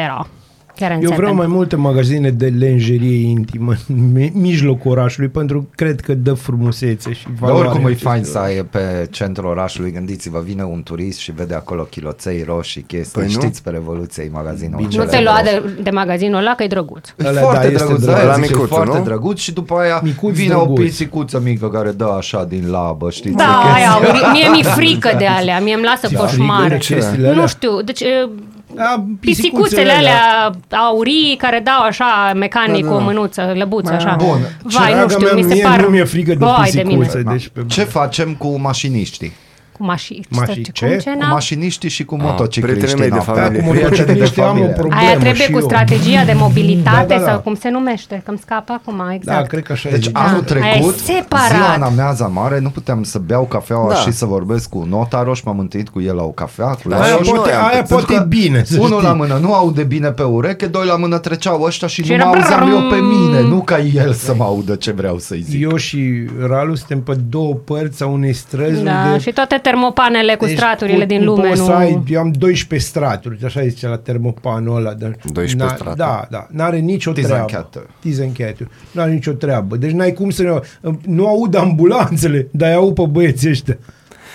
[SPEAKER 7] Chiar
[SPEAKER 3] Eu vreau
[SPEAKER 7] înțeleg.
[SPEAKER 3] mai multe magazine de lenjerie intimă în mi- mijlocul orașului pentru că cred că dă frumusețe și
[SPEAKER 1] Dar
[SPEAKER 3] valoare.
[SPEAKER 1] oricum e fain să ai pe centrul orașului, gândiți-vă, vine un turist și vede acolo chiloței roșii, chestii,
[SPEAKER 2] Păi nu?
[SPEAKER 1] știți pe Revoluție, e magazinul
[SPEAKER 7] Nu
[SPEAKER 1] acela
[SPEAKER 7] te lua
[SPEAKER 1] roșu.
[SPEAKER 7] de, de magazinul ăla că e drăguț.
[SPEAKER 1] E
[SPEAKER 3] Ăla,
[SPEAKER 1] foarte
[SPEAKER 3] da, este
[SPEAKER 1] drăguț,
[SPEAKER 3] drăguț.
[SPEAKER 1] aia
[SPEAKER 2] Ăla
[SPEAKER 1] zic, e
[SPEAKER 2] micuț,
[SPEAKER 1] foarte
[SPEAKER 2] nu?
[SPEAKER 1] drăguț și după aia
[SPEAKER 3] Micuț,
[SPEAKER 1] vine o
[SPEAKER 3] drăguț.
[SPEAKER 1] pisicuță mică care dă așa din labă, știți? Da.
[SPEAKER 7] Da,
[SPEAKER 1] o
[SPEAKER 7] aia, aurii. mie mi-e frică de alea, mie îmi lasă
[SPEAKER 3] Ți-e frică
[SPEAKER 7] coșmar.
[SPEAKER 3] de chestiile alea?
[SPEAKER 7] Nu știu, deci e,
[SPEAKER 3] A,
[SPEAKER 7] pisicuțele alea aurii care dau așa mecanic
[SPEAKER 2] Da, da,
[SPEAKER 7] o
[SPEAKER 2] da.
[SPEAKER 7] mânuță, lăbuță așa.
[SPEAKER 1] Bun.
[SPEAKER 7] Vai, nu
[SPEAKER 3] Draga
[SPEAKER 7] știu,
[SPEAKER 3] mea,
[SPEAKER 7] mi se
[SPEAKER 3] mie
[SPEAKER 7] par...
[SPEAKER 3] nu mi-e frică de
[SPEAKER 7] Vai
[SPEAKER 3] pisicuțe.
[SPEAKER 7] mine.
[SPEAKER 3] Deci, pe
[SPEAKER 1] Ce facem cu mașiniștii?
[SPEAKER 7] Cu mașini.
[SPEAKER 3] Mașini,
[SPEAKER 7] ce?
[SPEAKER 3] ce?
[SPEAKER 7] Cum,
[SPEAKER 1] Cu
[SPEAKER 7] ce n-am?
[SPEAKER 1] mașiniștii și cu motocicliștii.
[SPEAKER 2] Ah, prietenii mei de
[SPEAKER 1] noaptea.
[SPEAKER 3] Da,
[SPEAKER 2] familie.
[SPEAKER 3] cu motocicliști am o
[SPEAKER 1] Aia
[SPEAKER 3] problemă
[SPEAKER 7] Aia trebuie
[SPEAKER 3] și
[SPEAKER 7] cu
[SPEAKER 3] eu.
[SPEAKER 7] strategia de mobilitate
[SPEAKER 3] Da, da, da.
[SPEAKER 7] sau cum se numește, că îmi scapă acum, exact.
[SPEAKER 3] Da, cred că așa
[SPEAKER 1] Deci
[SPEAKER 3] e.
[SPEAKER 1] anul
[SPEAKER 7] Da, aia e
[SPEAKER 1] trecut,
[SPEAKER 7] separat.
[SPEAKER 1] ziua în ameaza mare, nu puteam să beau cafeaua
[SPEAKER 2] Da.
[SPEAKER 1] și să vorbesc cu notarul și m-am întâlnit cu el la o cafea. Cu
[SPEAKER 2] Da,
[SPEAKER 1] la
[SPEAKER 3] Aia
[SPEAKER 2] eu și
[SPEAKER 3] poate,
[SPEAKER 2] noi am
[SPEAKER 3] aia
[SPEAKER 2] trecut.
[SPEAKER 3] poate e bine, să
[SPEAKER 1] Unul la
[SPEAKER 3] știi.
[SPEAKER 1] mână nu aude bine pe ureche, doi la mână treceau ăștia și,
[SPEAKER 7] Și
[SPEAKER 1] nu mă
[SPEAKER 7] era
[SPEAKER 1] auzeam eu
[SPEAKER 7] brrrm.
[SPEAKER 1] pe mine, nu ca el să mă audă ce vreau să-i zic.
[SPEAKER 3] Eu și Ralu suntem pe două părți a unei străzi
[SPEAKER 7] Da,
[SPEAKER 3] unde
[SPEAKER 7] și toate termopanele cu
[SPEAKER 3] Deci
[SPEAKER 7] straturile din lume,
[SPEAKER 3] poți
[SPEAKER 7] nu...
[SPEAKER 3] Să ai, eu am 12 straturi, așa zice la termopanul ăla. Dar
[SPEAKER 2] 12
[SPEAKER 3] na-
[SPEAKER 2] straturi.
[SPEAKER 3] Da, da. N-are nicio
[SPEAKER 1] Tizen
[SPEAKER 3] treabă.
[SPEAKER 1] chiată.
[SPEAKER 3] Tizen chiată. N-are nicio treabă. Deci n-ai cum să... Ne... Nu aud ambulanțele, dar iau pe băieții ăștia.
[SPEAKER 2] Dar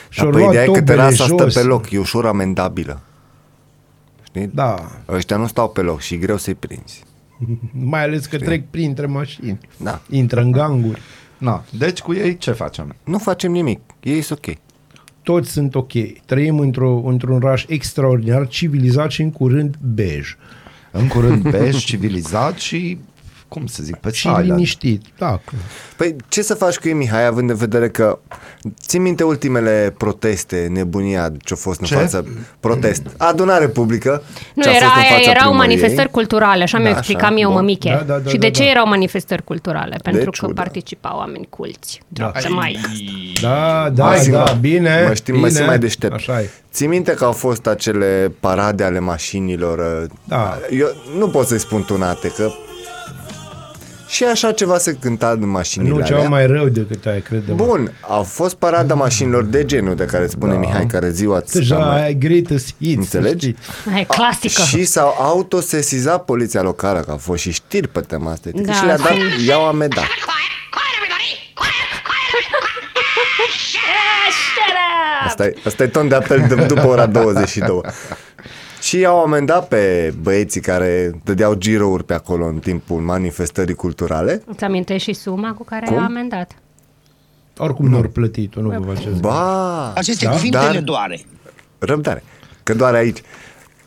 [SPEAKER 3] Și-au
[SPEAKER 2] păi
[SPEAKER 3] luat
[SPEAKER 2] ideea e că
[SPEAKER 3] tobele
[SPEAKER 2] terasa stă
[SPEAKER 3] jos.
[SPEAKER 2] pe loc, e ușor amendabilă. știi?
[SPEAKER 3] Da.
[SPEAKER 2] Ăștia nu stau pe loc și e greu să-i prinzi.
[SPEAKER 3] Mai ales că trec printre mașini.
[SPEAKER 2] Da.
[SPEAKER 3] Intră în ganguri.
[SPEAKER 1] Na, deci cu ei ce facem?
[SPEAKER 2] Nu facem nimic, ei sunt ok.
[SPEAKER 3] Toți sunt ok. Trăim într-o, într-un oraș extraordinar, civilizat și în curând bej.
[SPEAKER 1] În curând bești, civilizat și, cum să zic, pe
[SPEAKER 3] Și
[SPEAKER 1] silent.
[SPEAKER 3] liniștit. Da.
[SPEAKER 2] Păi ce să faci cu ei, Mihai, având în vedere că țin minte ultimele proteste, nebunia ce-a fost în
[SPEAKER 1] Ce?
[SPEAKER 2] față, protest, adunare publică.
[SPEAKER 7] Nu,
[SPEAKER 2] ce-a
[SPEAKER 7] era
[SPEAKER 2] fost în
[SPEAKER 7] aia,
[SPEAKER 2] fața
[SPEAKER 7] erau
[SPEAKER 2] primăriei.
[SPEAKER 7] manifestări culturale, așa
[SPEAKER 2] Da,
[SPEAKER 7] mi-o
[SPEAKER 2] așa,
[SPEAKER 7] explicam eu,
[SPEAKER 2] bun.
[SPEAKER 7] mămiche.
[SPEAKER 3] Da, da, da,
[SPEAKER 7] și
[SPEAKER 3] da,
[SPEAKER 7] de ce
[SPEAKER 3] da.
[SPEAKER 7] erau manifestări culturale? Pentru că
[SPEAKER 2] ciudă.
[SPEAKER 7] participau oameni culți. Da. Mai.
[SPEAKER 3] Da, da,
[SPEAKER 2] Mai
[SPEAKER 3] mai
[SPEAKER 2] simt-
[SPEAKER 3] da, bine.
[SPEAKER 2] Mă știm,
[SPEAKER 3] bine.
[SPEAKER 2] mai sunt mai deștept.
[SPEAKER 3] Așa e.
[SPEAKER 2] Ții minte că au fost acele parade ale mașinilor. uh,
[SPEAKER 3] Da.
[SPEAKER 2] Eu nu pot să-i spun tunate, că și așa ceva se cânta în mașinile
[SPEAKER 3] Nu, ceva
[SPEAKER 2] alea.
[SPEAKER 3] mai rău decât ai, crede
[SPEAKER 2] Bun, au fost parada mașinilor de genul de care spune da. Mihai, care ziua ți
[SPEAKER 3] Deja
[SPEAKER 2] mai-
[SPEAKER 3] ai greatest hits.
[SPEAKER 2] Înțelegi?
[SPEAKER 3] știi?
[SPEAKER 7] Aia e clasică.
[SPEAKER 2] Și s-au autosesizat poliția locală, că au fost și știri pe tema asta.
[SPEAKER 7] Da,
[SPEAKER 2] Da, și le-a dat,
[SPEAKER 7] și-
[SPEAKER 2] i-au amedat. Asta e, asta e ton de apel de, după ora 22. Și i-au amendat pe băieții care dădeau girouri pe acolo în timpul manifestării culturale.
[SPEAKER 7] Îți amintești și suma cu care a amendat?
[SPEAKER 3] Oricum nu ori plătit, nu vă faceți.
[SPEAKER 2] Ba!
[SPEAKER 8] Aceste da? cuvinte
[SPEAKER 2] Dar-
[SPEAKER 8] le doare.
[SPEAKER 2] Răbdare. Că doar aici.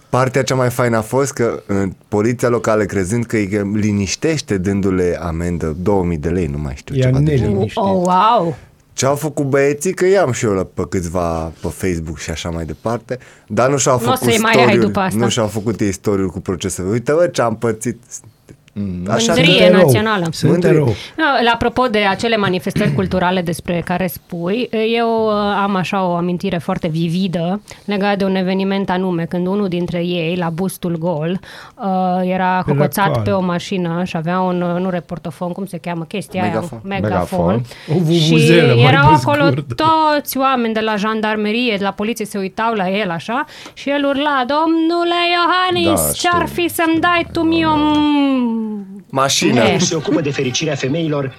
[SPEAKER 2] Partea cea mai faină a fost că în, poliția locală, crezând că îi liniștește dându-le amendă 2000 de lei, nu mai știu
[SPEAKER 3] Ea
[SPEAKER 2] ceva Deci, de
[SPEAKER 3] ne
[SPEAKER 2] genul.
[SPEAKER 7] Oh,
[SPEAKER 3] liniștit.
[SPEAKER 7] wow!
[SPEAKER 2] Ce au făcut băieții, că i-am și eu la- pe câțiva pe Facebook și așa mai departe, dar nu și-au
[SPEAKER 7] N-o
[SPEAKER 2] făcut
[SPEAKER 7] să-i mai ai
[SPEAKER 2] story-uri,
[SPEAKER 7] după asta.
[SPEAKER 2] nu și-au făcut ei story cu procesele. Uite, bă, ce am pățit. Așa
[SPEAKER 7] Mândrie.
[SPEAKER 2] că-
[SPEAKER 7] E națională.
[SPEAKER 3] Mm. Sunt
[SPEAKER 2] Mândri.
[SPEAKER 3] rău.
[SPEAKER 7] La apropo de acele manifestări culturale despre care spui, eu uh, am așa o amintire foarte vividă legată de un eveniment anume, când unul dintre ei, la bustul gol, uh, era cocoțat
[SPEAKER 3] cal.
[SPEAKER 7] pe o mașină și avea un, uh, nu reportofon, cum se cheamă chestia
[SPEAKER 2] Megafon.
[SPEAKER 7] aia, un megafon.
[SPEAKER 3] O
[SPEAKER 7] Și
[SPEAKER 3] vuvuzelă, mai
[SPEAKER 7] erau
[SPEAKER 3] pe
[SPEAKER 7] acolo
[SPEAKER 3] scurt.
[SPEAKER 7] toți oameni de la jandarmerie, de la poliție, se uitau la el așa și el urla, domnule Iohannis,
[SPEAKER 1] Da, știu.
[SPEAKER 7] ce-ar fi să-mi dai tu mie o...
[SPEAKER 2] Mașina.
[SPEAKER 7] E.
[SPEAKER 8] Nu se ocupă de fericirea femeilor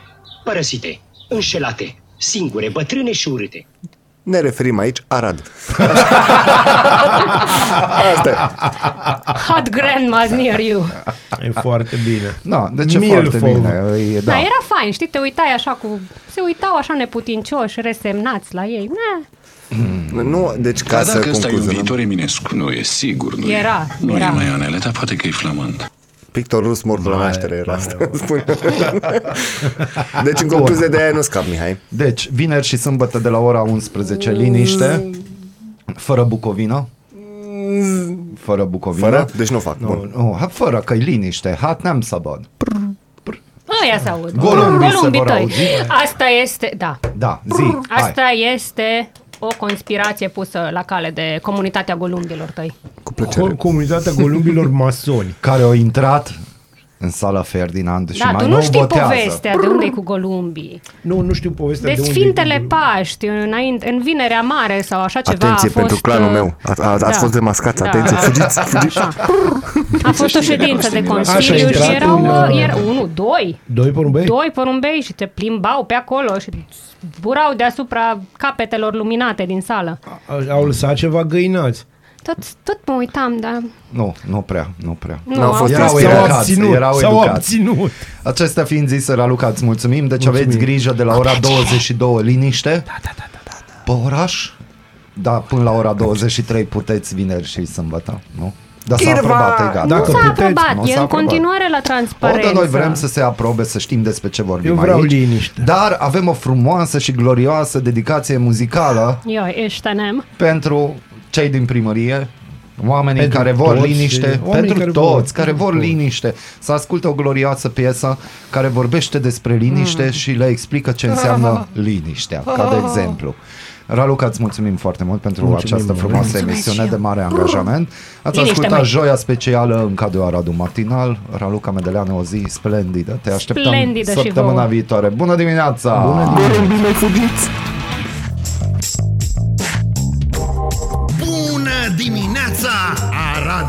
[SPEAKER 8] părăsite, înșelate, singure, bătrâne și urâte.
[SPEAKER 2] Ne referim aici, Arad. Asta e.
[SPEAKER 7] Hot grandma's near you.
[SPEAKER 1] Da.
[SPEAKER 3] E foarte bine.
[SPEAKER 2] Da,
[SPEAKER 1] Na, deci e
[SPEAKER 3] Milfov.
[SPEAKER 1] foarte bine. E,
[SPEAKER 7] Da.
[SPEAKER 1] da.
[SPEAKER 7] Dar era fain, știi, te uitai așa cu... Se uitau așa neputincioși, resemnați la ei. Na,
[SPEAKER 2] Nu, deci ca
[SPEAKER 9] Dar
[SPEAKER 2] să
[SPEAKER 9] dacă ăsta e un
[SPEAKER 2] concluzionăm.
[SPEAKER 9] viitor Eminescu, nu e sigur, nu
[SPEAKER 7] Era,
[SPEAKER 9] e. Nu
[SPEAKER 7] era.
[SPEAKER 9] e Maianele, dar poate că e flamand.
[SPEAKER 2] Pictor rus mort la naștere era asta. Spune. Deci în concluzie de aia nu scap, Mihai.
[SPEAKER 1] Deci, vineri și sâmbătă de la ora 11, liniște, fără Bucovina. Fără Bucovina.
[SPEAKER 2] Fără? Deci nu fac.
[SPEAKER 1] Nu,
[SPEAKER 2] Bun.
[SPEAKER 1] nu, ha- fără că-i liniște, hat n-am să bad.
[SPEAKER 7] Ăia se aud.
[SPEAKER 1] Golumbii se
[SPEAKER 7] Golumbii
[SPEAKER 1] vor
[SPEAKER 7] tăi.
[SPEAKER 1] auzi.
[SPEAKER 7] Asta este, da.
[SPEAKER 1] Da, zi,
[SPEAKER 7] Asta
[SPEAKER 1] hai.
[SPEAKER 7] este o conspirație pusă la cale de comunitatea golumbilor tăi.
[SPEAKER 2] Cu plăcere.
[SPEAKER 3] Co- Comunitatea golumbilor masoni.
[SPEAKER 1] Care au intrat în sala Ferdinand Deci și
[SPEAKER 7] da,
[SPEAKER 1] mai
[SPEAKER 7] tu
[SPEAKER 1] nou
[SPEAKER 7] nu știi
[SPEAKER 1] botează.
[SPEAKER 7] povestea de unde e cu golumbii.
[SPEAKER 3] Nu, nu știu povestea
[SPEAKER 7] De
[SPEAKER 3] de unde
[SPEAKER 7] Deci Sfintele
[SPEAKER 3] e
[SPEAKER 7] Paști, înainte, în Vinerea Mare sau așa ceva a
[SPEAKER 2] Atenție,
[SPEAKER 7] fost,
[SPEAKER 2] pentru clanul
[SPEAKER 7] uh, Da.
[SPEAKER 2] meu. A- a- ați fost demascați, atenție, fugiți, fugiți.
[SPEAKER 7] Așa. A fost o ședință de
[SPEAKER 3] Așa,
[SPEAKER 7] consiliu
[SPEAKER 3] intrat
[SPEAKER 7] și erau,
[SPEAKER 3] în,
[SPEAKER 7] uh, era unul, doi,
[SPEAKER 3] Doi porumbei?
[SPEAKER 7] doi porumbei și te plimbau pe acolo și zburau deasupra capetelor luminate din sală.
[SPEAKER 3] A- Au lăsat ceva găinați.
[SPEAKER 7] Ah. Tot, tot mă uitam, da. dar
[SPEAKER 1] Nu, nu prea, nu prea.
[SPEAKER 7] nu
[SPEAKER 2] N-au
[SPEAKER 7] am-
[SPEAKER 2] fost
[SPEAKER 1] Erau
[SPEAKER 2] inspirați.
[SPEAKER 1] educați, erau
[SPEAKER 3] s-au
[SPEAKER 1] educați.
[SPEAKER 3] abținut.
[SPEAKER 1] Acestea fiind zise, Raluca, îți mulțumim. Deci mulțumim. aveți grijă de la ora 22 liniște. Da, da, da, da, da. Pe oraș? Da, până la ora 23 puteți vineri și sâmbătă, nu? Dar s-a aprobat, e gata.
[SPEAKER 3] Dacă
[SPEAKER 7] nu s-a
[SPEAKER 3] puteți,
[SPEAKER 7] aprobat,
[SPEAKER 1] nu
[SPEAKER 7] e
[SPEAKER 1] s-a
[SPEAKER 7] în
[SPEAKER 1] aprobat.
[SPEAKER 7] continuare la
[SPEAKER 1] O,
[SPEAKER 7] transparență.
[SPEAKER 1] dar noi vrem să se aprobe, să știm despre ce vorbim
[SPEAKER 3] Eu vreau
[SPEAKER 1] aici.
[SPEAKER 3] liniște.
[SPEAKER 1] Dar avem o frumoasă și glorioasă dedicație muzicală
[SPEAKER 7] Eu, ești nem.
[SPEAKER 1] pentru cei din primărie, oamenii pentru care vor
[SPEAKER 3] toți
[SPEAKER 1] liniște,
[SPEAKER 3] cei- oamenii
[SPEAKER 1] pentru
[SPEAKER 3] care vor-
[SPEAKER 1] toți, care vor liniște, să asculte o glorioasă piesă care vorbește despre liniște și le explică ce înseamnă liniștea, ca de exemplu. Raluca, îți mulțumim foarte mult pentru mulțumim această frumoasă emisiune de mare angajament. Ați
[SPEAKER 7] Liniște,
[SPEAKER 1] ascultat
[SPEAKER 7] măi.
[SPEAKER 1] joia specială în cadrul Aradu Matinal. Raluca Medeleanu, o zi splendidă. Te așteptăm
[SPEAKER 7] Splendidă și
[SPEAKER 1] săptămâna
[SPEAKER 7] vouă.
[SPEAKER 1] viitoare. Bună dimineața! Bună dimineața!
[SPEAKER 4] Bună dimineața, Arad!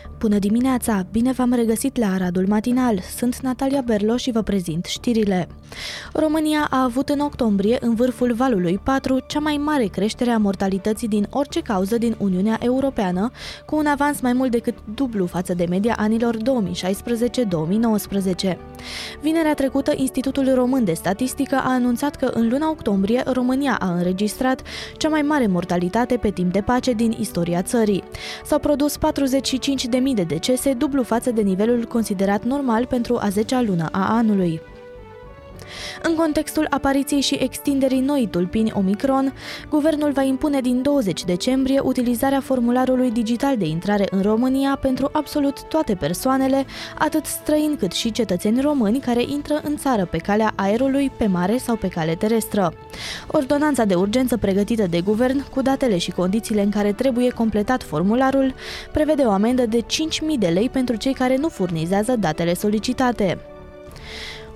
[SPEAKER 5] Bună dimineața! Bine v-am regăsit la Aradul Matinal. Sunt Natalia Berlo și vă prezint știrile. România a avut în octombrie, în vârful valului 4, cea mai mare creștere a mortalității din orice cauză din Uniunea Europeană, cu un avans mai mult decât dublu față de media anilor 2016-2019. Vinerea trecută, Institutul Român de Statistică a anunțat că în luna octombrie România a înregistrat cea mai mare mortalitate pe timp de pace din istoria țării. S-au produs 45.000 de decese, dublu față de nivelul considerat normal pentru a 10-a lună a anului. În contextul apariției și extinderii noii tulpini Omicron, guvernul va impune din 20 decembrie utilizarea formularului digital de intrare în România pentru absolut toate persoanele, atât străini cât și cetățeni români care intră în țară pe calea aerului, pe mare sau pe cale terestră. Ordonanța de urgență pregătită de guvern, cu datele și condițiile în care trebuie completat formularul, prevede o amendă de 5.000 de lei pentru cei care nu furnizează datele solicitate.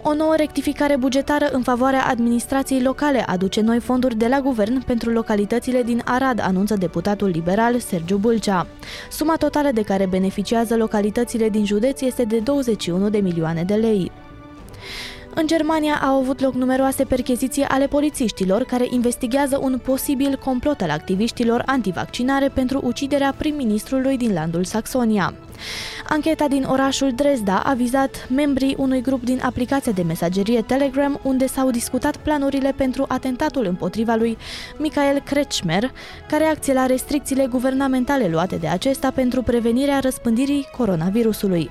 [SPEAKER 5] O nouă rectificare bugetară în favoarea administrației locale aduce noi fonduri de la guvern pentru localitățile din Arad, anunță deputatul liberal Sergiu Bulcea. Suma totală de care beneficiază localitățile din județ este de 21 de milioane de lei. În Germania au avut loc numeroase percheziții ale polițiștilor care investigează un posibil complot al activiștilor antivaccinare pentru uciderea prim-ministrului din landul Saxonia. Ancheta din orașul Dresda a vizat membrii unui grup din aplicația de mesagerie Telegram unde s-au discutat planurile pentru atentatul împotriva lui Michael Kretschmer, care reacție la restricțiile guvernamentale luate de acesta pentru prevenirea răspândirii coronavirusului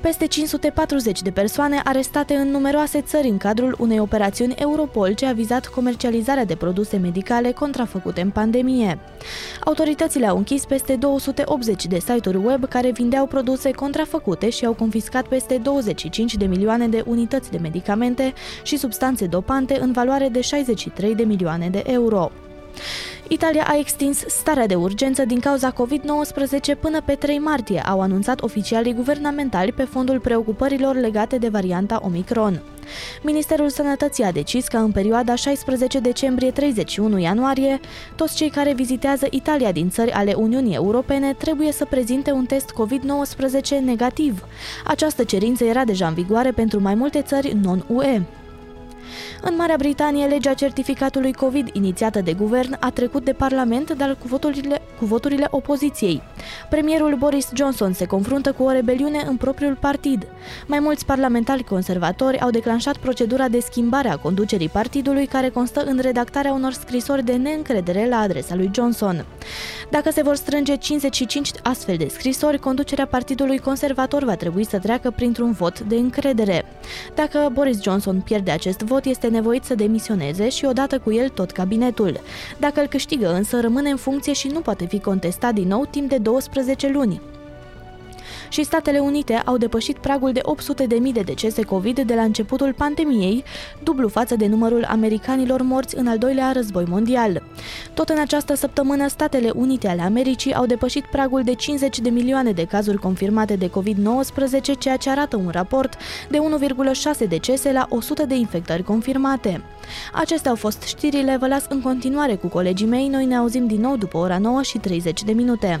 [SPEAKER 5] peste 540 de persoane arestate în numeroase țări în cadrul unei operațiuni Europol ce a vizat comercializarea de produse medicale contrafăcute în pandemie. Autoritățile au închis peste 280 de site-uri web care vindeau produse contrafăcute și au confiscat peste 25 de milioane de unități de medicamente și substanțe dopante în valoare de 63 de milioane de euro. Italia a extins starea de urgență din cauza COVID-19 până pe 3 martie, au anunțat oficialii guvernamentali pe fondul preocupărilor legate de varianta Omicron. Ministerul Sănătății a decis că în perioada 16 decembrie-31 ianuarie, toți cei care vizitează Italia din țări ale Uniunii Europene trebuie să prezinte un test COVID-19 negativ. Această cerință era deja în vigoare pentru mai multe țări non-UE. În Marea Britanie, legea certificatului COVID inițiată de guvern a trecut de Parlament, dar cu voturile, cu voturile opoziției. Premierul Boris Johnson se confruntă cu o rebeliune în propriul partid. Mai mulți parlamentari conservatori au declanșat procedura de schimbare a conducerii partidului, care constă în redactarea unor scrisori de neîncredere la adresa lui Johnson. Dacă se vor strânge 55 astfel de scrisori, conducerea partidului conservator va trebui să treacă printr-un vot de încredere. Dacă Boris Johnson pierde acest vot, este nevoit să demisioneze și odată cu el tot cabinetul. Dacă îl câștigă însă, rămâne în funcție și nu poate fi contestat din nou timp de 12 luni. Și Statele Unite au depășit pragul de 800.000 de decese COVID de la începutul pandemiei, dublu față de numărul americanilor morți în al doilea război mondial. Tot în această săptămână, Statele Unite ale Americii au depășit pragul de 50 de milioane de cazuri confirmate de COVID-19, ceea ce arată un raport de 1,6 decese la 100 de infectări confirmate. Acestea au fost știrile, vă las în continuare cu colegii mei, noi ne auzim din nou după ora 9 și 30 de minute.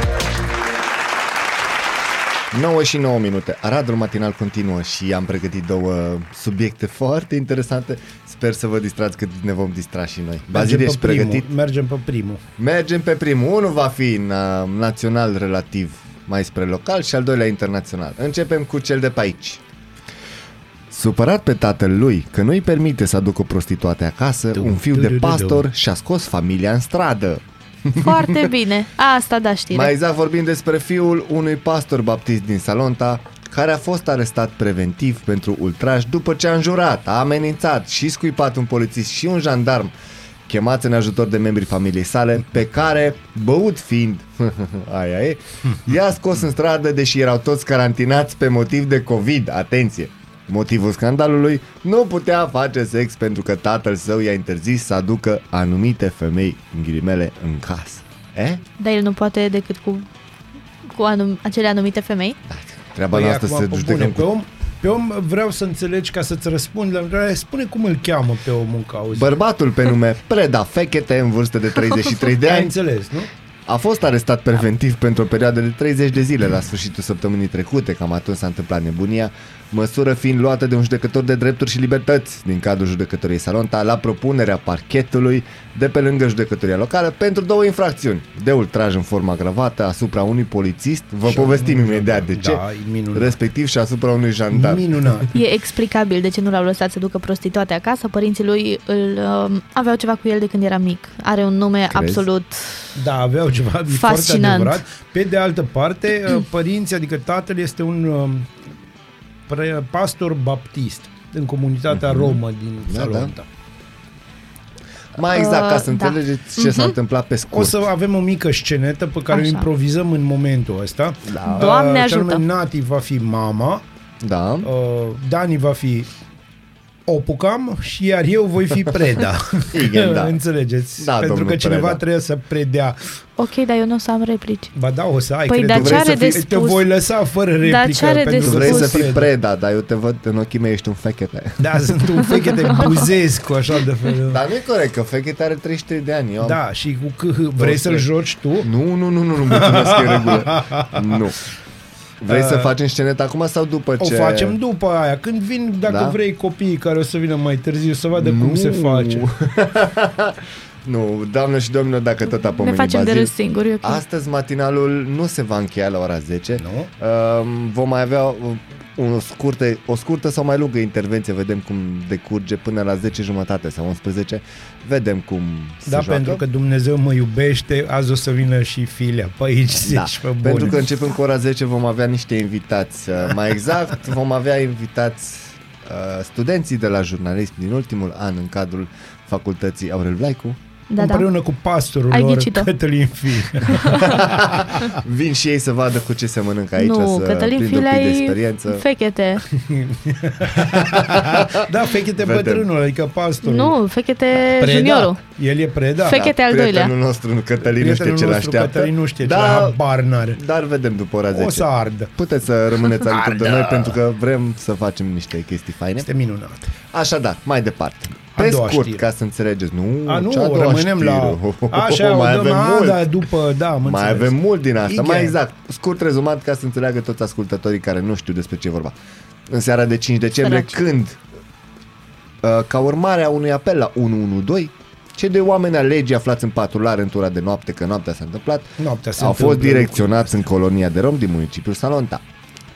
[SPEAKER 2] 9 și 9 minute. Aradul matinal continuă și am pregătit două subiecte foarte interesante. Sper să vă distrați cât ne vom distra și noi. Bazil, ești
[SPEAKER 3] primul,
[SPEAKER 2] pregătit?
[SPEAKER 3] Mergem pe primul.
[SPEAKER 2] Mergem pe primul. Unul va fi na- național relativ mai spre local și al doilea internațional. Începem cu cel de pe aici. Supărat pe tatăl lui că nu-i permite să aducă prostituate acasă, un fiu de pastor și-a scos familia în stradă.
[SPEAKER 5] Foarte bine, asta da știre.
[SPEAKER 2] Mai exact vorbim despre fiul unui pastor baptist din Salonta, care a fost arestat preventiv pentru ultraj după ce a înjurat, a amenințat și scuipat un polițist și un jandarm chemați în ajutor de membrii familiei sale, pe care, băut fiind, aia e, i-a scos în stradă, deși erau toți carantinați pe motiv de COVID, atenție. Motivul scandalului nu putea face sex pentru că tatăl său i-a interzis să aducă anumite femei, în ghilimele, în casă. Eh?
[SPEAKER 5] Dar el nu poate decât cu, cu anum- acele anumite femei.
[SPEAKER 2] Treaba păi noastră să
[SPEAKER 3] acum, bune,
[SPEAKER 2] judecăm
[SPEAKER 3] pe,
[SPEAKER 2] cu...
[SPEAKER 3] om, pe om vreau să înțelegi ca să-ți răspund la întrebare, spune cum îl cheamă pe omul în cauză.
[SPEAKER 2] Bărbatul pe nume Preda Fechete, în vârstă de 33 de
[SPEAKER 3] Ai
[SPEAKER 2] ani,
[SPEAKER 3] înțeles, nu?
[SPEAKER 2] a fost arestat preventiv pentru o perioadă de 30 de zile la sfârșitul săptămânii trecute, cam atunci s-a întâmplat nebunia, măsură fiind luată de un judecător de drepturi și libertăți din cadrul judecătoriei Salonta la propunerea parchetului de pe lângă judecătoria locală pentru două infracțiuni de ultraj în formă agravată asupra unui polițist, vă
[SPEAKER 3] Și
[SPEAKER 2] povestim
[SPEAKER 3] unui
[SPEAKER 2] imediat de
[SPEAKER 3] jandarm.
[SPEAKER 2] ce,
[SPEAKER 3] Da, e minunat.
[SPEAKER 2] respectiv și asupra unui jandarm.
[SPEAKER 3] Minunat.
[SPEAKER 5] E explicabil de ce nu l-au lăsat să ducă prostituate acasă. Părinții lui îl, um, aveau ceva cu el de când era mic. Are un nume
[SPEAKER 2] Crezi?
[SPEAKER 5] absolut...
[SPEAKER 3] Da, aveau ceva e foarte
[SPEAKER 5] Fascinant.
[SPEAKER 3] adevărat. Pe de altă parte, părinții, adică tatăl este un um, pre- pastor baptist în comunitatea romă din
[SPEAKER 2] Da, da.
[SPEAKER 3] Salonta.
[SPEAKER 2] Mai exact, ca să
[SPEAKER 5] Uh, da.
[SPEAKER 2] înțelegeți ce s-a întâmplat pe
[SPEAKER 3] O
[SPEAKER 2] scurt.
[SPEAKER 3] să avem o mică scenetă pe care
[SPEAKER 5] Așa.
[SPEAKER 3] o improvizăm în momentul ăsta.
[SPEAKER 2] Da.
[SPEAKER 5] Doamne
[SPEAKER 3] Uh, și anume,
[SPEAKER 5] ajută.
[SPEAKER 3] Nati va fi mama,
[SPEAKER 2] Da.
[SPEAKER 3] uh, Dani va fi opucam și iar eu voi fi preda.
[SPEAKER 2] Igen, da.
[SPEAKER 3] Înțelegeți?
[SPEAKER 2] Da,
[SPEAKER 3] Pentru
[SPEAKER 2] domnul
[SPEAKER 3] că cineva
[SPEAKER 2] Preda.
[SPEAKER 3] trebuie să predea.
[SPEAKER 5] Ok, dar eu nu o să am replici.
[SPEAKER 3] Ba da, o să ai,
[SPEAKER 5] Păi,
[SPEAKER 3] cred.
[SPEAKER 5] dar
[SPEAKER 3] Tu
[SPEAKER 5] ce
[SPEAKER 3] vrei
[SPEAKER 5] are
[SPEAKER 3] să fii-
[SPEAKER 5] de
[SPEAKER 3] Te
[SPEAKER 5] spus?
[SPEAKER 3] voi lăsa fără replică.
[SPEAKER 5] ce are de
[SPEAKER 3] pentru
[SPEAKER 2] Tu
[SPEAKER 3] că
[SPEAKER 2] vrei
[SPEAKER 3] sunt
[SPEAKER 2] să fii
[SPEAKER 3] Preda.
[SPEAKER 2] preda, dar eu te văd în ochii mei ești un fechete.
[SPEAKER 3] Da, sunt un fechet de buzescu, așa de fel.
[SPEAKER 2] Dar nu e corect, că fechete are 33 de ani. Eu am...
[SPEAKER 3] Da, și cu câh vrei să-l joci tu?
[SPEAKER 2] Nu, nu, nu, nu, nu, mulțumesc, că e în regulă. Nu. Vrei să facem sceneta acum sau după
[SPEAKER 3] Da. O
[SPEAKER 2] ce...
[SPEAKER 3] facem după aia, când vin, dacă
[SPEAKER 2] Da?
[SPEAKER 3] vrei, copiii care o să vină mai târziu să vadă cum se face.
[SPEAKER 2] Nu, doamnă și domnilor, dacă tot
[SPEAKER 5] ne
[SPEAKER 2] apă mâinii
[SPEAKER 5] facem de
[SPEAKER 2] Bazil,
[SPEAKER 5] râs singuri, e ok.
[SPEAKER 2] Astăzi matinalul nu se va încheia la ora 10.
[SPEAKER 3] Nu?
[SPEAKER 2] Um, vom mai avea um, o scurtă, o scurtă sau mai lungă intervenție, vedem cum decurge până la 10 jumătate sau 11. Vedem cum se
[SPEAKER 3] Da,
[SPEAKER 2] joacă.
[SPEAKER 3] pentru că Dumnezeu mă iubește, azi o să vină și filia pe aici,
[SPEAKER 2] da,
[SPEAKER 3] zici, pe
[SPEAKER 2] pentru că
[SPEAKER 3] bune.
[SPEAKER 2] începând cu ora 10 vom avea niște invitați. Uh, Mai exact, vom avea invitați uh, studenții de la jurnalism din ultimul an în cadrul facultății Aurel Vlaicu.
[SPEAKER 5] Da, da.
[SPEAKER 3] Împreună cu pastorul
[SPEAKER 5] Ai
[SPEAKER 3] lor,
[SPEAKER 5] ghicit-o.
[SPEAKER 3] Cătălin Fil.
[SPEAKER 2] Vin și ei să vadă cu ce se mănâncă aici,
[SPEAKER 5] nu,
[SPEAKER 2] să
[SPEAKER 5] Cătălin
[SPEAKER 2] prindă un
[SPEAKER 5] Filea
[SPEAKER 2] pic de
[SPEAKER 5] e
[SPEAKER 2] experiență.
[SPEAKER 5] fechete.
[SPEAKER 3] Da, fechete
[SPEAKER 2] Vedem.
[SPEAKER 3] bătrânul, adică pastorul.
[SPEAKER 5] Nu, fechete
[SPEAKER 2] Da.
[SPEAKER 5] juniorul.
[SPEAKER 3] El e preda.
[SPEAKER 5] Fec- Fechete al doilea.
[SPEAKER 2] Prietenul nostru, Cătălin, nu știe
[SPEAKER 3] Prietenul
[SPEAKER 2] ce
[SPEAKER 3] nostru
[SPEAKER 2] l-așteaptă.
[SPEAKER 3] Cătălin nu știe ce,
[SPEAKER 2] da,
[SPEAKER 3] habar n-are.
[SPEAKER 2] dar vedem după ora 10.
[SPEAKER 3] O să ardă.
[SPEAKER 2] Puteți să rămâneți alături de noi pentru că vrem să facem niște chestii faine.
[SPEAKER 3] Este minunat.
[SPEAKER 2] Așadar, mai departe.
[SPEAKER 3] A
[SPEAKER 2] Pe
[SPEAKER 3] doua
[SPEAKER 2] scurt,
[SPEAKER 3] știre.
[SPEAKER 2] ca să înțelegeți, nu,
[SPEAKER 3] A, nu,
[SPEAKER 2] Mm, cea a doua
[SPEAKER 3] rămânem
[SPEAKER 2] știre.
[SPEAKER 3] la... Așa,
[SPEAKER 2] mai
[SPEAKER 3] o dăm,
[SPEAKER 2] avem
[SPEAKER 3] a,
[SPEAKER 2] mult.
[SPEAKER 3] da, după, da, am
[SPEAKER 2] Mai
[SPEAKER 3] înțeles.
[SPEAKER 2] avem mult din asta.
[SPEAKER 3] Ike.
[SPEAKER 2] Mai exact, scurt rezumat ca să înțeleagă toți ascultătorii care nu știu despre ce e vorba. În seara de 5 decembrie,
[SPEAKER 5] Săraci.
[SPEAKER 2] când, uh, ca urmare a unui apel la 112, cei de oameni a legii aflați în patrulare în tura de noapte, că noaptea s-a întâmplat,
[SPEAKER 3] Noaptea se
[SPEAKER 2] au fost
[SPEAKER 3] întâmplă
[SPEAKER 2] direcționați în colonia de rom din municipiul Salonta.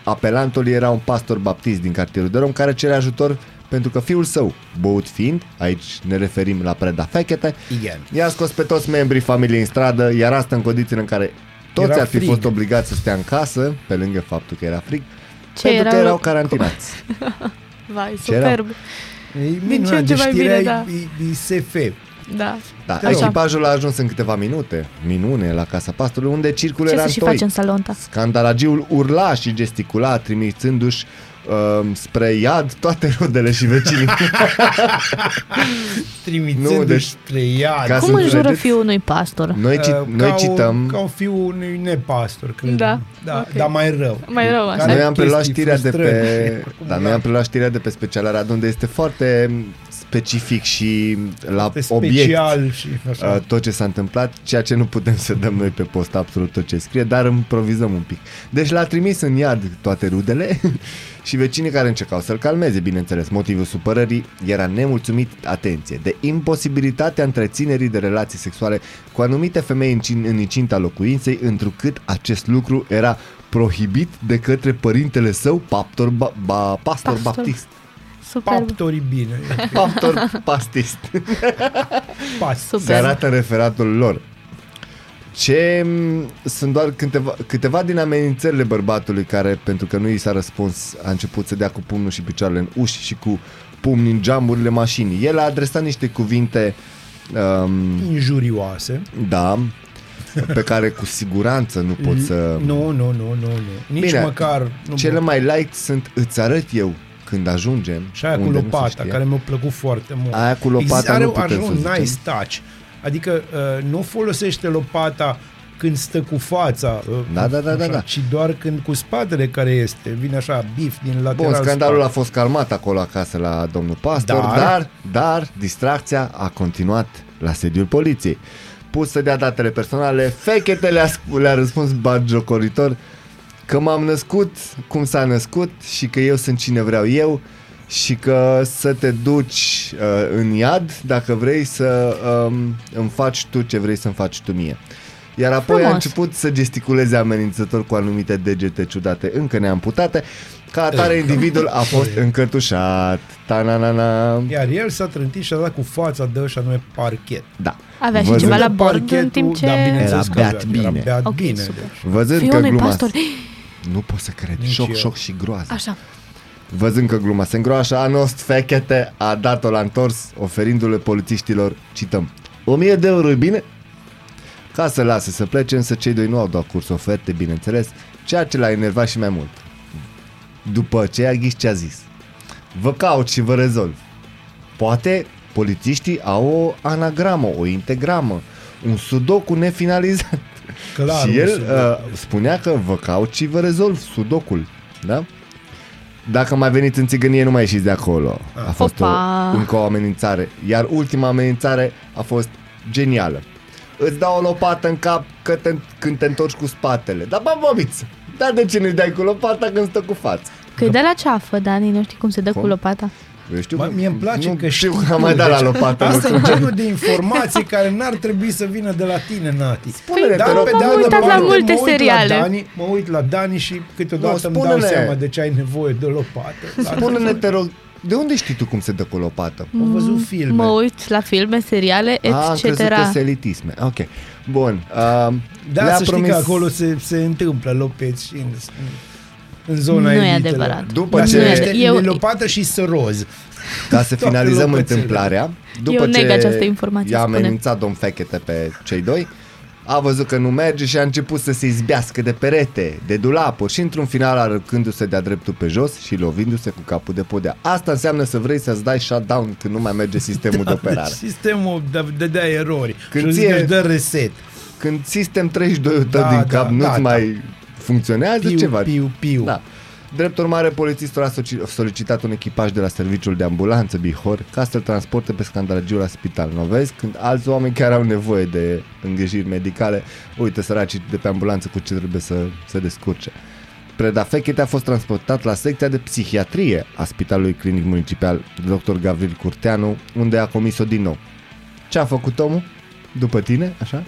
[SPEAKER 2] Apelantul era un pastor baptist din cartierul de rom care cere ajutor pentru că fiul său, băut fiind, aici ne referim la preda fechete,
[SPEAKER 3] Igen.
[SPEAKER 2] I-a scos pe toți membrii familiei în stradă, iar asta în condițiile în care toți
[SPEAKER 3] Era
[SPEAKER 2] ar fi
[SPEAKER 3] frig.
[SPEAKER 2] fost obligați să stea în casă, pe lângă faptul că era frig,
[SPEAKER 5] Ce
[SPEAKER 2] pentru
[SPEAKER 5] era
[SPEAKER 2] că erau
[SPEAKER 5] loc-
[SPEAKER 2] carantinați.
[SPEAKER 5] Vai,
[SPEAKER 2] Ce era?
[SPEAKER 5] superb.
[SPEAKER 3] E
[SPEAKER 5] Din ce
[SPEAKER 3] minunat,
[SPEAKER 5] în
[SPEAKER 3] deci
[SPEAKER 5] ce mai
[SPEAKER 3] știrea
[SPEAKER 5] bine,
[SPEAKER 3] da.
[SPEAKER 5] da.
[SPEAKER 3] e, e SF.
[SPEAKER 5] Da.
[SPEAKER 2] Da,
[SPEAKER 3] Te rog.
[SPEAKER 2] echipajul a ajuns în câteva minute, minune, la Casa Pastorului, unde circul
[SPEAKER 5] Ce
[SPEAKER 2] era
[SPEAKER 5] să și faci
[SPEAKER 2] întoi.
[SPEAKER 5] în da. salonta?
[SPEAKER 2] Scandalagiul urla și gesticula, trimițându-și um, spre iad toate rudele și vecinii.
[SPEAKER 3] Trimițându-și
[SPEAKER 2] Nu, deci-
[SPEAKER 3] spre ea.
[SPEAKER 2] Ca
[SPEAKER 5] Cum
[SPEAKER 2] să
[SPEAKER 5] înjură
[SPEAKER 2] înțelegeți-
[SPEAKER 5] fiul unui pastor?
[SPEAKER 2] Noi, ci,
[SPEAKER 3] Uh,
[SPEAKER 2] noi
[SPEAKER 3] ca
[SPEAKER 2] cităm...
[SPEAKER 3] O, ca un fiu unui nepastor, cred.
[SPEAKER 5] Da,
[SPEAKER 3] da
[SPEAKER 5] ok.
[SPEAKER 3] dar mai rău.
[SPEAKER 5] Mai rău,
[SPEAKER 3] Ca
[SPEAKER 5] așa.
[SPEAKER 2] Noi
[SPEAKER 3] Are
[SPEAKER 2] am preluat
[SPEAKER 3] chestii
[SPEAKER 2] știrea de pe
[SPEAKER 3] frustrări.
[SPEAKER 2] da, noi am preluat știrea de pe Special Arad unde este foarte specific și la
[SPEAKER 3] Este
[SPEAKER 2] obiect
[SPEAKER 3] special și așa.
[SPEAKER 2] uh, tot ce s-a întâmplat, ceea ce nu putem să dăm noi pe post absolut tot ce scrie, dar improvizăm un pic. Deci l-a trimis în iad toate rudele și vecinii care încercau să-l calmeze, bineînțeles. Motivul supărării era nemulțumit, atenție, de imposibilitatea întreținerii de relații sexuale cu anumite femei în, cin- în incinta locuinței, întrucât acest lucru era prohibit de către părintele său, paptor, ba, ba, pastor,
[SPEAKER 5] Pastor.
[SPEAKER 2] pastor baptist.
[SPEAKER 5] Superb.
[SPEAKER 3] Paptorii bine.
[SPEAKER 2] Paptor pastist.
[SPEAKER 3] Pas.
[SPEAKER 2] se
[SPEAKER 5] Superb.
[SPEAKER 2] arată referatul lor. Ce m, sunt doar câteva, câteva din amenințările bărbatului care, pentru că nu i s-a răspuns, a început să dea cu pumnul și picioarele în uși și cu pumni în geamurile mașinii. El a adresat niște cuvinte, um,
[SPEAKER 3] Injurioase.
[SPEAKER 2] da, pe care cu siguranță nu pot să...
[SPEAKER 3] Nu, nu, nu, nu, nu. Nici
[SPEAKER 2] Bine,
[SPEAKER 3] măcar... Nu
[SPEAKER 2] Cele mai light sunt Îți arăt eu când ajungem...
[SPEAKER 3] Și aia cu
[SPEAKER 2] unde nu se
[SPEAKER 3] lopata,
[SPEAKER 2] știe,
[SPEAKER 3] care mi-a plăcut foarte mult.
[SPEAKER 2] Aia cu lopata
[SPEAKER 3] Exist-
[SPEAKER 2] nu putem
[SPEAKER 3] are un
[SPEAKER 2] să
[SPEAKER 3] nice
[SPEAKER 2] zicem.
[SPEAKER 3] touch. Adică uh, nu folosește lopata când stă cu fața, uh,
[SPEAKER 2] Da, da, da,
[SPEAKER 3] așa,
[SPEAKER 2] da, da.
[SPEAKER 3] ci doar când cu spatele care este, vine așa bif din lateral.
[SPEAKER 2] Bun, scandalul a
[SPEAKER 3] spate.
[SPEAKER 2] fost calmat acolo acasă la domnul pastor,
[SPEAKER 3] Dar?
[SPEAKER 2] dar, dar, dar distracția a continuat la sediul poliției. Pus să dea datele personale, fechete le-a, sp- le-a răspuns bagiocoritor că m-am născut cum s-a născut și că eu sunt cine vreau eu și că să te duci uh, în iad dacă vrei să um, îmi faci tu ce vrei să-mi faci tu mie. Iar apoi
[SPEAKER 5] Frumos.
[SPEAKER 2] a început să gesticuleze amenințător cu anumite degete ciudate încă neamputate. Ca atare, individul a fost încătușat. Ta-na-na-na.
[SPEAKER 3] Iar el s-a trântit și a dat cu fața de și anume parchet.
[SPEAKER 2] Da.
[SPEAKER 5] Avea și
[SPEAKER 2] Văzând
[SPEAKER 5] ceva la bord
[SPEAKER 3] Parchetul,
[SPEAKER 5] în timp ce...
[SPEAKER 3] Da, bineînțeles
[SPEAKER 2] Era
[SPEAKER 3] că avea,
[SPEAKER 2] beat
[SPEAKER 3] Era
[SPEAKER 2] bine.
[SPEAKER 3] beat
[SPEAKER 5] Ok,
[SPEAKER 3] bine.
[SPEAKER 5] super.
[SPEAKER 2] Văzând
[SPEAKER 5] Fiul
[SPEAKER 2] că
[SPEAKER 5] unui
[SPEAKER 2] gluma...
[SPEAKER 5] pastor.
[SPEAKER 2] Nu pot să cred.
[SPEAKER 3] Nici
[SPEAKER 2] șoc,
[SPEAKER 3] eu.
[SPEAKER 2] șoc și groază.
[SPEAKER 5] Așa.
[SPEAKER 2] Văzând că gluma se îngroașă, Anost Fechete a dat-o la întors, oferindu-le polițiștilor, cităm, 1000 de euro, e bine? Ca să lase să plece, însă cei doi nu au dat curs oferte, bineînțeles, ceea ce l-a enervat și mai mult. După ce a ghis ce a zis. Vă caut și vă rezolv. Poate polițiștii au o anagramă, o integramă, un sudoku nefinalizat.
[SPEAKER 3] Clar,
[SPEAKER 2] și
[SPEAKER 3] un
[SPEAKER 2] el
[SPEAKER 3] sudoku.
[SPEAKER 2] uh, spunea că vă caut și vă rezolv sudocul. Da? Dacă mai veniți în țigănie, nu mai ieșiți de acolo. A fost o,
[SPEAKER 5] Opa.
[SPEAKER 2] încă o amenințare. Iar ultima amenințare a fost genială. Îți dau o lopată în cap că te, când te întorci cu spatele. Dar bă, bobiță, dar de ce nu-i dai cu lopata când stă cu față?
[SPEAKER 5] Că de la ceafă, Dani, nu știi cum se dă
[SPEAKER 2] Cum?
[SPEAKER 5] cu lopata.
[SPEAKER 2] Eu știu,
[SPEAKER 3] Bă,
[SPEAKER 2] că-
[SPEAKER 3] mie îmi place
[SPEAKER 2] nu
[SPEAKER 3] că
[SPEAKER 2] știu
[SPEAKER 3] știi
[SPEAKER 2] că am
[SPEAKER 3] tu,
[SPEAKER 2] mai dat
[SPEAKER 3] deci
[SPEAKER 2] la lopată.
[SPEAKER 3] Asta
[SPEAKER 2] lucrul.
[SPEAKER 3] e genul de informații care n-ar trebui să vină de la tine, Nati.
[SPEAKER 2] Spune-ne, te
[SPEAKER 3] Dar
[SPEAKER 2] rog.
[SPEAKER 3] pe
[SPEAKER 5] Păi, m-am
[SPEAKER 3] de altă
[SPEAKER 5] uitat la
[SPEAKER 3] parte,
[SPEAKER 5] multe
[SPEAKER 3] mă uit
[SPEAKER 5] seriale.
[SPEAKER 3] La Dani, mă uit la Dani și câteodată îmi
[SPEAKER 2] Nu,
[SPEAKER 3] dau
[SPEAKER 2] spune-ne.
[SPEAKER 3] seama de ce ai nevoie de lopată. Da,
[SPEAKER 2] Spune-ne, te rog, de unde știi tu cum se dă cu lopată?
[SPEAKER 3] Am văzut filme.
[SPEAKER 5] Mm,
[SPEAKER 3] Ah,
[SPEAKER 5] Mă uit la filme, seriale,
[SPEAKER 2] A, am
[SPEAKER 5] etc.
[SPEAKER 2] crezut că sunt elitisme. Ok. Bun. Uh,
[SPEAKER 3] Da,
[SPEAKER 2] le-a
[SPEAKER 3] să știi
[SPEAKER 2] promis-
[SPEAKER 3] că acolo se, se întâmplă lopeți și în, în zona Da,
[SPEAKER 5] Nu e
[SPEAKER 3] elitelor.
[SPEAKER 5] adevărat.
[SPEAKER 2] După
[SPEAKER 3] Dar
[SPEAKER 2] ce-
[SPEAKER 3] se numește
[SPEAKER 5] Eu-
[SPEAKER 3] lopată și săroz.
[SPEAKER 2] Ca să
[SPEAKER 3] Toate
[SPEAKER 2] finalizăm
[SPEAKER 3] lopățele.
[SPEAKER 2] întâmplarea, după
[SPEAKER 5] Eu
[SPEAKER 2] ce
[SPEAKER 5] neg această informație,
[SPEAKER 2] i-a
[SPEAKER 5] spune.
[SPEAKER 2] amenințat domn Fechete pe cei doi, a văzut că nu merge și a început să se izbească de perete, de dulapuri și într-un final arăcându-se de-a dreptul pe jos și lovindu-se cu capul de podea. Asta înseamnă să vrei să-ți dai shutdown când nu mai merge sistemul de operare.
[SPEAKER 3] Sistemul de, dădea erori.
[SPEAKER 2] Când
[SPEAKER 3] Când și
[SPEAKER 2] ție-
[SPEAKER 3] ție... dă reset.
[SPEAKER 2] Când sistem 32 tău
[SPEAKER 3] Da,
[SPEAKER 2] din
[SPEAKER 3] da,
[SPEAKER 2] cap nu-ți
[SPEAKER 3] gata.
[SPEAKER 2] mai funcționează,
[SPEAKER 3] Piu,
[SPEAKER 2] ceva.
[SPEAKER 3] piu, piu.
[SPEAKER 2] Da. Drept urmare, polițistul a soci- solicitat un echipaj de la serviciul de ambulanță Bihor ca să-l transporte pe scandalagiu la spital. Nu vezi? Când alți oameni chiar au nevoie de îngrijiri medicale, uite săracii de pe ambulanță cu ce trebuie să se descurce. Predafechete a fost transportat la secția de psihiatrie a Spitalului Clinic Municipal Dr. Gavril Curteanu, unde a comis-o din nou. Ce a făcut omul? După tine, așa?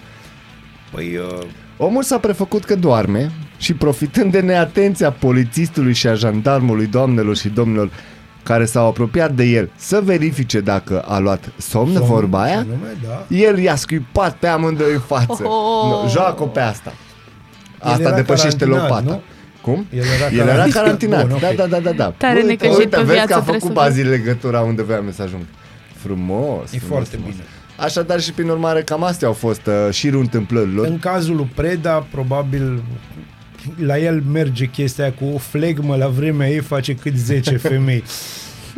[SPEAKER 3] Păi, uh,
[SPEAKER 2] Omul s-a prefăcut că doarme și profitând de neatenția polițistului și a jandarmului doamnelor și domnilor care s-au apropiat de el să verifice dacă a luat somn, somn vorba aia,
[SPEAKER 3] ce nume, da.
[SPEAKER 2] el i-a scuipat pe amândoi în față.
[SPEAKER 5] Oh!
[SPEAKER 2] Nu, joacă pe asta. Asta
[SPEAKER 3] era
[SPEAKER 2] depășește
[SPEAKER 3] carantinat,
[SPEAKER 2] lopata.
[SPEAKER 3] nu?
[SPEAKER 2] Cum?
[SPEAKER 3] El era
[SPEAKER 2] el era
[SPEAKER 3] carantinat.
[SPEAKER 2] carantinat.
[SPEAKER 3] Bun, ok.
[SPEAKER 2] Da, da, da, da, da.
[SPEAKER 5] Tare
[SPEAKER 2] Uite,
[SPEAKER 5] necăjit
[SPEAKER 2] uite,
[SPEAKER 5] pe
[SPEAKER 2] vezi
[SPEAKER 5] viață,
[SPEAKER 2] că a
[SPEAKER 5] trebuie
[SPEAKER 2] făcut
[SPEAKER 5] să vezi.
[SPEAKER 2] bazii legătura unde voiam să ajung. Frumos.
[SPEAKER 3] E
[SPEAKER 2] frumos,
[SPEAKER 3] foarte
[SPEAKER 2] frumos.
[SPEAKER 3] bine.
[SPEAKER 2] Așadar și prin urmare cam astea au fost uh, șirul întâmplărilor.
[SPEAKER 3] În cazul lui Preda, probabil la el merge chestia aia cu o flegmă la vremea ei face cât 10 femei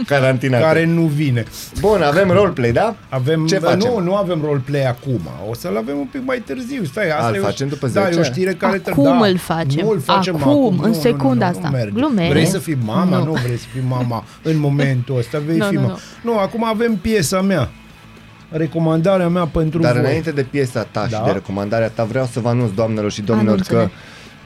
[SPEAKER 2] Carantinate.
[SPEAKER 3] care nu vine.
[SPEAKER 2] Bun, avem roleplay, da?
[SPEAKER 3] Avem,
[SPEAKER 2] Ce facem?
[SPEAKER 3] Nu, nu avem roleplay acum. O să-l avem un pic mai târziu. Stai, asta
[SPEAKER 2] Al
[SPEAKER 3] e o,
[SPEAKER 2] facem după
[SPEAKER 3] Da,
[SPEAKER 2] 10?
[SPEAKER 3] e o știre care
[SPEAKER 5] Acum
[SPEAKER 3] da,
[SPEAKER 5] îl facem.
[SPEAKER 3] Nu îl facem
[SPEAKER 5] Acum,
[SPEAKER 3] acum,
[SPEAKER 5] în
[SPEAKER 3] nu, nu, nu,
[SPEAKER 5] secunda
[SPEAKER 3] nu, nu,
[SPEAKER 5] asta.
[SPEAKER 3] merge.
[SPEAKER 5] Glumesc.
[SPEAKER 3] Vrei să fii mama?
[SPEAKER 5] Nu.
[SPEAKER 3] Nu. vrei să fii mama în momentul ăsta. Vei
[SPEAKER 5] Nu,
[SPEAKER 3] fi
[SPEAKER 5] nu,
[SPEAKER 3] mama. Nu. acum avem piesa mea. Recomandarea mea pentru
[SPEAKER 2] Dar
[SPEAKER 3] voi.
[SPEAKER 2] înainte de piesa ta și
[SPEAKER 3] Da.
[SPEAKER 2] de recomandarea ta, vreau să vă anunț, doamnelor și domnilor,
[SPEAKER 5] Anunță-ne.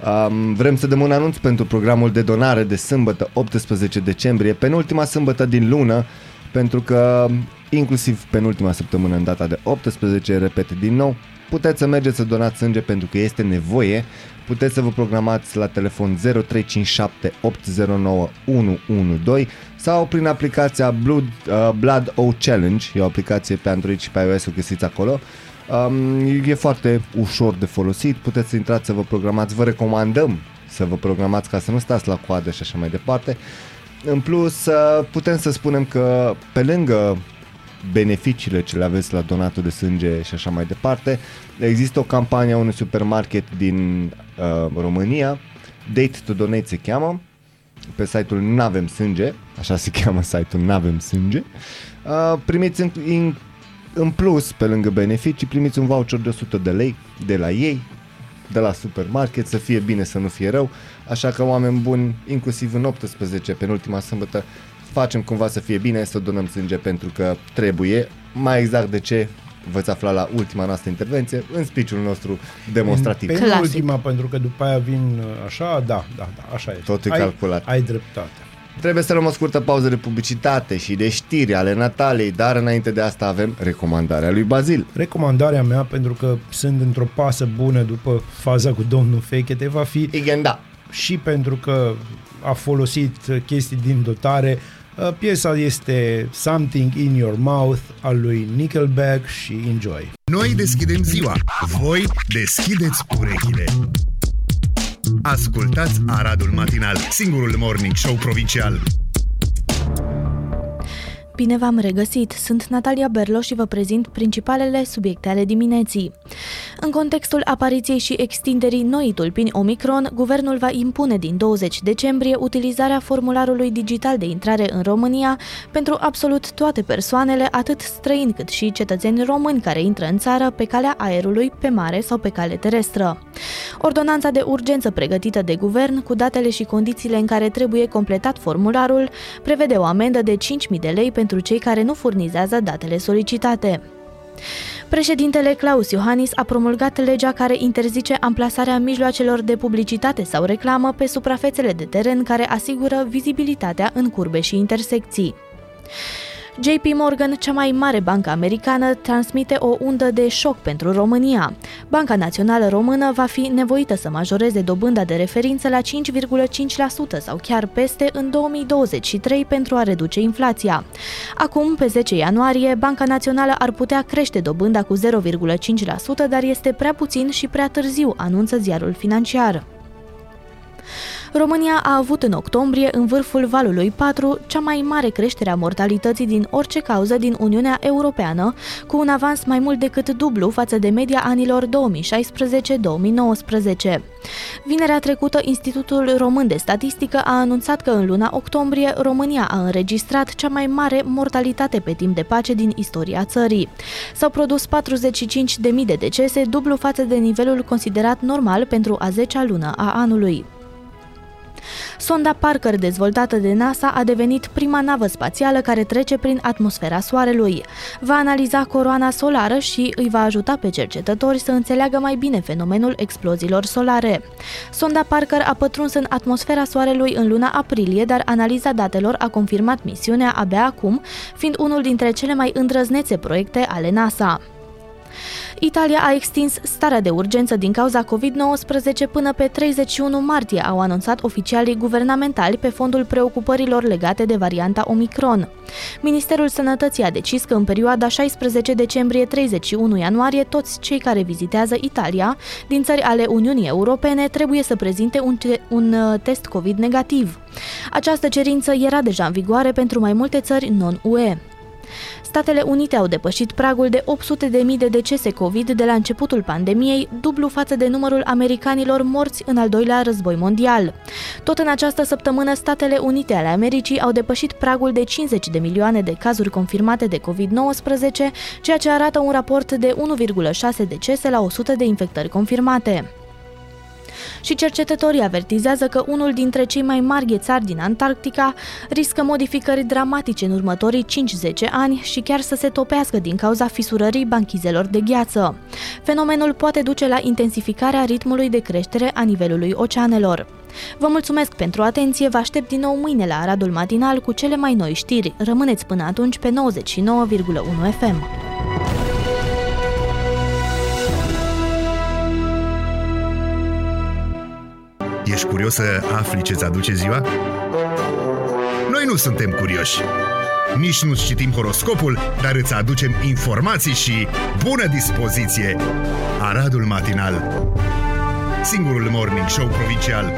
[SPEAKER 2] că um, vrem să dăm un anunț pentru programul de donare de sâmbătă, 18 decembrie, penultima sâmbătă din lună, pentru că inclusiv penultima săptămână, în data de 18, repet din nou, puteți să mergeți să donați sânge pentru că este nevoie. Puteți să vă programați la telefon 0357 809 112 sau prin aplicația Blood, uh, Blood O Challenge, e o aplicație pe Android și pe iOS, o găsiți acolo. Um, e foarte ușor de folosit, puteți să intrați să vă programați, vă recomandăm să vă programați ca să nu stați la coadă și așa mai departe. În plus, uh, putem să spunem că pe lângă beneficiile ce le aveți la donatul de sânge și așa mai departe, există o campanie a unui supermarket din uh, România, Date to Donate se cheamă, pe site-ul Navem Sânge, așa se cheamă site-ul Navem Sânge, uh, primiți în, în, în plus, pe lângă beneficii, primiți un voucher de 100 de lei de la ei, de la supermarket, să fie bine, să nu fie rău, așa că oameni buni, inclusiv în 18, pe ultima sâmbătă, facem cumva să fie bine, să donăm sânge pentru că trebuie, mai exact de ce veți afla la ultima noastră intervenție, în speech-ul nostru demonstrativ.
[SPEAKER 3] Pe
[SPEAKER 5] Clasic.
[SPEAKER 3] ultima, pentru că după aia vin uh, așa, da, da, da, așa e.
[SPEAKER 2] Tot e
[SPEAKER 3] ai,
[SPEAKER 2] calculat.
[SPEAKER 3] Ai dreptate.
[SPEAKER 2] Trebuie să luăm o scurtă pauză de publicitate și de știri ale Natalei, dar înainte de asta avem recomandarea lui Bazil.
[SPEAKER 3] Recomandarea mea, pentru că sunt într-o pasă bună după faza cu domnul Fechete, va fi
[SPEAKER 2] Igenda.
[SPEAKER 3] și pentru că a folosit uh, chestii din dotare. Uh, Piesa este Something in Your Mouth al lui Nickelback și Enjoy.
[SPEAKER 4] Noi deschidem ziua, voi deschideți urechile. Ascultați Aradul Matinal, singurul morning show provincial.
[SPEAKER 5] Bine v-am regăsit! Sunt Natalia Berlo și vă prezint principalele subiecte ale dimineții. În contextul apariției și extinderii noii tulpini Omicron, guvernul va impune din 20 decembrie utilizarea formularului digital de intrare în România pentru absolut toate persoanele, atât străini cât și cetățeni români care intră în țară pe calea aerului, pe mare sau pe cale terestră. Ordonanța de urgență pregătită de guvern, cu datele și condițiile în care trebuie completat formularul, prevede o amendă de 5.000 de lei pentru cei care nu furnizează datele solicitate. Președintele Claus Iohannis a promulgat legea care interzice amplasarea mijloacelor de publicitate sau reclamă pe suprafețele de teren care asigură vizibilitatea în curbe și intersecții. JP Morgan, cea mai mare bancă americană, transmite o undă de șoc pentru România. Banca Națională Română va fi nevoită să majoreze dobânda de referință la 5,5% sau chiar peste în 2023 pentru a reduce inflația. Acum, pe 10 ianuarie, Banca Națională ar putea crește dobânda cu 0,5%, dar este prea puțin și prea târziu, anunță ziarul financiar. România a avut în octombrie, în vârful valului 4, cea mai mare creștere a mortalității din orice cauză din Uniunea Europeană, cu un avans mai mult decât dublu față de media anilor 2016-2019. Vinerea trecută, Institutul Român de Statistică a anunțat că în luna octombrie România a înregistrat cea mai mare mortalitate pe timp de pace din istoria țării. S-au produs 45.000 de decese, dublu față de nivelul considerat normal pentru a 10-a lună a anului. Sonda Parker, dezvoltată de NASA, a devenit prima navă spațială care trece prin atmosfera Soarelui. Va analiza coroana solară și îi va ajuta pe cercetători să înțeleagă mai bine fenomenul exploziilor solare. Sonda Parker a pătruns în atmosfera Soarelui în luna aprilie, dar analiza datelor a confirmat misiunea abia acum, fiind unul dintre cele mai îndrăznețe proiecte ale NASA. Italia a extins starea de urgență din cauza COVID-19 până pe 31 martie, au anunțat oficialii guvernamentali pe fondul preocupărilor legate de varianta Omicron. Ministerul Sănătății a decis că în perioada 16 decembrie-31 ianuarie toți cei care vizitează Italia din țări ale Uniunii Europene trebuie să prezinte un, te- un uh, test COVID negativ. Această cerință era deja în vigoare pentru mai multe țări non-UE. Statele Unite au depășit pragul de 800.000 de decese COVID de la începutul pandemiei, dublu față de numărul americanilor morți în al doilea război mondial. Tot în această săptămână, Statele Unite ale Americii au depășit pragul de 50 de milioane de cazuri confirmate de COVID-19, ceea ce arată un raport de 1,6 decese la 100 de infectări confirmate și cercetătorii avertizează că unul dintre cei mai mari ghețari din Antarctica riscă modificări dramatice în următorii 5-10 ani și chiar să se topească din cauza fisurării banchizelor de gheață. Fenomenul poate duce la intensificarea ritmului de creștere a nivelului oceanelor. Vă mulțumesc pentru atenție, vă aștept din nou mâine la Aradul Matinal cu cele mai noi știri. Rămâneți până atunci pe 99,1 FM.
[SPEAKER 4] Ești curios să afli ce-ți aduce ziua? Noi nu suntem curioși. Nici nu citim horoscopul, dar îți aducem informații și bună dispoziție! Aradul Matinal Singurul Morning Show Provincial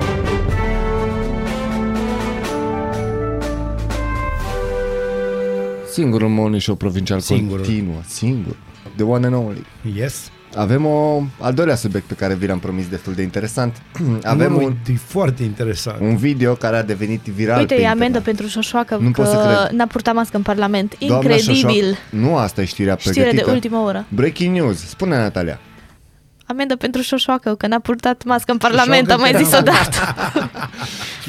[SPEAKER 2] Singurul morning show provincial
[SPEAKER 3] Singurul.
[SPEAKER 2] continuă, singur. The one and only.
[SPEAKER 3] Yes?
[SPEAKER 2] Avem o, al doilea subiect pe care vi l-am promis destul de interesant. Avem
[SPEAKER 3] nu,
[SPEAKER 2] un,
[SPEAKER 3] E foarte interesant.
[SPEAKER 2] un video care a devenit viral
[SPEAKER 5] Uite,
[SPEAKER 2] pe
[SPEAKER 5] e amendă
[SPEAKER 2] internet.
[SPEAKER 5] pentru Șoșoacă
[SPEAKER 2] Nu pot să
[SPEAKER 5] că
[SPEAKER 2] cred.
[SPEAKER 5] n-a purtat mască în Parlament.
[SPEAKER 2] Doamna
[SPEAKER 5] Incredibil!
[SPEAKER 2] Șoșoac- nu asta e știrea
[SPEAKER 5] Știre
[SPEAKER 2] pregătită.
[SPEAKER 5] de ultimă oră.
[SPEAKER 2] Breaking news. Spune, Natalia.
[SPEAKER 5] Amendă pentru Șoșoacă că n-a purtat mască în Parlament, am
[SPEAKER 3] Șoșoacă
[SPEAKER 5] mai
[SPEAKER 3] că
[SPEAKER 5] zis
[SPEAKER 3] n-a
[SPEAKER 5] odată.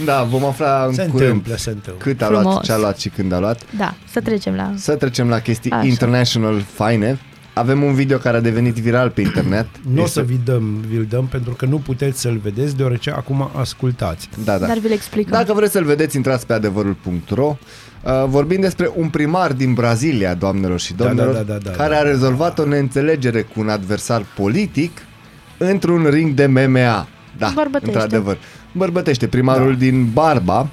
[SPEAKER 2] Da, vom afla în
[SPEAKER 3] Se
[SPEAKER 2] curând
[SPEAKER 3] întâmplă, se întâmplă.
[SPEAKER 2] cât a
[SPEAKER 5] Frumos.
[SPEAKER 2] luat, ce a luat și când a luat.
[SPEAKER 5] Da, să trecem la...
[SPEAKER 2] Să trecem la chestii
[SPEAKER 5] Așa.
[SPEAKER 2] international faine. Avem un video care a devenit viral pe internet.
[SPEAKER 3] Nu o
[SPEAKER 2] Este-
[SPEAKER 3] să vi dăm, vi-l dăm pentru că nu puteți să-l vedeți deoarece acum ascultați.
[SPEAKER 2] Da, da.
[SPEAKER 5] Dar vi-l explicăm.
[SPEAKER 2] Dacă vreți să-l vedeți, intrați pe adevărul.ro. Uh, Vorbim despre un primar din Brazilia, doamnelor și
[SPEAKER 3] Da, da,
[SPEAKER 2] domnilor,
[SPEAKER 3] da, da, da,
[SPEAKER 2] care
[SPEAKER 3] da,
[SPEAKER 2] a rezolvat o neînțelegere cu un adversar politic într-un ring de MMA. Da,
[SPEAKER 5] Bărbătește.
[SPEAKER 2] într-adevăr. Bărbătește, primarul
[SPEAKER 3] Da.
[SPEAKER 2] din Barba,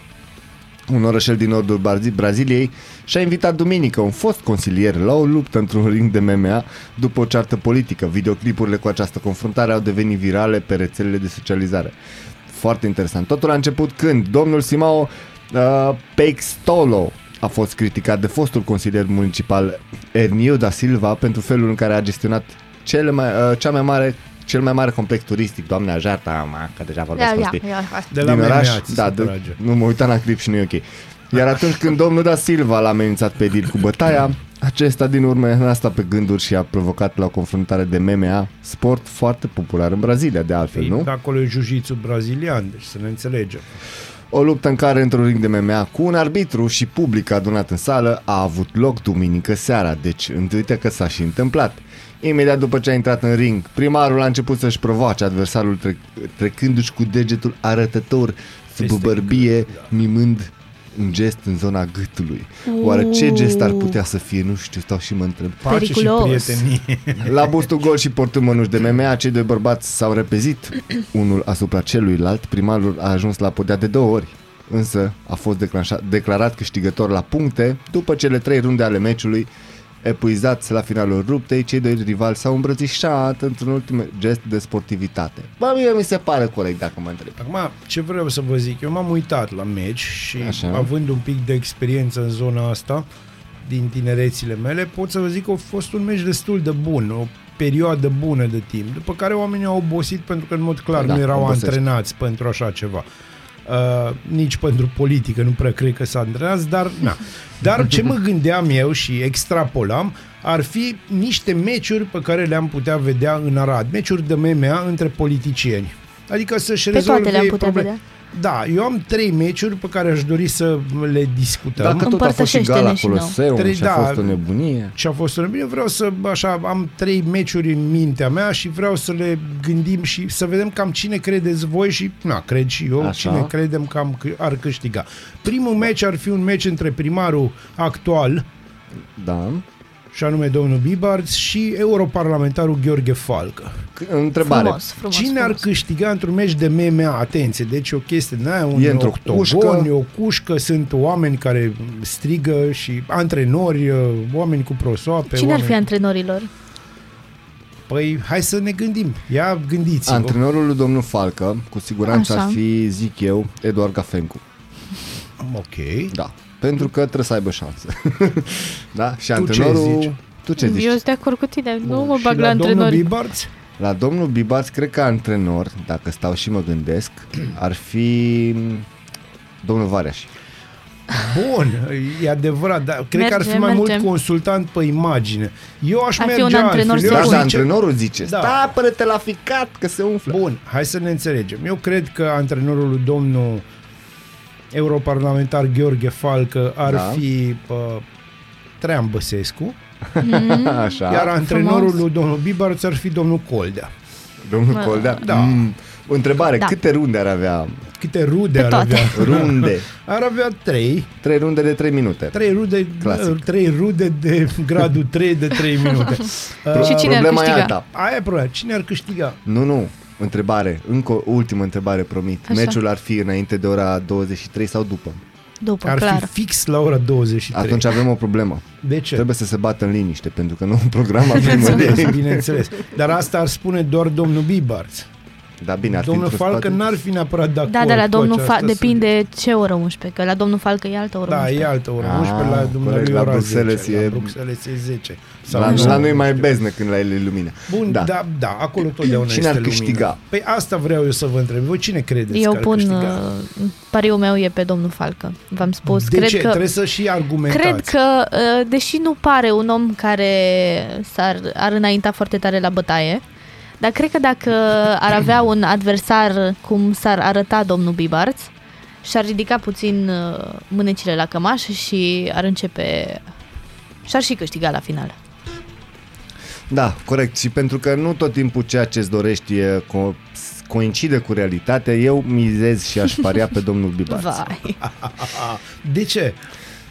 [SPEAKER 2] un orășel din nordul Barzi- Braziliei, și-a invitat duminică un fost consilier la o luptă într-un ring de MMA după o ceartă politică. Videoclipurile cu această confruntare au devenit virale pe rețelele de socializare. Foarte interesant. Totul a început când domnul Simao uh, Peixtolo a fost criticat de fostul consilier municipal Ernio da Silva pentru felul în care a gestionat cele mai, uh, cea mai mare cel mai mare complex turistic, doamne, jarta, ma, că deja vorbesc
[SPEAKER 5] Ia,
[SPEAKER 2] prostii
[SPEAKER 5] ia, ia.
[SPEAKER 3] De la
[SPEAKER 2] din
[SPEAKER 3] MMA
[SPEAKER 2] oraș.
[SPEAKER 3] ați
[SPEAKER 2] Da,
[SPEAKER 3] supărat,
[SPEAKER 2] de,
[SPEAKER 3] Geo.
[SPEAKER 2] nu mă uitam la clip și nu e ok. Iar atunci când domnul Da Silva l-a amenințat pe Edil cu bătaia, acesta din urmă a stat pe gânduri și a provocat la o confruntare de MMA, sport foarte popular în Brazilia, de altfel,
[SPEAKER 3] Ei,
[SPEAKER 2] nu?
[SPEAKER 3] de Acolo e jiu brazilian, deci să ne înțelegem.
[SPEAKER 2] O luptă în care într-un ring de MMA cu un arbitru și public adunat în sală a avut loc duminică seara, deci întuite că s-a și întâmplat. Imediat după ce a intrat în ring, primarul a început să-și provoace adversarul trec- trecându-și cu degetul arătător sub
[SPEAKER 3] Peste
[SPEAKER 2] bărbie, mimând un gest în zona gâtului. Oare ce gest ar putea să fie? Nu știu, stau și mă întreb.
[SPEAKER 3] Pace și
[SPEAKER 5] Periculos.
[SPEAKER 3] prietenie.
[SPEAKER 2] La bustul gol și portând mănuși de MMA, cei doi bărbați s-au repezit unul asupra celuilalt. Primarul a ajuns la podea de două ori, însă a fost declanșat, declarat câștigător la puncte după cele trei runde ale meciului. Epuizați la finalul ruptei, cei doi rivali s-au îmbrățișat într-un ultim gest de sportivitate. Bă, mie mi se pare corect dacă mă întreb.
[SPEAKER 3] Acum, ce vreau să vă zic, eu m-am uitat la meci și
[SPEAKER 2] Așa.
[SPEAKER 3] Așa. având un pic de experiență în zona asta, din tinerețile mele, pot să vă zic că a fost un meci destul de bun, o perioadă bună de timp, după care oamenii au obosit pentru că în mod clar
[SPEAKER 2] Da,
[SPEAKER 3] da, nu erau
[SPEAKER 2] obosește.
[SPEAKER 3] antrenați pentru așa ceva. Uh, nici pentru politică, nu prea cred că s-a antrenați, dar na. Dar ce mă gândeam eu și extrapolam ar fi niște meciuri pe care le-am putea vedea în Arad, meciuri de MMA între politicieni. Adică
[SPEAKER 5] Pe
[SPEAKER 3] să-și
[SPEAKER 5] toate
[SPEAKER 3] rezolve
[SPEAKER 5] le-am putea
[SPEAKER 3] probleme.
[SPEAKER 5] vedea.
[SPEAKER 3] Da, eu am trei meciuri pe care aș dori să le discutăm.
[SPEAKER 2] Dacă tot a fost și
[SPEAKER 5] Împărtășește-ne
[SPEAKER 2] gala
[SPEAKER 5] și nouă.
[SPEAKER 2] Coloseum
[SPEAKER 3] Trei-
[SPEAKER 2] și a
[SPEAKER 3] da.
[SPEAKER 2] fost o nebunie...
[SPEAKER 3] Ce a fost în bine, vreau să, așa, am trei meciuri în mintea mea și vreau să le gândim și să vedem cam cine credeți voi și, na, cred și eu,
[SPEAKER 2] Așa.
[SPEAKER 3] așa. cine credem că am, câ- ar câștiga. Primul meci ar fi un meci între primarul actual,
[SPEAKER 2] Da.
[SPEAKER 3] și anume domnul Bibarț, și europarlamentarul Gheorghe Falcă.
[SPEAKER 2] C- întrebare.
[SPEAKER 5] Frumos, frumos,
[SPEAKER 3] Cine ar
[SPEAKER 5] frumos.
[SPEAKER 3] câștiga într-un meci de MMA? Atenție, deci e o chestie din aia, un
[SPEAKER 2] E
[SPEAKER 3] e
[SPEAKER 2] într-o
[SPEAKER 3] octogon,
[SPEAKER 2] cușcă.
[SPEAKER 3] e o cușcă, sunt oameni care strigă și antrenori, uh, oameni cu prosoape.
[SPEAKER 5] Cine ar
[SPEAKER 3] oameni...
[SPEAKER 5] fi antrenorilor?
[SPEAKER 3] Păi, hai să ne gândim. Ia gândiți-vă.
[SPEAKER 2] Antrenorul lui domnul Falcă, cu siguranță
[SPEAKER 5] Așa.
[SPEAKER 2] ar fi, zic eu, Eduard Gafencu.
[SPEAKER 3] ok.
[SPEAKER 2] Da. Pentru că trebuie să aibă șanse. da? Și
[SPEAKER 3] ce
[SPEAKER 2] antrenorul...
[SPEAKER 3] zici?
[SPEAKER 2] tu ce zici?
[SPEAKER 10] Eu sunt de acord cu tine, nu mă
[SPEAKER 3] și
[SPEAKER 10] bag la,
[SPEAKER 3] la domnul
[SPEAKER 10] antrenori.
[SPEAKER 3] Bibarț?
[SPEAKER 2] La domnul Bibarț, cred că antrenor, dacă stau și mă gândesc, ar fi mm, domnul Vareș.
[SPEAKER 3] Bun, e adevărat, dar cred că ar fi
[SPEAKER 10] Mergem,
[SPEAKER 3] mai mult
[SPEAKER 10] mergem.
[SPEAKER 3] consultant pe imagine. Eu aș
[SPEAKER 5] Ar fi
[SPEAKER 3] merge
[SPEAKER 5] un antrenor
[SPEAKER 3] altfel. Eu
[SPEAKER 2] Dar
[SPEAKER 3] aș
[SPEAKER 2] da,
[SPEAKER 5] zice-
[SPEAKER 2] antrenorul zice, da.
[SPEAKER 3] Da.
[SPEAKER 2] stapără-te la ficat că se umflă.
[SPEAKER 3] Bun, hai să ne înțelegem. Eu cred că antrenorul lui domnul europarlamentar Gheorghe Falcă ar
[SPEAKER 2] Da.
[SPEAKER 3] da. fi uh, Trean Băsescu,
[SPEAKER 2] Așa.
[SPEAKER 3] da, iar antrenorul
[SPEAKER 5] Mm. frumos.
[SPEAKER 3] lui domnul Bibarț ar fi domnul Coldea.
[SPEAKER 2] Domnul Coldea.
[SPEAKER 3] Da.
[SPEAKER 2] Mm. O întrebare,
[SPEAKER 5] Da.
[SPEAKER 2] câte runde ar avea?
[SPEAKER 3] Câte rude ar
[SPEAKER 5] toate.
[SPEAKER 3] avea?
[SPEAKER 2] Runde.
[SPEAKER 3] Ar avea trei.
[SPEAKER 2] Trei runde de trei minute.
[SPEAKER 3] Trei rude,
[SPEAKER 2] Clasic.
[SPEAKER 3] trei rude de gradul 3 de 3 minute. Uh,
[SPEAKER 10] Și cine ar
[SPEAKER 2] Problema e
[SPEAKER 10] câștiga?
[SPEAKER 2] alta.
[SPEAKER 3] aia e problema. Cine ar câștiga?
[SPEAKER 2] Nu, nu. Întrebare. Încă o ultimă întrebare, promit. Așa. Meciul ar fi înainte de ora 23 sau după?
[SPEAKER 5] După,
[SPEAKER 3] Ar
[SPEAKER 5] clar.
[SPEAKER 3] fi fix la ora 23.
[SPEAKER 2] Atunci avem o problemă.
[SPEAKER 3] de ce?
[SPEAKER 2] Trebuie să se bată în liniște, pentru că nu în programa primăriei.
[SPEAKER 3] Bineînțeles, bineînțeles. Dar asta ar spune doar domnul Bibarț.
[SPEAKER 2] Dar Da, bine, ar fi
[SPEAKER 3] Domnul
[SPEAKER 2] într-un
[SPEAKER 3] Falcă
[SPEAKER 2] spate-
[SPEAKER 3] n-ar fi neapărat de acord
[SPEAKER 5] Da, de la
[SPEAKER 3] cu
[SPEAKER 5] domnul
[SPEAKER 3] această
[SPEAKER 5] Fa- depinde ce oră 11, că la domnul Falcă e altă oră
[SPEAKER 3] Da,
[SPEAKER 5] 11.
[SPEAKER 3] e altă oră.
[SPEAKER 2] Ah,
[SPEAKER 3] 11 la
[SPEAKER 2] corect,
[SPEAKER 3] dumnealui
[SPEAKER 2] la
[SPEAKER 3] ora
[SPEAKER 2] Bruxelles
[SPEAKER 3] 10,
[SPEAKER 2] e-
[SPEAKER 3] La Bruxelles e 10. Sau
[SPEAKER 2] La, la
[SPEAKER 3] nouă.
[SPEAKER 2] noi mai beznă când la ele e lumină.
[SPEAKER 3] Bun, da. da, da, acolo totdeauna
[SPEAKER 2] Cine
[SPEAKER 3] este
[SPEAKER 2] ar câștiga?
[SPEAKER 3] Lumină. Păi asta vreau eu să vă întreb. Voi cine credeți
[SPEAKER 5] Eu
[SPEAKER 3] că ar
[SPEAKER 5] pun...
[SPEAKER 3] câștiga?
[SPEAKER 5] uh, Pariul meu e pe domnul Falcă. V-am spus.
[SPEAKER 3] De
[SPEAKER 5] uh, cred
[SPEAKER 3] ce?
[SPEAKER 5] că...
[SPEAKER 3] Trebuie să și argumentați.
[SPEAKER 5] Cred că, uh, deși nu pare un om care s-ar, ar înainta foarte tare la bătaie, dar cred că dacă ar avea un adversar cum s-ar arăta domnul Bibarț, și-ar ridica puțin uh, mânecile la cămașă și ar începe... Și-ar și câștiga la final.
[SPEAKER 2] Da, corect. Și pentru că nu tot timpul ceea ce îți dorești e co- coincide cu realitatea, eu mizez și aș paria pe domnul Bibaț.
[SPEAKER 5] Vai.
[SPEAKER 3] De ce?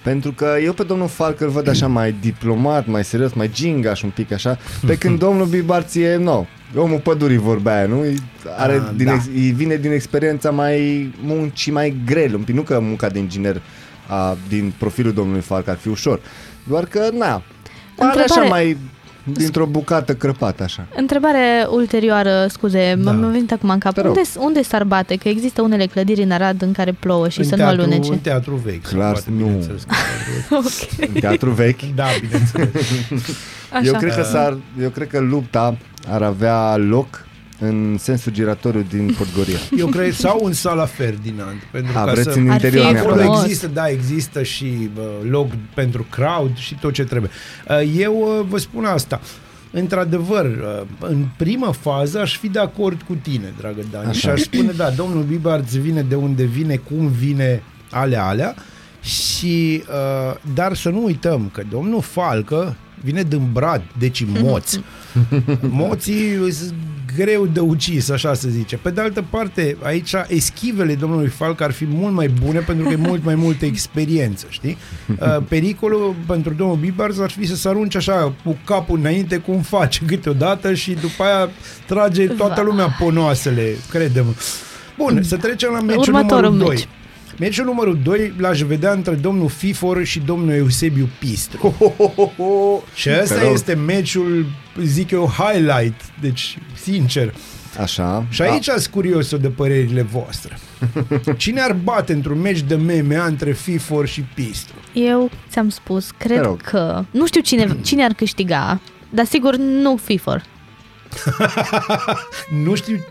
[SPEAKER 2] Pentru că eu pe domnul Falcă îl văd așa mai diplomat, mai serios, mai gingaș un pic așa, pe când domnul Bibarț e nou. Omul pădurii vorbea aia, nu? E- Are
[SPEAKER 3] Ah,
[SPEAKER 2] A, din
[SPEAKER 3] da.
[SPEAKER 2] ex- îi vine din experiența mai muncii mai grele, un pic, nu că munca de inginer a, din profilul domnului Falcă ar fi ușor, doar că, na, are
[SPEAKER 5] Întrebare-
[SPEAKER 2] așa mai dintr-o bucată crăpată așa.
[SPEAKER 5] Întrebare ulterioară, scuze, da. mi-a venit acum în cap.
[SPEAKER 2] Te rog.
[SPEAKER 5] Unde, unde s-ar bate? Că există unele clădiri în Arad în care plouă și
[SPEAKER 3] în
[SPEAKER 5] să nu
[SPEAKER 3] teatru,
[SPEAKER 5] alunece.
[SPEAKER 3] În teatru vechi.
[SPEAKER 2] Clar,
[SPEAKER 3] poate,
[SPEAKER 2] nu.
[SPEAKER 3] bineînțeles că-
[SPEAKER 5] ok,
[SPEAKER 2] În teatru vechi.
[SPEAKER 3] Da, bineînțeles. Da.
[SPEAKER 5] așa.
[SPEAKER 2] Eu cred, că s-ar, eu cred că lupta ar avea loc în sensul giratoriu din Podgoria.
[SPEAKER 3] Eu cred, sau în sala Ferdinand. Pentru
[SPEAKER 2] A,
[SPEAKER 3] ca
[SPEAKER 2] vreți
[SPEAKER 3] să...
[SPEAKER 2] în
[SPEAKER 5] Ar fi
[SPEAKER 2] interior
[SPEAKER 3] Acolo
[SPEAKER 2] neapărat.
[SPEAKER 5] frumos.
[SPEAKER 3] există, da, există și bă, loc pentru crowd și tot ce trebuie. Uh, Eu uh, vă spun asta. Într-adevăr, uh, în prima fază aș fi de acord cu tine, dragă Dani, Așa. și aș spune, da, domnul Bibar îți vine de unde vine, cum vine, alea, alea, și, uh, dar să nu uităm că domnul Falcă vine din Brad, deci moți. Moții sunt greu de ucis, așa se zice. Pe de altă parte, aici eschivele domnului Falc ar fi mult mai bune pentru că e mult mai multă experiență, știi? Uh, Pericolul pentru domnul Bibars ar fi să se arunce așa cu capul înainte cum face câteodată și după aia trage
[SPEAKER 5] Va.
[SPEAKER 3] toată lumea ponoasele, credem. Bun, să trecem la meciul
[SPEAKER 5] Următorul
[SPEAKER 3] numărul 2.
[SPEAKER 5] meci.
[SPEAKER 3] Meciul numărul 2 l-aș vedea între domnul Fifor și domnul Eusebiu Pistru. Și ăsta
[SPEAKER 2] Te rog.
[SPEAKER 3] este meciul, zic eu, highlight, deci sincer.
[SPEAKER 2] Așa.
[SPEAKER 3] Și aici sunt curios de părerile voastre. Cine ar bate într-un meci de MMA între Fifor și Pistru?
[SPEAKER 5] Eu ți-am spus,
[SPEAKER 2] Te
[SPEAKER 5] cred
[SPEAKER 2] rog.
[SPEAKER 5] că... Nu știu cine, cine ar câștiga, dar sigur nu FIFOR.
[SPEAKER 3] Nu știu...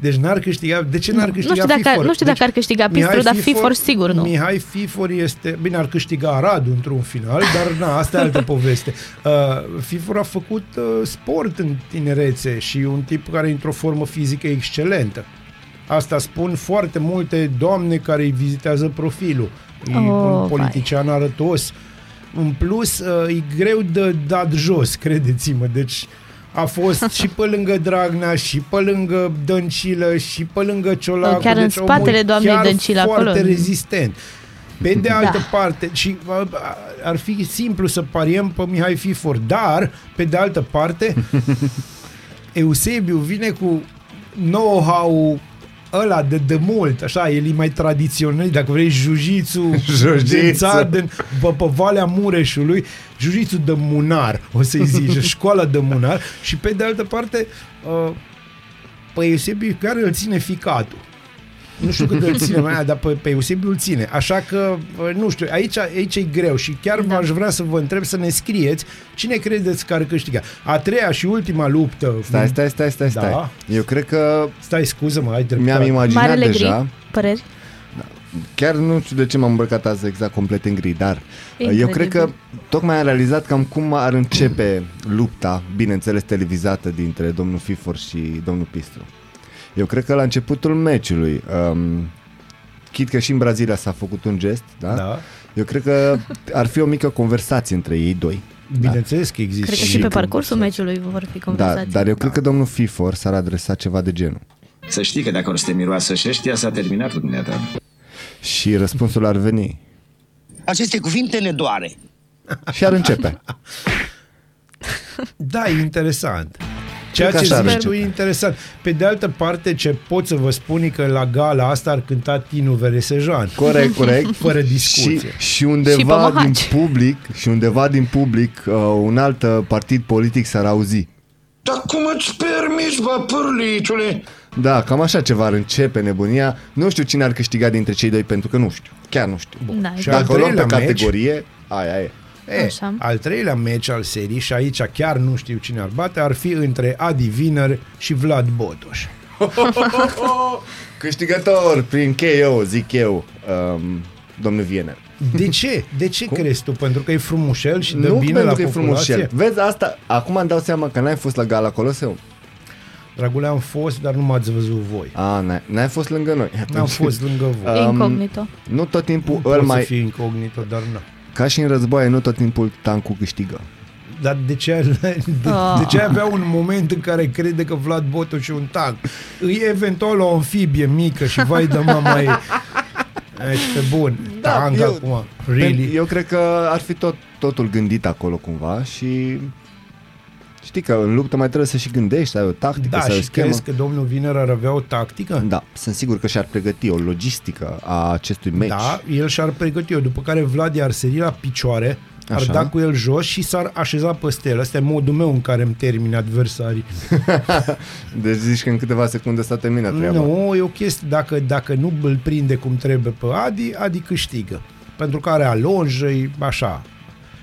[SPEAKER 3] Deci n-ar câștiga... De ce n-ar
[SPEAKER 5] Nu
[SPEAKER 3] câștiga
[SPEAKER 5] știu dacă-
[SPEAKER 3] Fifor?
[SPEAKER 5] nu știu dacă ar câștiga Pistru,
[SPEAKER 3] Mihai
[SPEAKER 5] dar Fifor sigur nu.
[SPEAKER 3] Mihai Fifor este... Bine, ar câștiga Arad într-un final, dar na, asta e altă poveste. Uh, Fifor a făcut uh, sport în tinerețe și e un tip care e într-o formă fizică excelentă. Asta spun foarte multe doamne care îi vizitează profilul. E
[SPEAKER 5] Oh,
[SPEAKER 3] un
[SPEAKER 5] vai.
[SPEAKER 3] politician arătos. În plus, uh, e greu de dat jos, credeți-mă. Deci a fost și pe lângă Dragnea, și pe lângă Dăncilă, și pe lângă Ciolacu.
[SPEAKER 5] Chiar în
[SPEAKER 3] deci omul
[SPEAKER 5] spatele doamnei
[SPEAKER 3] chiar
[SPEAKER 5] Dăncilă,
[SPEAKER 3] foarte
[SPEAKER 5] acolo. Da.
[SPEAKER 3] rezistent. Pe de altă parte, și uh, ar fi simplu să pariem pe Mihai Fifor, dar, pe de altă parte, Eusebiu vine cu know-how ăla de, de mult, așa, el e mai tradițional, dacă vrei, jiu-jitsu
[SPEAKER 2] Jiu-jitsu.
[SPEAKER 3] din țar, din, bă, pe Valea Mureșului, jiu-jitsu de munar, o să-i zici, școala de munar, și pe de altă parte, uh, pe Eusebiu chiar îl ține ficatul. Nu știu cât îl ține mai, dar pe, pe Eusebiu îl ține. Așa că, uh, nu știu, aici, aici e greu și chiar da. aș vrea să vă întreb să ne scrieți cine credeți că ar câștiga. A treia și ultima luptă.
[SPEAKER 2] Stai, stai, stai, stai, stai.
[SPEAKER 3] Da.
[SPEAKER 2] Eu cred că
[SPEAKER 3] Stai, scuză-mă, ai dreptate.
[SPEAKER 2] mi-am imaginat
[SPEAKER 5] Marele
[SPEAKER 2] deja.
[SPEAKER 5] gri, păreri?
[SPEAKER 2] Chiar nu știu de ce m-am îmbrăcat azi exact complet în gri, dar
[SPEAKER 5] Incredibil.
[SPEAKER 2] eu cred că tocmai am realizat cam cum ar începe lupta, bineînțeles televizată, dintre domnul Fifor și domnul Pistru. Eu cred că la începutul meciului, um, chit că și în Brazilia s-a făcut un gest, da?
[SPEAKER 3] Da.
[SPEAKER 2] Eu cred că ar fi o mică conversație între ei doi.
[SPEAKER 3] Bineînțeles că există.
[SPEAKER 5] Cred că
[SPEAKER 2] și
[SPEAKER 5] și pe
[SPEAKER 2] când-
[SPEAKER 5] parcursul meciului vor fi
[SPEAKER 2] Da,
[SPEAKER 5] conversații.
[SPEAKER 2] dar eu cred că domnul Fifor s-ar adresa ceva de genul.
[SPEAKER 10] Să știi că dacă o să te miroasă și ăștia, s-a terminat cu dumneata.
[SPEAKER 2] Și răspunsul ar veni.
[SPEAKER 10] Aceste cuvinte ne doare.
[SPEAKER 2] Și ar începe.
[SPEAKER 3] Da, e interesant. Ceea
[SPEAKER 2] Cred
[SPEAKER 3] ce
[SPEAKER 2] că așa
[SPEAKER 3] zici
[SPEAKER 2] merge.
[SPEAKER 3] tu e interesant. Pe de altă parte, ce pot să vă spun e că la gala asta ar cânta Tinu Veresejan.
[SPEAKER 2] Corect, corect.
[SPEAKER 3] Fără discuție.
[SPEAKER 2] Și, și undeva
[SPEAKER 11] pe
[SPEAKER 2] și din
[SPEAKER 11] Mohaci.
[SPEAKER 2] public, și undeva din public, uh, un alt uh, partid politic s-ar auzi.
[SPEAKER 9] Dar cum îți permiți, bă, pârliciule?
[SPEAKER 2] Da, cam așa ceva ar începe nebunia. Nu știu cine ar câștiga dintre cei doi, pentru că nu știu. Chiar nu știu. Bun.
[SPEAKER 5] Da,
[SPEAKER 3] Și al
[SPEAKER 2] Dacă o luăm
[SPEAKER 3] treilea
[SPEAKER 2] pe
[SPEAKER 3] meci,
[SPEAKER 2] categorie, aia e.
[SPEAKER 3] e,
[SPEAKER 5] Așa.
[SPEAKER 3] al treilea meci al serii, și aici chiar nu știu cine ar bate, ar fi între Adi Viner și Vlad Botoș.
[SPEAKER 2] Câștigător prin KO, zic eu, um, domnul Viener.
[SPEAKER 3] De ce? De ce crezi tu? Pentru că e frumușel și dă
[SPEAKER 2] nu
[SPEAKER 3] bine la
[SPEAKER 2] pentru că e
[SPEAKER 3] populație?
[SPEAKER 2] frumos și el. Vezi, asta, acum îmi dau seama că n-ai fost la Gala Coloseum.
[SPEAKER 3] Dragule, am fost, dar nu m-ați văzut voi.
[SPEAKER 2] A, n-ai, n-ai fost lângă noi.
[SPEAKER 3] N-am fost lângă voi.
[SPEAKER 5] Incognito.
[SPEAKER 2] Nu tot timpul
[SPEAKER 3] Pot
[SPEAKER 2] îl
[SPEAKER 3] mai...
[SPEAKER 2] mai...
[SPEAKER 3] să fiu incognito, dar nu.
[SPEAKER 2] Ca și în războaie, nu tot timpul tancul câștigă.
[SPEAKER 3] Dar de ce, de, de
[SPEAKER 2] Ah.
[SPEAKER 3] ce avea un moment în care crede că Vlad Botoș și un tank? Îi eventual o amfibie mică și vai de mama ei. Ești pe bun. Da, tank eu, acum. Really? Eu,
[SPEAKER 2] Eu cred că ar fi tot, totul gândit acolo cumva și... Știi că în luptă mai trebuie să și gândești, să ai o tactică,
[SPEAKER 3] da,
[SPEAKER 2] să ai o
[SPEAKER 3] și
[SPEAKER 2] schemă.
[SPEAKER 3] crezi că domnul Viner ar avea o tactică?
[SPEAKER 2] Da, sunt sigur că și-ar pregăti o logistică a acestui meci.
[SPEAKER 3] Da, el și-ar pregăti-o, după care Vlad i-ar seri la picioare, ar
[SPEAKER 2] Așa.
[SPEAKER 3] da cu el jos și s-ar așeza pe stel. Asta e modul meu în care îmi termin adversarii.
[SPEAKER 2] Deci zici că în câteva secunde s-a terminat treaba.
[SPEAKER 3] Nu, e o chestie, dacă, dacă nu îl prinde cum trebuie pe Adi, Adi câștigă. Pentru că are alonjă, e așa.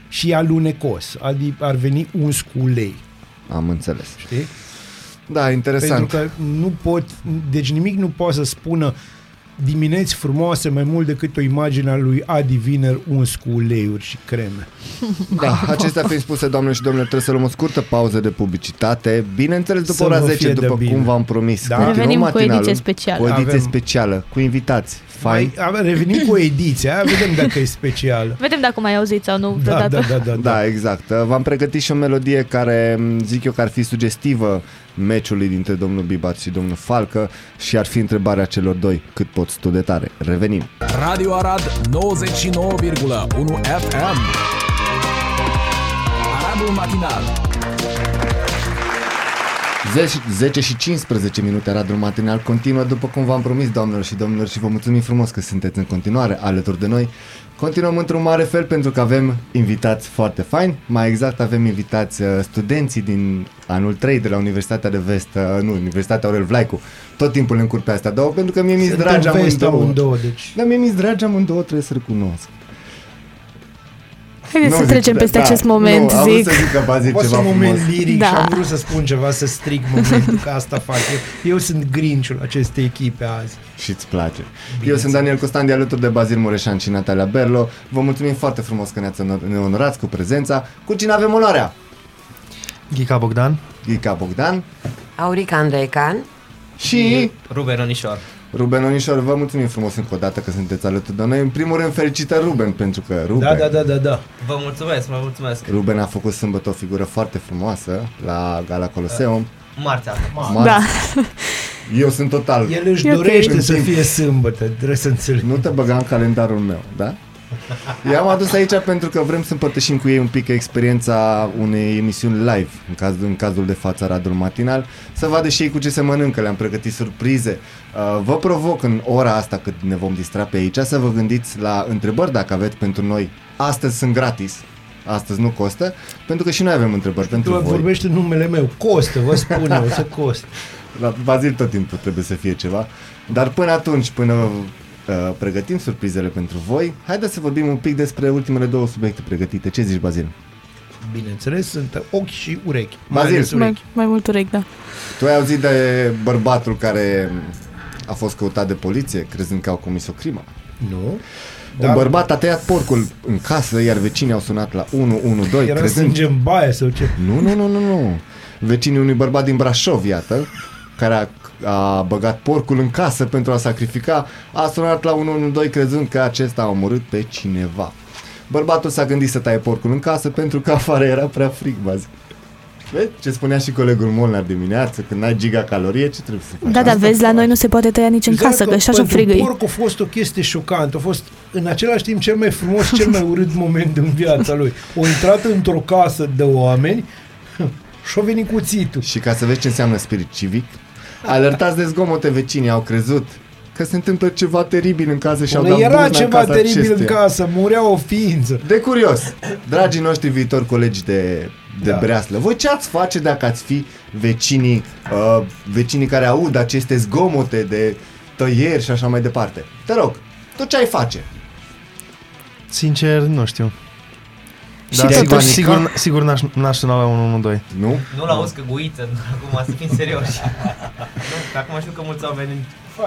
[SPEAKER 3] Și e alunecos. Adi ar veni uns cu ulei.
[SPEAKER 2] Am înțeles.
[SPEAKER 3] Știi?
[SPEAKER 2] Da, interesant.
[SPEAKER 3] Pentru că nu pot, deci nimic nu poate să spună dimineți frumoase mai mult decât o imagine a lui Adi Viner uns cu uleiuri și creme.
[SPEAKER 12] Uh,
[SPEAKER 2] Da, acestea fiind spuse, doamne și domnilor, trebuie să luăm o scurtă pauză de publicitate. Bineînțeles, după
[SPEAKER 3] Să
[SPEAKER 2] ora
[SPEAKER 3] vă
[SPEAKER 2] 10,
[SPEAKER 3] fie de
[SPEAKER 2] după
[SPEAKER 3] bine.
[SPEAKER 2] cum v-am promis.
[SPEAKER 3] Da.
[SPEAKER 2] Continuăm
[SPEAKER 11] Revenim cu o
[SPEAKER 2] matinalul,
[SPEAKER 11] ediție specială.
[SPEAKER 2] Cu o ediție
[SPEAKER 3] Avem-
[SPEAKER 2] specială, cu invitați. Fain.
[SPEAKER 3] Mai, a- revenim cu ediția, aia vedem dacă e specială.
[SPEAKER 5] Vedem dacă mai auziți sau nu
[SPEAKER 3] Da,
[SPEAKER 5] vreodată.
[SPEAKER 3] da, da, da, da.
[SPEAKER 2] Da, exact. V-am pregătit și o melodie care m, zic eu că ar fi sugestivă meciului dintre domnul Bibat și domnul Falcă și ar fi întrebarea celor doi cât poți tu de tare. Revenim.
[SPEAKER 6] Radio Arad 99,1 FM Aradul Matinal
[SPEAKER 2] 10, 10 și 15 minute Radul Matinal continuă după cum v-am promis doamnelor și domnilor și vă mulțumim frumos că sunteți în continuare alături de noi. Continuăm într-un mare fel pentru că avem invitați foarte faini, mai exact avem invitați uh, studenții din anul 3 de la Universitatea de Vest, uh, nu, Universitatea Aurel Vlaicu, tot timpul în curtea asta două pentru că mie mi-s dragi
[SPEAKER 3] Suntem vest
[SPEAKER 2] amândouă.
[SPEAKER 3] amândouă, deci.
[SPEAKER 2] Dar mie mi-s dragi amândouă, trebuie să recunosc.
[SPEAKER 5] Haideți să
[SPEAKER 2] zic,
[SPEAKER 5] trecem
[SPEAKER 2] da,
[SPEAKER 5] peste
[SPEAKER 2] da,
[SPEAKER 5] acest moment,
[SPEAKER 2] nu, am vrut
[SPEAKER 5] zic.
[SPEAKER 2] să zic că v-a zis
[SPEAKER 3] Poți
[SPEAKER 2] ceva
[SPEAKER 3] un
[SPEAKER 2] frumos.
[SPEAKER 3] moment liric
[SPEAKER 5] Da.
[SPEAKER 3] și am vrut să spun ceva, să stric momentul, că asta fac eu. Eu sunt grinciul acestei echipe azi.
[SPEAKER 2] și îți place. Bine Eu sunt Daniel Costandi alături de Bazil Mureșan și Natalia Berlo. Vă mulțumim foarte frumos că ne-ați onor- ne onorați cu prezența. Cu cine avem onoarea?
[SPEAKER 11] Ghica Bogdan.
[SPEAKER 2] Ghica Bogdan
[SPEAKER 7] Aurica Andreican.
[SPEAKER 2] și
[SPEAKER 11] Ruben Onișor.
[SPEAKER 2] Ruben Onișor. Vă mulțumim frumos încă o dată că sunteți alături de noi. În primul rând, felicitări Ruben pentru că Ruben,
[SPEAKER 3] Da, da, da, da, da.
[SPEAKER 11] Vă mulțumesc, vă mulțumesc.
[SPEAKER 2] Ruben a făcut sâmbătă o figură foarte frumoasă la Gala Coliseum.
[SPEAKER 11] Marțea.
[SPEAKER 2] Ma-
[SPEAKER 5] Da.
[SPEAKER 2] Eu sunt total...
[SPEAKER 3] El își
[SPEAKER 5] E ok.
[SPEAKER 3] dorește să fie sâmbătă, trebuie să înțelegi.
[SPEAKER 2] Nu te băga în calendarul meu, da? I-am adus aici pentru că vrem să împărtășim cu ei un pic experiența unei emisiuni live, în, caz, în cazul de fața Radul Matinal, să vadă și ei cu ce se mănâncă, le-am pregătit surprize. Uh, Vă provoc în ora asta cât ne vom distra pe aici să vă gândiți la întrebări dacă aveți pentru noi. Astăzi sunt gratis, astăzi nu costă, pentru că și noi avem întrebări
[SPEAKER 3] Tu
[SPEAKER 2] pentru voi.
[SPEAKER 3] vorbești în numele meu, costă, vă spun eu, să cost.
[SPEAKER 2] La Bazil tot timpul trebuie să fie ceva. Dar până atunci, până uh, pregătim surprizele pentru voi, haideți să vorbim un pic despre ultimele două subiecte pregătite. Ce zici, Bazil?
[SPEAKER 3] Bineînțeles, sunt ochi și urechi. Mai
[SPEAKER 2] Bazil.
[SPEAKER 3] ales urechi.
[SPEAKER 5] Mai, mai mult urechi, da.
[SPEAKER 2] Tu ai auzit de bărbatul care a fost căutat de poliție, crezând că au comis o crimă.
[SPEAKER 3] Nu?
[SPEAKER 2] Da. Un bărbat a tăiat porcul în casă, iar vecinii au sunat la 112,
[SPEAKER 3] Era
[SPEAKER 2] crezând...
[SPEAKER 3] sânge în baie sau ce?
[SPEAKER 2] Nu, nu, nu, nu, nu. Vecinii unui bărbat din Brașov, iată, care a, a băgat porcul în casă pentru a sacrifica, a sunat la 112 crezând că acesta a omorât pe cineva. Bărbatul s-a gândit să taie porcul în casă pentru că afară era prea frig, bazi. Vezi ce spunea și colegul Molnar dimineață, când ai giga calorie, ce trebuie să faci?
[SPEAKER 5] Da, da, vezi, la noi nu se poate tăia nici în
[SPEAKER 3] Îți dai
[SPEAKER 5] casă,
[SPEAKER 3] seama
[SPEAKER 5] că și așa
[SPEAKER 3] Exact, pentru
[SPEAKER 5] frigă
[SPEAKER 3] porc a fost o chestie șocantă. A fost în același timp cel mai frumos și cel mai urât moment în viața lui. O intrat într-o casă de oameni Și-o venit cuțitul.
[SPEAKER 2] Și ca să vezi ce înseamnă spirit civic, alertați de zgomote vecinii au crezut că se întâmplă ceva teribil în casă și au dat
[SPEAKER 3] Era
[SPEAKER 2] buzna în
[SPEAKER 3] ceva
[SPEAKER 2] casa
[SPEAKER 3] teribil în
[SPEAKER 2] acesteia.
[SPEAKER 3] casă, murea o ființă.
[SPEAKER 2] De curios, dragii noștri viitori colegi de, de da. breaslă, voi ce ați face dacă ați fi vecinii, uh, vecinii care aud aceste zgomote de tăieri și așa mai departe? Te rog, tu ce ai face?
[SPEAKER 12] Sincer, nu știu.
[SPEAKER 2] Și
[SPEAKER 12] Dar
[SPEAKER 2] te-ai
[SPEAKER 12] sigur,
[SPEAKER 2] panicat?
[SPEAKER 12] sigur, sigur n-aș, n-aș suna la 112.
[SPEAKER 2] Nu?
[SPEAKER 11] Nu-l auzi că guiță, nu, acum, să fim serioși. nu, că acum știu că mulți au venit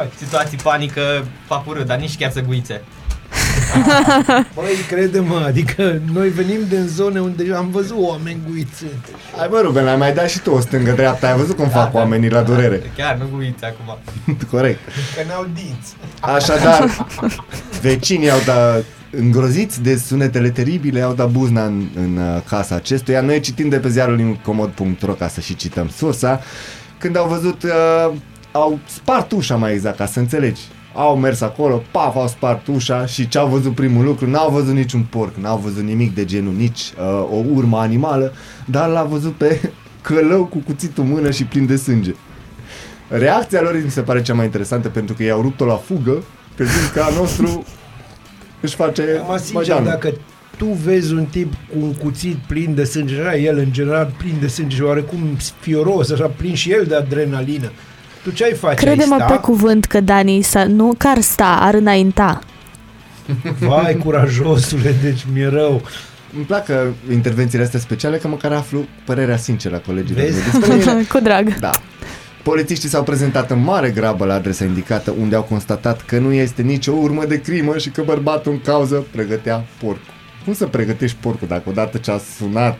[SPEAKER 11] în situații panică, fac urât, dar nici chiar să guițe.
[SPEAKER 3] Băi, crede-mă, adică noi venim din zone unde am văzut oameni guițând.
[SPEAKER 2] Hai bă, Ruben, ai mai dat și tu o stângă-dreapta, ai văzut cum fac oamenii la durere.
[SPEAKER 11] Chiar, nu guițe acum.
[SPEAKER 2] Corect.
[SPEAKER 3] Că n-au dinți.
[SPEAKER 2] Așadar, vecinii au dat îngroziți de sunetele teribile, au dat buzna în, în uh, casa acestuia. Noi citim de pe ziarul incomod.ro ca să și cităm sursa. Când au văzut, uh, au spart ușa mai exact, ca să înțelegi. Au mers acolo, paf, au spart ușa și ce au văzut primul lucru, n-au văzut niciun porc, n-au văzut nimic de genul, nici uh, o urmă animală, dar l-a văzut pe călău cu cuțitul în mână și plin de sânge. Reacția lor mi se pare cea mai interesantă pentru că i-au rupt-o la fugă, crezând că a nostru își face
[SPEAKER 3] Mă sincer,
[SPEAKER 2] maidanul.
[SPEAKER 3] dacă tu vezi un tip cu un cuțit plin de sânge, așa, el în general plin de sânge și oarecum fioros, așa, plin și el de adrenalină, tu ce ai face?
[SPEAKER 5] Crede-mă
[SPEAKER 3] ai sta?
[SPEAKER 5] pe cuvânt că Dani s nu, că ar sta, ar înainta.
[SPEAKER 3] Vai, curajosule, deci mi-e rău.
[SPEAKER 2] Îmi plac uh, intervențiile astea speciale că măcar aflu părerea sinceră a colegilor.
[SPEAKER 3] Vezi?
[SPEAKER 2] mei despre ele.
[SPEAKER 5] Cu drag.
[SPEAKER 2] Da. Polițiștii s-au prezentat în mare grabă la adresa indicată, unde au constatat că nu este nicio urmă de crimă și că bărbatul în cauză pregătea porcul. Cum să pregătești porcul dacă odată ce a sunat?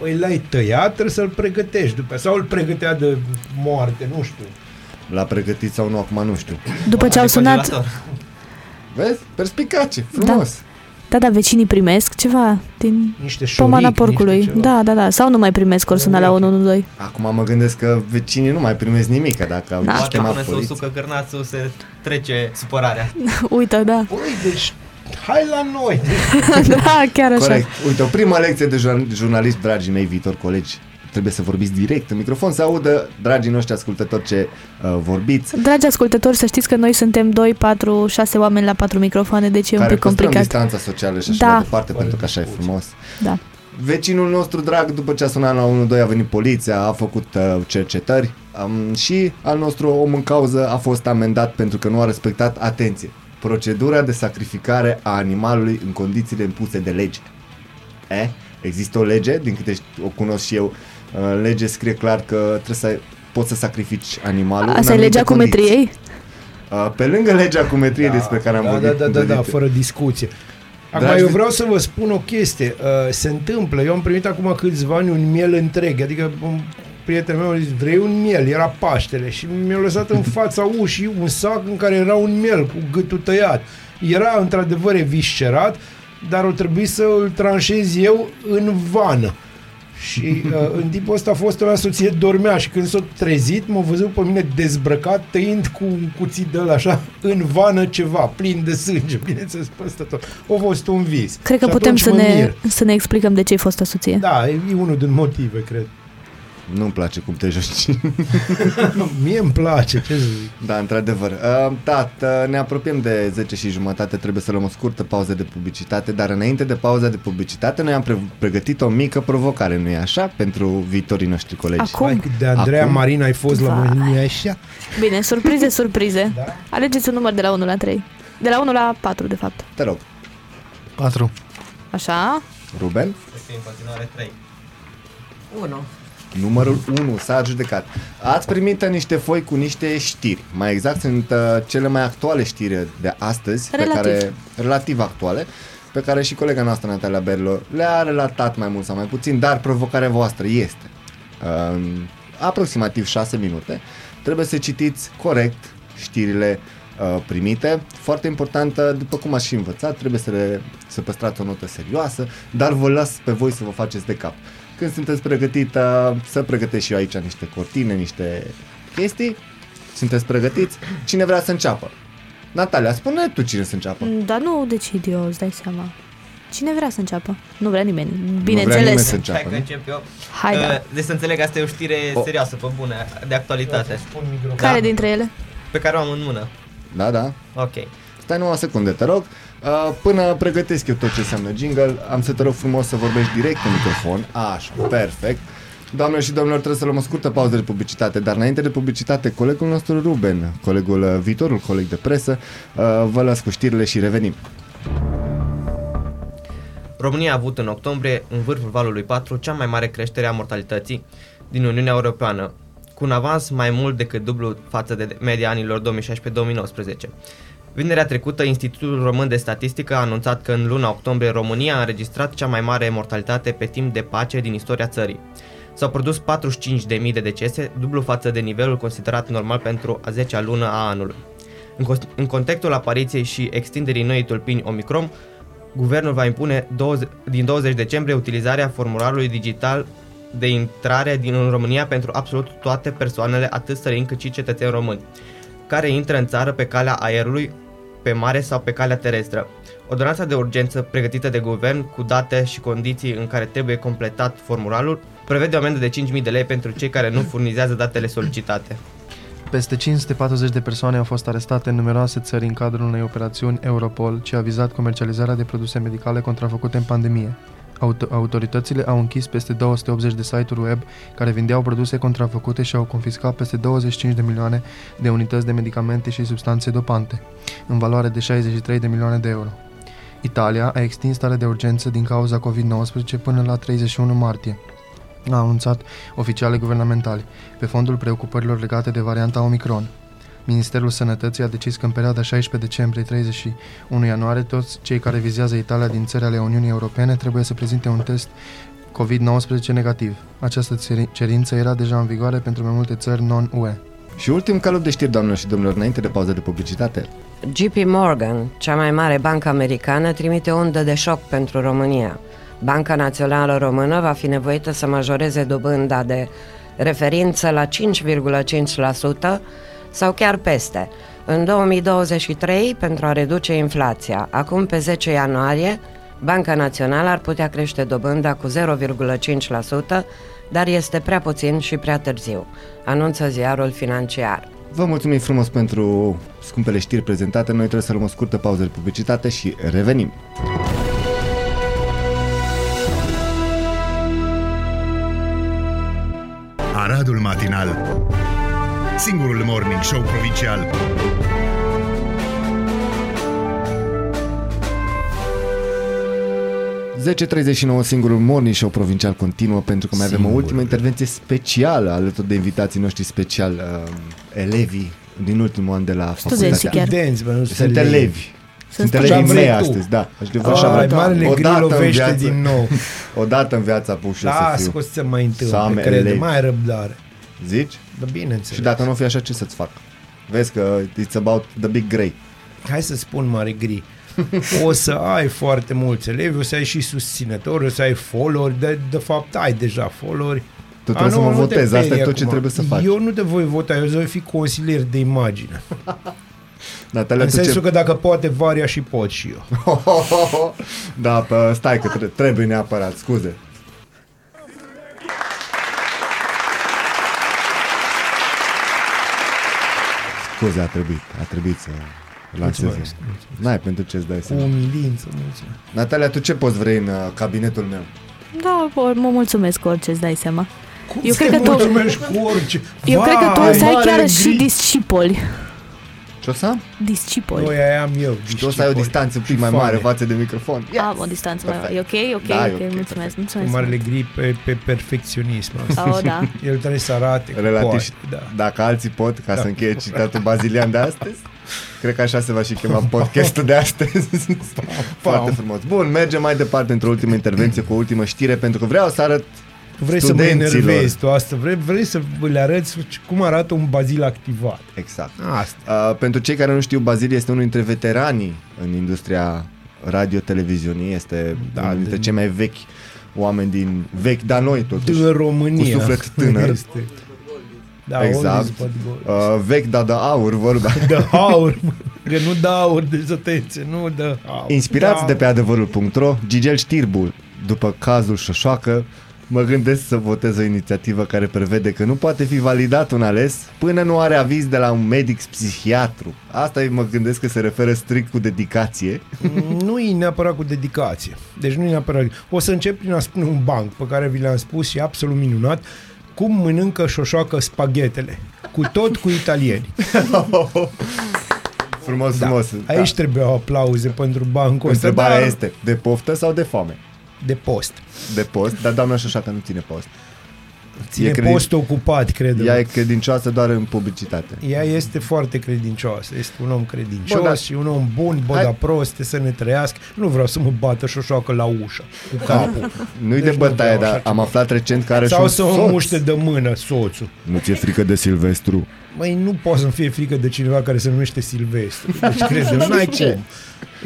[SPEAKER 3] Păi l-ai tăiat, trebuie să-l pregătești după sau îl pregătea de moarte, nu știu.
[SPEAKER 2] L-a pregătit sau nu, acum nu știu.
[SPEAKER 5] După ce au sunat...
[SPEAKER 2] Vezi? Perspicace, frumos.
[SPEAKER 5] Da, da, vecinii primesc ceva din
[SPEAKER 2] Niște
[SPEAKER 5] pomana
[SPEAKER 2] șoric,
[SPEAKER 5] porcului.
[SPEAKER 2] niște ceva.
[SPEAKER 5] Da, da, da. Sau nu mai primesc, ori sună la 112.
[SPEAKER 2] Acum mă gândesc că vecinii nu mai primesc nimic, că dacă au
[SPEAKER 5] Da.
[SPEAKER 11] Poate
[SPEAKER 2] chemat
[SPEAKER 11] până să
[SPEAKER 2] poliția.
[SPEAKER 11] usucă cărnațul, se trece supărarea.
[SPEAKER 5] Uite, da.
[SPEAKER 3] Păi, deci, hai la noi!
[SPEAKER 5] da, chiar așa.
[SPEAKER 2] Corect. Uite, o primă lecție de jurnal- jurnalist, dragii mei viitor colegi. Trebuie să vorbiți direct în microfon, să audă, dragii noștri ascultători, ce uh, vorbiți.
[SPEAKER 5] Dragi ascultători, să știți că noi suntem 2, 4, 6 oameni la 4 microfoane, deci e un
[SPEAKER 2] care
[SPEAKER 5] pic
[SPEAKER 2] păstrăm
[SPEAKER 5] complicat.
[SPEAKER 2] distanța socială și așa
[SPEAKER 5] Da.
[SPEAKER 2] mai departe, pentru că așa e frumos.
[SPEAKER 5] Da.
[SPEAKER 2] Vecinul nostru drag, după ce a sunat la 112, a venit poliția, a făcut uh, cercetări um, și al nostru om în cauză a fost amendat pentru că nu a respectat, atenție, procedura de sacrificare a animalului în condițiile impuse de lege. E? Există o lege, din câte șt- o cunosc și eu, uh, în lege scrie clar că trebuie să poți să sacrifici animalul. în
[SPEAKER 5] Asta e
[SPEAKER 2] anumite
[SPEAKER 5] legea cu
[SPEAKER 2] condiții.
[SPEAKER 5] metriei?
[SPEAKER 2] Uh, Pe lângă legea cu metrie da, despre care am
[SPEAKER 3] da,
[SPEAKER 2] vorbit.
[SPEAKER 3] da, da, da, da, fără discuție. Acum
[SPEAKER 2] Dragi
[SPEAKER 3] eu vreau să vă spun o chestie. Uh, se întâmplă, eu am primit acum câțiva ani un miel întreg, adică un prietenul meu a zis, vrei un miel? Era Paștele și mi-a lăsat în fața ușii un sac în care era un miel cu gâtul tăiat. Era într-adevăr eviscerat, dar o trebuie să îl tranșez eu în vană. Și uh, în timpul ăsta fostul meu soție dormea și când s-a trezit m-a văzut pe mine dezbrăcat tăind cu un cuțit de ăla așa în vană ceva, plin de sânge, bineînțeles peste tot. A fost un vis.
[SPEAKER 5] Cred că
[SPEAKER 3] Și
[SPEAKER 5] putem
[SPEAKER 3] atunci
[SPEAKER 5] să
[SPEAKER 3] mă
[SPEAKER 5] ne,
[SPEAKER 3] mir.
[SPEAKER 5] să ne explicăm de ce ai fost asuție.
[SPEAKER 3] Da, e unul din motive, cred.
[SPEAKER 2] Nu-mi place cum te joci.
[SPEAKER 3] Mie îmi place, ce să zic.
[SPEAKER 2] Da, într-adevăr. Uh, Da, t- ne apropiem de 10 și jumătate, trebuie să luăm o scurtă pauză de publicitate, dar înainte de pauza de publicitate noi am pre- pregătit o mică provocare, nu-i așa? Pentru viitorii noștri colegi.
[SPEAKER 3] Hai că de Andreea
[SPEAKER 2] Acum?
[SPEAKER 3] Marin ai fost la
[SPEAKER 5] Vai.
[SPEAKER 3] mâine așa.
[SPEAKER 5] Bine, surprize, surprize.
[SPEAKER 2] Da.
[SPEAKER 5] Alegeți un număr de la 1 la 3. De la 1 la 4, de fapt.
[SPEAKER 2] Te rog,
[SPEAKER 12] 4.
[SPEAKER 5] Așa?
[SPEAKER 2] Ruben,
[SPEAKER 11] Este în continuare 3.
[SPEAKER 13] 1.
[SPEAKER 2] numărul 1 s-a judecat. Ați primit uh, niște foi cu niște știri. Mai exact sunt uh, cele mai actuale știri de astăzi,
[SPEAKER 13] Relativ.
[SPEAKER 2] pe care relativ actuale, pe care și colega noastră Natalia Berlo le-a relatat mai mult sau mai puțin, dar provocarea voastră este în aproximativ 6 minute trebuie să citiți corect știrile uh, primite. Foarte importantă, după cum ați și învățat, trebuie să, le, să păstrați o notă serioasă, dar vă las pe voi să vă faceți de cap. Când sunteți pregătită, să pregătesc și eu aici niște cortine, niște chestii. Sunteți pregătiți? Cine
[SPEAKER 5] Mm,
[SPEAKER 2] vrea să înceapă? Natalia, spune tu cine să înceapă.
[SPEAKER 5] Dar nu decid eu, îți dai seama. Cine vrea să înceapă? Nu vrea nimeni,
[SPEAKER 2] nimeni
[SPEAKER 5] bineînțeles.
[SPEAKER 2] să înceapă.
[SPEAKER 11] Hai că încep eu.
[SPEAKER 5] Hai, da.
[SPEAKER 11] Uh, Deci să înțeleg, asta e o știre
[SPEAKER 2] O.
[SPEAKER 11] serioasă, pe bune, de actualitate.
[SPEAKER 5] Care dintre ele?
[SPEAKER 11] Pe care o am în mână.
[SPEAKER 2] Da, da.
[SPEAKER 11] Ok.
[SPEAKER 2] Stai numai o secundă, te rog. Uh, Până pregătesc eu tot ce înseamnă jingle, am să te rog frumos să vorbești direct în microfon. Așa, perfect. Doamnelor și domnilor, trebuie să luăm o scurtă pauză de publicitate, dar înainte de publicitate, colegul nostru Ruben, colegul, uh, viitorul coleg de presă, uh, vă las cu știrile și revenim.
[SPEAKER 11] România a avut în octombrie, în vârful valului 4, cea mai mare creștere a mortalității din Uniunea Europeană, cu un avans mai mult decât dublu față de media anilor 2016-2019. Vinerea trecută, Institutul Român de Statistică a anunțat că în luna octombrie România a înregistrat cea mai mare mortalitate pe timp de pace din istoria țării. S-au produs 45.000 de decese, dublu față de nivelul considerat normal pentru a 10-a lună a anului. În, cos- în contextul apariției și extinderii noii tulpini Omicron, Guvernul va impune 20, din 20 decembrie utilizarea formularului digital de intrare din în România pentru absolut toate persoanele, atât străini cât și cetățeni români, care intră în țară pe calea aerului, pe mare sau pe calea terestră. Ordonanța de urgență pregătită de guvern cu date și condiții în care trebuie completat formularul prevede o amendă de 5.000 de lei pentru cei care nu furnizează datele solicitate.
[SPEAKER 12] Peste 540 de persoane au fost arestate în numeroase țări în cadrul unei operațiuni Europol ce a vizat comercializarea de produse medicale contrafăcute în pandemie. Auto- autoritățile au închis peste 280 de site-uri web care vindeau produse contrafăcute și au confiscat peste 25 de milioane de unități de medicamente și substanțe dopante, în valoare de 63 de milioane de euro. Italia a extins starea de urgență din cauza COVID-19 până la 31 martie a anunțat oficiale guvernamentali, pe fondul preocupărilor legate de varianta Omicron. Ministerul Sănătății a decis că în perioada 16 decembrie-31 ianuarie toți cei care vizează Italia din țări ale Uniunii Europene trebuie să prezinte un test COVID-19 negativ. Această țeri- cerință era deja în vigoare pentru mai multe țări non-UE.
[SPEAKER 2] Și ultim calup de știri, doamnelor și domnilor, înainte de pauză de publicitate.
[SPEAKER 13] JP Morgan, cea mai mare bancă americană, trimite o undă de șoc pentru România. Banca Națională Română va fi nevoită să majoreze dobânda de referință la 5,5% sau chiar peste, în 2023 pentru a reduce inflația. Acum, pe 10 ianuarie, Banca Națională ar putea crește dobânda cu 0,5%, dar este prea puțin și prea târziu, anunță ziarul financiar.
[SPEAKER 2] Vă mulțumim frumos pentru scumpele știri prezentate. Noi trebuie să luăm o scurtă pauză de publicitate și revenim.
[SPEAKER 4] Aradul matinal Singurul morning show provincial
[SPEAKER 2] .39 singurul morning show provincial continuă pentru că mai avem o
[SPEAKER 1] Singur.
[SPEAKER 2] ultimă intervenție specială alături de invitații noștri special uh, elevii din ultimul an de la
[SPEAKER 3] Studenții
[SPEAKER 2] facultatea.
[SPEAKER 3] chiar. Studenți, bă, nu sunt
[SPEAKER 2] Sunt
[SPEAKER 3] elevi.
[SPEAKER 2] elevi.
[SPEAKER 3] Sunt
[SPEAKER 2] Sunt, elevii
[SPEAKER 3] studenți.
[SPEAKER 2] mei
[SPEAKER 3] Ce-am vrei tu?
[SPEAKER 2] astăzi, da. Aș de
[SPEAKER 3] Ah,
[SPEAKER 2] așa arăta.
[SPEAKER 3] marele grill
[SPEAKER 2] Odată în
[SPEAKER 3] lovește
[SPEAKER 2] viață-
[SPEAKER 3] din nou.
[SPEAKER 2] Odată în viața pușă să
[SPEAKER 3] Las
[SPEAKER 2] fiu.
[SPEAKER 3] că o să se mai
[SPEAKER 2] Să am
[SPEAKER 3] întâmple, crede,
[SPEAKER 2] elevi.
[SPEAKER 3] mai ai răbdare.
[SPEAKER 2] Zici?
[SPEAKER 3] Da, bineînțeles.
[SPEAKER 2] Și dacă nu o fi așa, ce să-ți fac? Vezi că it's about the big grey.
[SPEAKER 3] Hai să spun mare gri. O să ai foarte mulți elevi, o să ai și susținători, o să ai followeri, de, de fapt ai deja followeri.
[SPEAKER 2] Tu trebuie să mă votezi,
[SPEAKER 3] te
[SPEAKER 2] asta e
[SPEAKER 3] perii
[SPEAKER 2] tot ce
[SPEAKER 3] acum.
[SPEAKER 2] trebuie să faci.
[SPEAKER 3] Eu nu te voi vota, eu o să voi fi consilier de imagine.
[SPEAKER 2] Natalia,
[SPEAKER 3] în
[SPEAKER 2] tu ce-
[SPEAKER 3] sensul că dacă poate Varia și pot și eu.
[SPEAKER 2] Da, pă, stai că tre- trebuie neapărat, scuze. Scuze, a trebuit, a trebuit să lansez.
[SPEAKER 3] Mulțumesc, mulțumesc.
[SPEAKER 2] N-ai pentru ce îți dai
[SPEAKER 3] Cu
[SPEAKER 2] seama.
[SPEAKER 3] umilință, mulțumesc.
[SPEAKER 2] Natalia, tu ce poți vrei în uh, cabinetul meu?
[SPEAKER 5] Da, bă, mă mulțumesc cu orice, îți dai seama. eu cred
[SPEAKER 3] Te
[SPEAKER 5] că tu,
[SPEAKER 3] mulțumești cu orice.
[SPEAKER 5] eu cred că tu o să ai
[SPEAKER 3] mare
[SPEAKER 5] chiar
[SPEAKER 3] gri.
[SPEAKER 5] și discipoli.
[SPEAKER 2] Ce o să am?
[SPEAKER 5] Discipoli.
[SPEAKER 3] Noi aia am eu.
[SPEAKER 2] Și tu o să ai o distanță un pic mai mare față de microfon.
[SPEAKER 5] Yes. Am o distanță mai mare. E ok, ok,
[SPEAKER 2] Da, e
[SPEAKER 5] ok,
[SPEAKER 2] ok,
[SPEAKER 5] mulțumesc,
[SPEAKER 3] Cu
[SPEAKER 5] mulțumesc.
[SPEAKER 3] marele gri pe, pe perfecționism. asta.
[SPEAKER 5] Au, da.
[SPEAKER 3] El trebuie să arate. că
[SPEAKER 2] Relativ
[SPEAKER 3] poate,
[SPEAKER 2] și dacă alții pot, ca
[SPEAKER 3] Da.
[SPEAKER 2] să încheie citatul bazilian de astăzi, cred că așa se va și chema podcastul de astăzi. Foarte frumos. Bun, mergem mai departe într-o ultimă intervenție cu o ultimă știre, pentru că vreau să arăt
[SPEAKER 3] Vrei să mă
[SPEAKER 2] studenților.
[SPEAKER 3] enervezi tu asta, vrei, vrei să le arăți cum arată un bazil activat.
[SPEAKER 2] Exact.
[SPEAKER 3] Asta.
[SPEAKER 2] Uh, pentru cei care nu știu, Bazil este unul dintre veteranii în industria radio-televiziunii, este da, unul dintre cei mai vechi oameni din vechi, dar noi totuși.
[SPEAKER 3] Din România.
[SPEAKER 2] Cu suflet tânăr.
[SPEAKER 3] Este. Da,
[SPEAKER 2] exact.
[SPEAKER 3] always but goals.
[SPEAKER 2] Uh, vechi, dar de aur vorba.
[SPEAKER 3] De Da, aur, mă. Că nu dă aur, deci atenție, nu dă aur.
[SPEAKER 2] Inspirați
[SPEAKER 3] Da.
[SPEAKER 2] de pe adevărul.ro, Gigel Știrbul, după cazul Șoșoacă, mă gândesc să votez o inițiativă care prevede că nu poate fi validat un ales până nu are aviz de la un medic psihiatru. Asta e- mă gândesc că se referă strict cu dedicație.
[SPEAKER 3] Da. nu e neapărat cu dedicație. Deci nu e neapărat. O să încep prin a spune un banc pe care vi l-am spus și e absolut minunat cum mănâncă șoșoacă spaghetele. Cu tot cu italieni.
[SPEAKER 2] Frumos, da. frumos.
[SPEAKER 3] Aici trebuiau aplauze pentru bancul ăsta,
[SPEAKER 2] Întrebarea
[SPEAKER 3] dar
[SPEAKER 2] este, de poftă sau de foame?
[SPEAKER 3] De post.
[SPEAKER 2] De post, dar doamna Șoșoacă nu ține post.
[SPEAKER 3] Ține post ocupat, cred.
[SPEAKER 2] Ea e credincioasă doar în publicitate.
[SPEAKER 3] Ea este foarte credincioasă, este un om credincios bă,
[SPEAKER 2] Bă, da.
[SPEAKER 3] da. și un om bun, bă, dar prost, să ne trăiască. Nu vreau să mă bată șoșoacă la ușă, cu capul.
[SPEAKER 2] Da. Nu-i de
[SPEAKER 3] Deci nu
[SPEAKER 2] bătaie,
[SPEAKER 3] vreau așa
[SPEAKER 2] dar am aflat recent că are și
[SPEAKER 3] Sau
[SPEAKER 2] un
[SPEAKER 3] să
[SPEAKER 2] soț.
[SPEAKER 3] o muște de mână soțul.
[SPEAKER 2] Nu ți-e frică de Silvestru?
[SPEAKER 3] Măi, nu poți să-mi fie frică de cineva care se numește Silvestru. Deci, crede
[SPEAKER 2] De
[SPEAKER 3] nu ai
[SPEAKER 2] ce?
[SPEAKER 3] cum.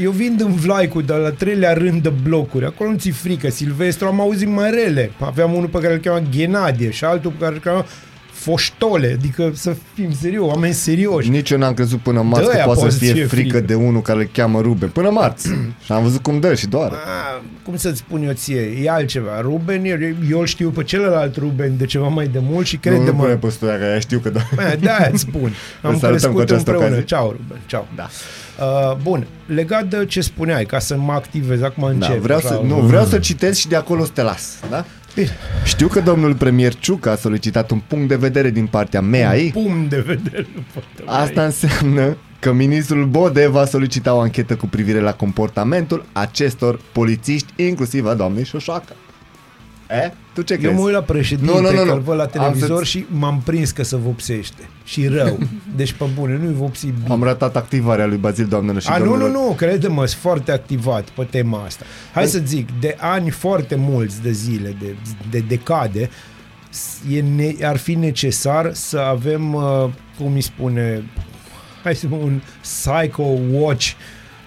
[SPEAKER 3] Eu vin din Vlaicu, dar la treilea rând de blocuri. Acolo nu ți frică. Silvestru, am auzit mai rele. Aveam unul pe care îl cheamă Ghenadie și altul pe care îl cheamă Foștole. Adică să fim serios, oameni serioși.
[SPEAKER 2] Nici eu n-am crezut până marți că
[SPEAKER 3] De-aia
[SPEAKER 2] poate să
[SPEAKER 3] poți
[SPEAKER 2] fie
[SPEAKER 3] să-ți
[SPEAKER 2] frică,
[SPEAKER 3] fie
[SPEAKER 2] frică
[SPEAKER 3] frică.
[SPEAKER 2] de unul care îl cheamă Ruben. Până marți. și am văzut cum dă și doar.
[SPEAKER 3] A, cum să-ți spun eu ție, e altceva. Ruben, e- eu îl știu pe celălalt Ruben de ceva mai de mult și
[SPEAKER 2] nu, nu pune
[SPEAKER 3] crede-mă.
[SPEAKER 2] postura, că aia știu că doar.
[SPEAKER 3] Bă, Da, îți spun.
[SPEAKER 2] Îl
[SPEAKER 3] Am
[SPEAKER 2] salutăm cu
[SPEAKER 3] crescut
[SPEAKER 2] această
[SPEAKER 3] împreună.
[SPEAKER 2] ocazie.
[SPEAKER 3] Ceau, Ruben, ceau. Da. Uh, bun, legat de ce spuneai, ca să mă activez, acum încep.
[SPEAKER 2] Da, vreau să,
[SPEAKER 3] așa,
[SPEAKER 2] nu, vreau să citesc și de acolo să te las. Da? Știu că domnul premier Ciucă a solicitat un punct de vedere din partea mea.
[SPEAKER 3] Un pumn de vedere. nu poate
[SPEAKER 2] Asta înseamnă că ministrul Bode va solicita o anchetă cu privire la comportamentul acestor polițiști, inclusiv a doamnei Șoșoacă. E? Tu ce
[SPEAKER 3] Eu
[SPEAKER 2] crezi?
[SPEAKER 3] mă uit la președinte,
[SPEAKER 2] Nu, nu, nu, nu.
[SPEAKER 3] că-l văd la
[SPEAKER 2] Am
[SPEAKER 3] televizor
[SPEAKER 2] să-ți-
[SPEAKER 3] și m-am prins că se vopsește. Și rău. Deci, pe bune, nu-i vopsi bine.
[SPEAKER 2] Am ratat activarea lui Bazil, doamnelor și
[SPEAKER 3] A, nu,
[SPEAKER 2] domnilor.
[SPEAKER 3] nu, nu, crede-mă, sunt foarte activat pe tema asta. Hai să zic, de ani foarte mulți, de zile, de, de decade, s- e ne, ar fi necesar să avem, uh, cum îi spune, hai să spun, un psycho watch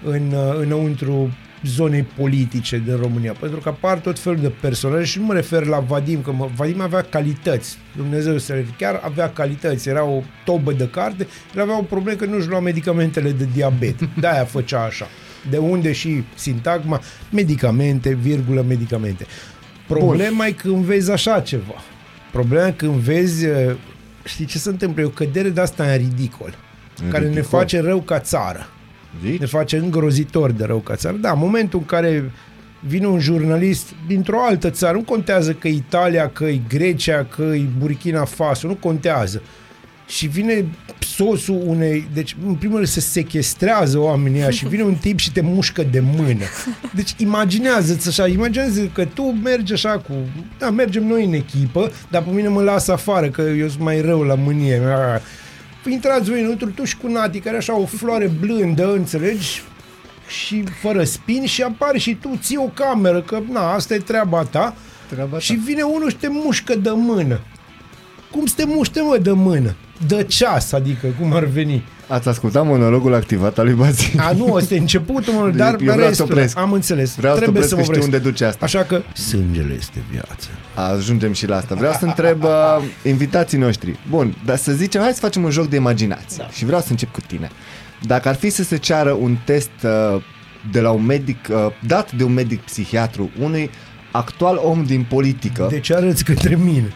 [SPEAKER 3] în, uh, înăuntru zonei politice din România, pentru că apar tot felul de personaje și nu mă refer la Vadim, că mă, Vadim avea calități, Dumnezeu să chiar avea calități, era o tobă de carte, el avea o problemă că nu-și lua medicamentele de diabet, de-aia făcea așa. De unde și sintagma, medicamente, virgulă, medicamente. Problema e când vezi așa ceva. Problema e când vezi, uh, știi ce se întâmplă, e o cădere de asta în ridicol,
[SPEAKER 2] În
[SPEAKER 3] care ne
[SPEAKER 2] ridicol.
[SPEAKER 3] face rău ca țară.
[SPEAKER 2] Zici?
[SPEAKER 3] Ne face îngrozitor de rău ca țară. Da, în momentul în care vine un jurnalist dintr-o altă țară, nu contează că e Italia, că e Grecia, că e Burkina Faso, nu contează. Și vine sosul unei... Deci, în primul rând, se sequestrează oamenii ăia și vine un tip și te mușcă de mână. Deci, imaginează-ți așa, imaginează că tu mergi așa cu... Da, mergem noi în echipă, dar pe mine mă las afară, că eu sunt mai rău la mânie. Ah. Intrați voi înăuntru, tu și cu Nati, care are așa o floare blândă, înțelegi? și fără spin și apari și tu ții o cameră, că na, asta e treaba ta.
[SPEAKER 2] Treaba
[SPEAKER 3] și vine unul și te mușcă de mână. Cum să te muște, mă, de mână? De ceas, adică, cum ar veni.
[SPEAKER 2] Ați ascultat monologul activat al lui Bazil.
[SPEAKER 3] A, nu, ăsta e începutul, mă, dar
[SPEAKER 2] Eu vreau să
[SPEAKER 3] restul,
[SPEAKER 2] opresc.
[SPEAKER 3] am înțeles.
[SPEAKER 2] Vreau să
[SPEAKER 3] Trebuie
[SPEAKER 2] opresc
[SPEAKER 3] să
[SPEAKER 2] că
[SPEAKER 3] mă
[SPEAKER 2] știu
[SPEAKER 3] opresc.
[SPEAKER 2] unde duce asta.
[SPEAKER 3] Așa că sângele este viață.
[SPEAKER 2] Ajungem și la asta. Vreau să întreb uh, invitații noștri. Bun, dar să zicem, hai să facem un joc de imaginație. Da. Și vreau să încep cu tine. Dacă ar fi să se ceară un test uh, de la un medic, uh, dat de un medic psihiatru unui actual om din politică.
[SPEAKER 3] De ce arăți către mine?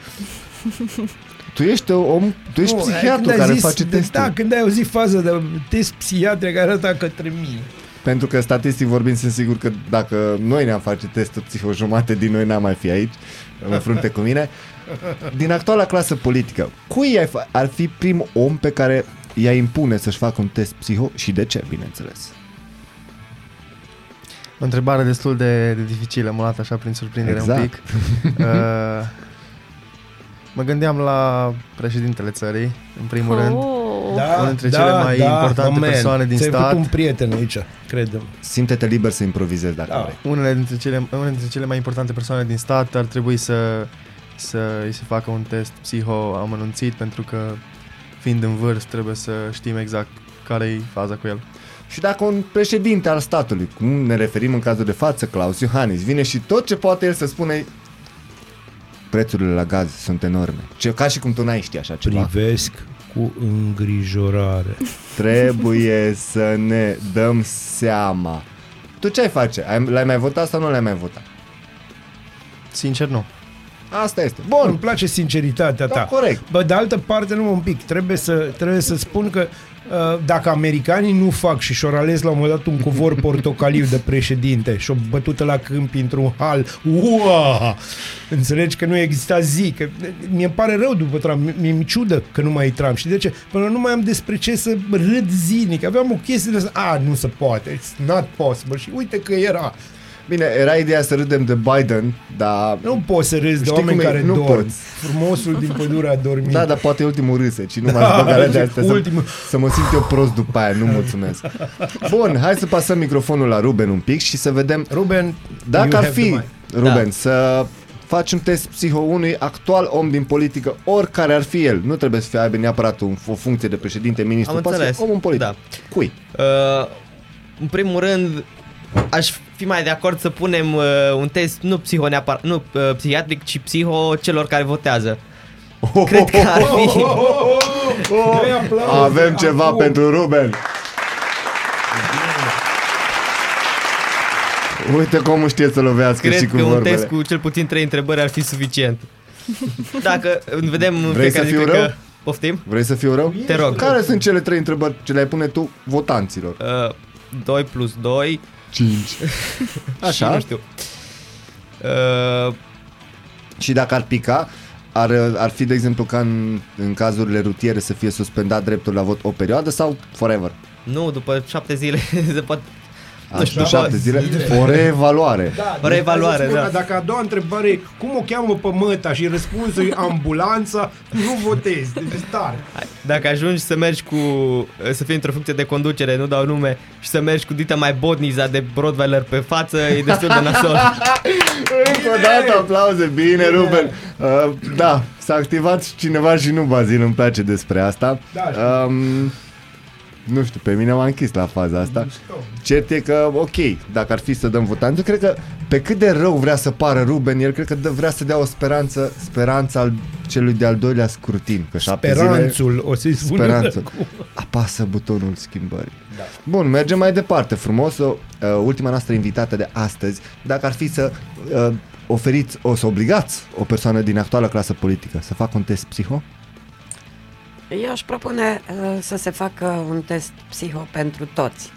[SPEAKER 2] Tu ești uh, om, tu ești
[SPEAKER 3] Nu,
[SPEAKER 2] psihiatru
[SPEAKER 3] când ai
[SPEAKER 2] care
[SPEAKER 3] zis,
[SPEAKER 2] face
[SPEAKER 3] de-
[SPEAKER 2] testul.
[SPEAKER 3] Da, când ai auzit faza de test psihiatric care arăta către mine.
[SPEAKER 2] Pentru că statistic vorbind sunt sigur că dacă noi ne-am face testul psiho, jumate din noi n-am mai fi aici, în frunte cu mine. Din actuala clasă politică, cui ai fa- ar fi primul om pe care i-a impune să-și facă un test psiho și de ce, bineînțeles?
[SPEAKER 12] O întrebare destul de, de dificilă, m-a luat așa prin surprindere
[SPEAKER 2] Exact.
[SPEAKER 12] un pic. Uh, mă gândeam la președintele țării, în primul rând.
[SPEAKER 3] Da, Ah,
[SPEAKER 12] Unul dintre cele mai importante
[SPEAKER 3] mă, man,
[SPEAKER 12] persoane din
[SPEAKER 3] ți-ai făcut
[SPEAKER 12] stat.
[SPEAKER 3] un prieten aici, credem.
[SPEAKER 2] Simte-te liber să improvizezi dacă da. vrei.
[SPEAKER 12] Unele dintre cele, unele dintre cele mai importante persoane din stat ar trebui să, să îi se facă un test psiho amănunțit pentru că fiind în vârst trebuie să știm exact care e faza cu el.
[SPEAKER 2] Și dacă un președinte al statului, cum ne referim în cazul de față, Claus Iohannis, vine și tot ce poate el să spune Prețurile la gaz sunt enorme. Ce, ca și cum tu n-ai ști așa ceva.
[SPEAKER 3] Privesc cu îngrijorare.
[SPEAKER 2] Trebuie să ne dăm seama. Tu ce ai face? Ai, l-ai mai votat sau nu l-ai mai votat?
[SPEAKER 12] Sincer, nu.
[SPEAKER 2] Asta este.
[SPEAKER 3] Bun, îmi place sinceritatea
[SPEAKER 2] Da,
[SPEAKER 3] ta.
[SPEAKER 2] corect.
[SPEAKER 3] Bă, de altă parte, nu un pic. Trebuie să, trebuie să spun că uh, dacă americanii nu fac și și-o ralez la un moment dat un covor portocaliu de președinte și-o bătută la câmp într-un hal, ua! Înțelegi că nu exista zi, că mi-e pare rău după Trump, mi-e mi ciudă că nu mai e Trump. Și de ce? Până nu mai am despre ce să râd zilnic. Aveam o chestie de asta, a, nu se poate, it's not possible. Și uite că era.
[SPEAKER 2] Bine, era ideea să râdem de Biden, dar...
[SPEAKER 3] Nu poți să râzi de
[SPEAKER 2] Știi
[SPEAKER 3] oameni
[SPEAKER 2] cum e?
[SPEAKER 3] care
[SPEAKER 2] Nu
[SPEAKER 3] dorm.
[SPEAKER 2] poți.
[SPEAKER 3] Frumosul din pădure a dormit.
[SPEAKER 2] Da, dar poate e ultimul râs, și nu mai da, băgarea de astea să,
[SPEAKER 3] Ultimul.
[SPEAKER 2] să mă simt eu prost după aia, nu mulțumesc. Bun, hai să pasăm microfonul la Ruben un pic și să vedem
[SPEAKER 3] Ruben,
[SPEAKER 2] dacă
[SPEAKER 3] you
[SPEAKER 2] ar
[SPEAKER 3] have the
[SPEAKER 2] fi,
[SPEAKER 3] mic.
[SPEAKER 2] Ruben,
[SPEAKER 3] Da.
[SPEAKER 2] să faci un test psiho unui actual om din politică, oricare ar fi el. Nu trebuie să fie aibă neapărat un, o funcție de președinte, ministru,
[SPEAKER 11] Am
[SPEAKER 2] poate să fie
[SPEAKER 11] înțeles.
[SPEAKER 2] om în politică. Da. Cui?
[SPEAKER 11] Uh, în primul rând, aș fi mai de acord să punem uh, un test nu, psiho neapar- nu uh, psihiatric, ci psiho celor care votează. Cred că ar fi...
[SPEAKER 3] Trei aplauze.
[SPEAKER 2] Avem ceva
[SPEAKER 3] Acum.
[SPEAKER 2] pentru Ruben. Uite cum îmi știe să lovească și
[SPEAKER 11] Cred
[SPEAKER 2] cu
[SPEAKER 11] că un
[SPEAKER 2] vorbele.
[SPEAKER 11] test cu cel puțin trei întrebări ar fi suficient. Dacă vedem în
[SPEAKER 2] Vrei să
[SPEAKER 11] fiecare zi,
[SPEAKER 2] fiu
[SPEAKER 11] cred
[SPEAKER 2] rău?
[SPEAKER 11] Că... Poftim?
[SPEAKER 2] Vrei să fiu rău?
[SPEAKER 11] Te rog.
[SPEAKER 2] Care sunt cele trei întrebări ce le-ai pune tu votanților?
[SPEAKER 11] Uh, 2 plus 2
[SPEAKER 2] 5 Așa.
[SPEAKER 11] Și nu știu uh,
[SPEAKER 2] Și dacă ar pica, ar, ar fi, de exemplu, ca în, în cazurile rutiere să fie suspendat dreptul la vot o perioadă sau forever?
[SPEAKER 11] Nu, după 7 zile se poate
[SPEAKER 2] Așa,
[SPEAKER 11] da.
[SPEAKER 2] șapte zile. O reevaluare.
[SPEAKER 3] Da,
[SPEAKER 11] o reevaluare,
[SPEAKER 3] deci hai să
[SPEAKER 11] da.
[SPEAKER 3] spun că Dacă a doua întrebare e cum o cheamă pe măta și răspunsul e ambulanța, nu votezi. Deci e tare.
[SPEAKER 11] Dacă ajungi să mergi cu Să fii într-o funcție de conducere, nu dau nume Și să mergi cu dita mai bodniza de Broadweiler pe față E destul de nasol
[SPEAKER 2] Încă o dată aplauze, bine, Ruben. Uh, da, s-a activat cineva și nu bazin, îmi place despre asta.
[SPEAKER 3] Da,
[SPEAKER 2] um, nu știu, pe mine m-a închis la faza asta. Cert e că, ok, dacă ar fi să dăm votanți, eu cred că pe cât de rău vrea să pară Ruben, el cred că dă, vrea să dea o speranță, speranța al celui de-al doilea scrutin. Că șapte
[SPEAKER 3] Speranțul,
[SPEAKER 2] zile,
[SPEAKER 3] o să-i spună
[SPEAKER 2] Speranțul.
[SPEAKER 3] acum.
[SPEAKER 2] Apasă butonul schimbării. Da. Bun, mergem mai departe frumos. O, uh, ultima noastră invitată de astăzi, dacă ar fi să uh, oferiți, o să obligați o persoană din actuala clasă politică să facă un test psiho,
[SPEAKER 13] Eu aș propune uh, să se facă un test psiho pentru toți.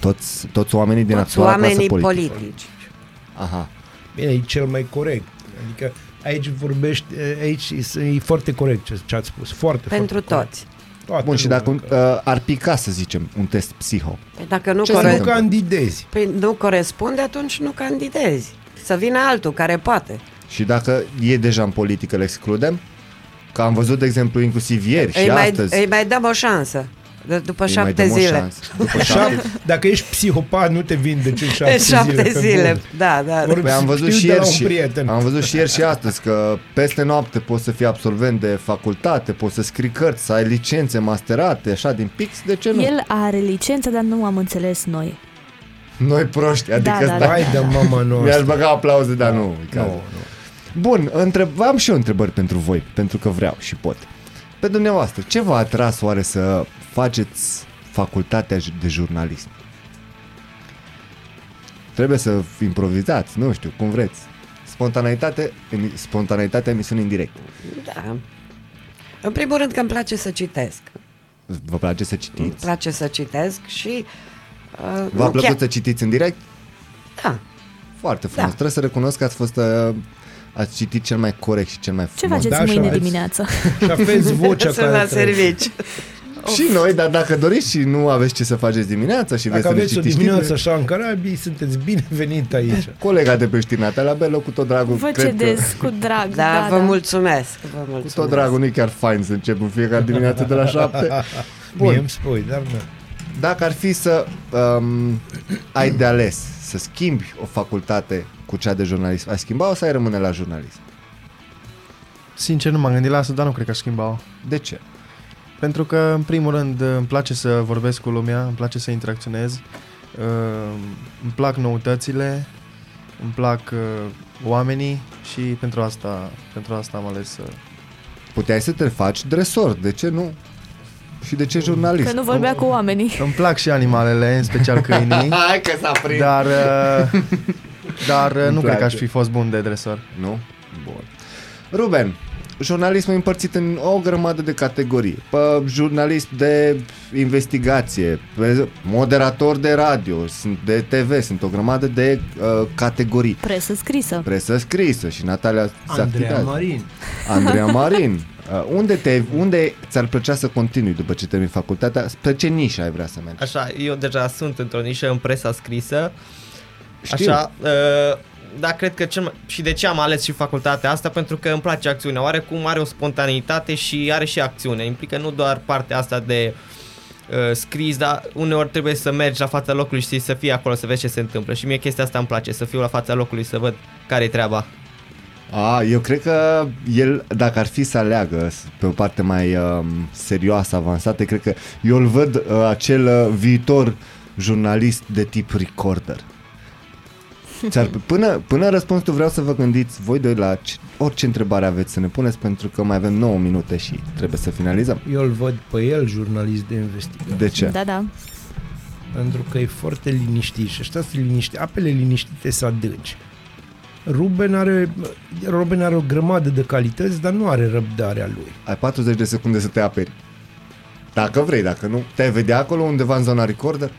[SPEAKER 2] toți, toți oamenii din
[SPEAKER 13] Toți
[SPEAKER 2] actuala
[SPEAKER 13] oamenii
[SPEAKER 2] clasă politică.
[SPEAKER 13] politici.
[SPEAKER 2] Aha.
[SPEAKER 3] Bine, e cel mai corect. Adică aici vorbești, aici e- e foarte corect ce, ce ați spus. Foarte,
[SPEAKER 13] Pentru
[SPEAKER 3] foarte corect.
[SPEAKER 13] toți.
[SPEAKER 3] Toată
[SPEAKER 2] Bun, și
[SPEAKER 3] lumea.
[SPEAKER 2] dacă uh, ar pica, să zicem, un test psiho.
[SPEAKER 13] Păi dacă nu,
[SPEAKER 2] Ce
[SPEAKER 13] core-
[SPEAKER 2] se întâmplă?
[SPEAKER 3] candidezi.
[SPEAKER 13] Păi nu corespunde, atunci nu candidezi. Să vină altul care poate.
[SPEAKER 2] Și dacă e deja în politică, le excludem? Că am văzut, de exemplu, inclusiv ieri și
[SPEAKER 13] Îi mai,
[SPEAKER 2] astăzi.
[SPEAKER 13] îi mai dăm o șansă. D- După
[SPEAKER 2] Îi mai
[SPEAKER 13] șapte
[SPEAKER 2] dăm o
[SPEAKER 13] zile.
[SPEAKER 2] șansă. După
[SPEAKER 3] Șapte, dacă ești psihopat, nu te vindeci în șapte,
[SPEAKER 13] În șapte
[SPEAKER 3] pe
[SPEAKER 13] zile.
[SPEAKER 3] bun.
[SPEAKER 13] Da, da.
[SPEAKER 3] Vorbim
[SPEAKER 2] Păi am văzut
[SPEAKER 3] Știu
[SPEAKER 2] și
[SPEAKER 3] de la
[SPEAKER 2] ieri
[SPEAKER 3] un
[SPEAKER 2] și,
[SPEAKER 3] prieten.
[SPEAKER 2] am văzut și ieri și astăzi că peste noapte poți să fii absolvent de facultate, poți să scrii cărți, să ai licențe masterate, așa din pix, de ce nu?
[SPEAKER 14] El are licența, dar nu am înțeles noi.
[SPEAKER 2] Noi proști, adică
[SPEAKER 14] da, da, Hai
[SPEAKER 3] de mama noastră.
[SPEAKER 2] Mi-aș băga aplauze, dar nu. No, no. Bun, întreb, am și eu întrebări pentru voi, pentru că vreau și pot. Pe dumneavoastră, ce v-a atras oare să faceți facultatea ju- de jurnalism? Trebuie să improvizați, nu știu, cum vreți. Spontaneitate, emi- spontaneitatea emisiunii în direct.
[SPEAKER 13] Da. În primul rând că îmi place să citesc.
[SPEAKER 2] Vă place să citiți?
[SPEAKER 13] Îmi place să citesc și... Uh,
[SPEAKER 2] V-a
[SPEAKER 13] nu
[SPEAKER 2] plăcut
[SPEAKER 13] chiar-
[SPEAKER 2] să citiți în direct?
[SPEAKER 13] Da.
[SPEAKER 2] Foarte frumos.
[SPEAKER 13] Da.
[SPEAKER 2] Trebuie să recunosc că ați fost... Uh, ați citit cel mai corect și cel mai
[SPEAKER 14] Ce
[SPEAKER 2] frumos.
[SPEAKER 14] faceți da, mâine dimineață?
[SPEAKER 3] Și aveți vocea
[SPEAKER 13] Sunt
[SPEAKER 3] care
[SPEAKER 13] la
[SPEAKER 3] trebuie.
[SPEAKER 13] servici.
[SPEAKER 2] Și noi, dar dacă doriți și nu aveți ce să faceți dimineața și
[SPEAKER 3] Dacă
[SPEAKER 2] vreți
[SPEAKER 3] aveți
[SPEAKER 2] să
[SPEAKER 3] o
[SPEAKER 2] ne citiți
[SPEAKER 3] dimineață
[SPEAKER 2] știrile,
[SPEAKER 3] așa în Carabii, sunteți binevenit aici.
[SPEAKER 2] colega de pe știri, Natalia Belo, cu tot dragul,
[SPEAKER 14] Vă
[SPEAKER 2] cred că,
[SPEAKER 14] cedez cu drag.
[SPEAKER 13] Da,
[SPEAKER 14] Da,
[SPEAKER 13] vă
[SPEAKER 14] da.
[SPEAKER 13] mulțumesc. Vă
[SPEAKER 2] cu
[SPEAKER 13] mulțumesc.
[SPEAKER 2] tot dragul, nu e chiar fain să încep în fiecare dimineață de la șapte. Bun.
[SPEAKER 3] Mie îmi spui, dar nu.
[SPEAKER 2] Dacă ar fi să um, ai de ales să schimbi o facultate cu cea de jurnalism, ai schimba o să ai rămâne la jurnalism?
[SPEAKER 12] Sincer, nu m-am gândit la asta, dar nu cred că aș schimba
[SPEAKER 2] De ce?
[SPEAKER 12] Pentru că, în primul rând, îmi place să vorbesc cu lumea, îmi place să interacționez, uh, îmi plac noutățile, îmi plac uh, oamenii și pentru asta, pentru asta am ales să
[SPEAKER 2] Puteai să te faci dresor, de ce nu? Și de ce jurnalist?
[SPEAKER 5] Că nu vorbea cu oamenii.
[SPEAKER 12] Îmi plac și animalele, în special câinii.
[SPEAKER 2] Hai că s-a prins.
[SPEAKER 12] Dar, uh, dar uh,
[SPEAKER 2] Îmi
[SPEAKER 12] nu cred
[SPEAKER 2] place.
[SPEAKER 12] că aș fi fost bun de dresor.
[SPEAKER 2] Nu? Bun. Ruben, jurnalismul e împărțit în o grămadă de categorii. Pă, jurnalist de investigație, pe- moderator de radio, sunt de TV, sunt o grămadă de uh, categorii.
[SPEAKER 14] Presă scrisă.
[SPEAKER 2] Presă scrisă și Natalia se
[SPEAKER 3] Andreea
[SPEAKER 2] activează.
[SPEAKER 3] Marin.
[SPEAKER 2] Exact, Andreea Marin. Uh, unde, te, unde ți-ar plăcea să continui după ce termini facultatea? Spre ce nișă ai vrea să mergi?
[SPEAKER 11] Așa, eu deja sunt într-o nișă în presa scrisă.
[SPEAKER 2] Știu.
[SPEAKER 11] Așa, uh, dar cred că cel mai... și de ce am ales și facultatea asta, pentru că îmi place acțiunea. Oarecum are o spontaneitate și are și acțiune. Implică nu doar partea asta de uh, scris, dar uneori trebuie să mergi la fața locului și să fii acolo să vezi ce se întâmplă. Și mie chestia asta îmi place, să fiu la fața locului, să văd care e treaba.
[SPEAKER 2] A, eu cred că el, dacă ar fi să aleagă s- pe o parte mai um, serioasă, avansată, cred că eu îl văd uh, acel uh, viitor jurnalist de tip recorder. Ți-ar, până, până răspuns tu vreau să vă gândiți voi doi la ce, orice întrebare aveți să ne puneți pentru că mai avem 9 minute și trebuie să finalizăm.
[SPEAKER 3] Eu îl văd pe el, jurnalist de investigație.
[SPEAKER 2] De ce?
[SPEAKER 5] Da, da.
[SPEAKER 3] Pentru că e foarte liniștit și ăștia sunt liniști, apele liniștite să adânci. Ruben are, Ruben are o grămadă de calități, dar nu are răbdarea lui.
[SPEAKER 2] Ai 40 de secunde să te aperi. Dacă vrei, dacă nu, te vedea acolo undeva în zona recorder?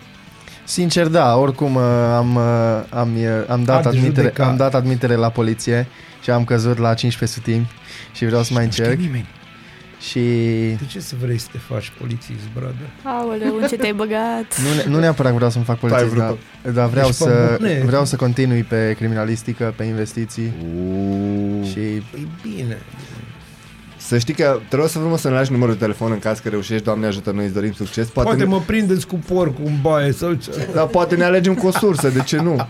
[SPEAKER 12] Sincer, da, oricum uh, am, uh, am, uh, am, dat
[SPEAKER 2] Ad
[SPEAKER 12] admitere,
[SPEAKER 2] judecat.
[SPEAKER 12] am dat admitere la poliție și am căzut la 15 sutimi și vreau să mai încerc.
[SPEAKER 3] nimeni.
[SPEAKER 12] Și
[SPEAKER 3] De ce să vrei să te faci polițist, brother?
[SPEAKER 5] Aoleu, în ce te-ai băgat?
[SPEAKER 12] nu, ne- nu neapărat vreau să-mi fac
[SPEAKER 3] Ai
[SPEAKER 12] polițist,
[SPEAKER 3] vrut
[SPEAKER 12] dar, dar vreau,
[SPEAKER 3] Ești pe
[SPEAKER 12] să,
[SPEAKER 3] bune.
[SPEAKER 12] vreau să continui pe criminalistică, pe investiții.
[SPEAKER 2] Uuu.
[SPEAKER 12] Și
[SPEAKER 3] Păi bine.
[SPEAKER 2] Să știi că te rog să frumos să ne lași numărul de telefon în caz că reușești, Doamne ajută, noi îți dorim succes. Poate,
[SPEAKER 3] Poate,
[SPEAKER 2] ne...
[SPEAKER 3] mă prindeți cu porcul în baie sau ce.
[SPEAKER 2] Dar poate ne alegem cu o sursă, de ce nu?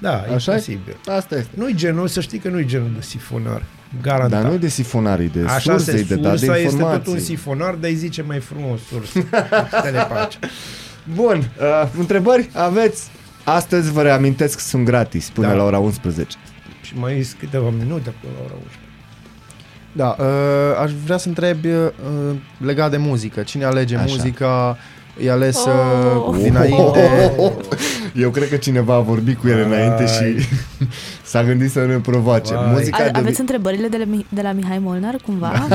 [SPEAKER 3] Da,
[SPEAKER 2] Așa
[SPEAKER 3] Așa
[SPEAKER 2] e?
[SPEAKER 3] imposibil.
[SPEAKER 2] Asta este.
[SPEAKER 3] Nu-i genul, să știi că nu-i genul de sifonar. Garantat.
[SPEAKER 2] Dar nu e de sifonar, e de
[SPEAKER 3] Așa
[SPEAKER 2] surse, e
[SPEAKER 3] se
[SPEAKER 2] de dat de
[SPEAKER 3] sursa, este tot
[SPEAKER 2] informații.
[SPEAKER 3] un sifonar, dar îi zice mai frumos sursă. Să ne pace.
[SPEAKER 2] Bun, uh, întrebări aveți? Astăzi vă reamintesc că sunt gratis până da.
[SPEAKER 3] Da.
[SPEAKER 2] la ora 11.
[SPEAKER 3] Și mai sunt câteva minute până la ora 11.
[SPEAKER 12] Da, uh, aș vrea să întreb uh, legat de muzică. Cine alege
[SPEAKER 2] Așa.
[SPEAKER 12] Așa. muzica? E ales
[SPEAKER 2] Oh.
[SPEAKER 12] oh. dinainte.
[SPEAKER 2] Eu cred că cineva a vorbit cu el înainte și s-a gândit să ne provoace.
[SPEAKER 12] Vai.
[SPEAKER 2] Muzica
[SPEAKER 5] A,
[SPEAKER 2] de...
[SPEAKER 5] aveți întrebările de la, Mi- de la Mihai Molnar, cumva?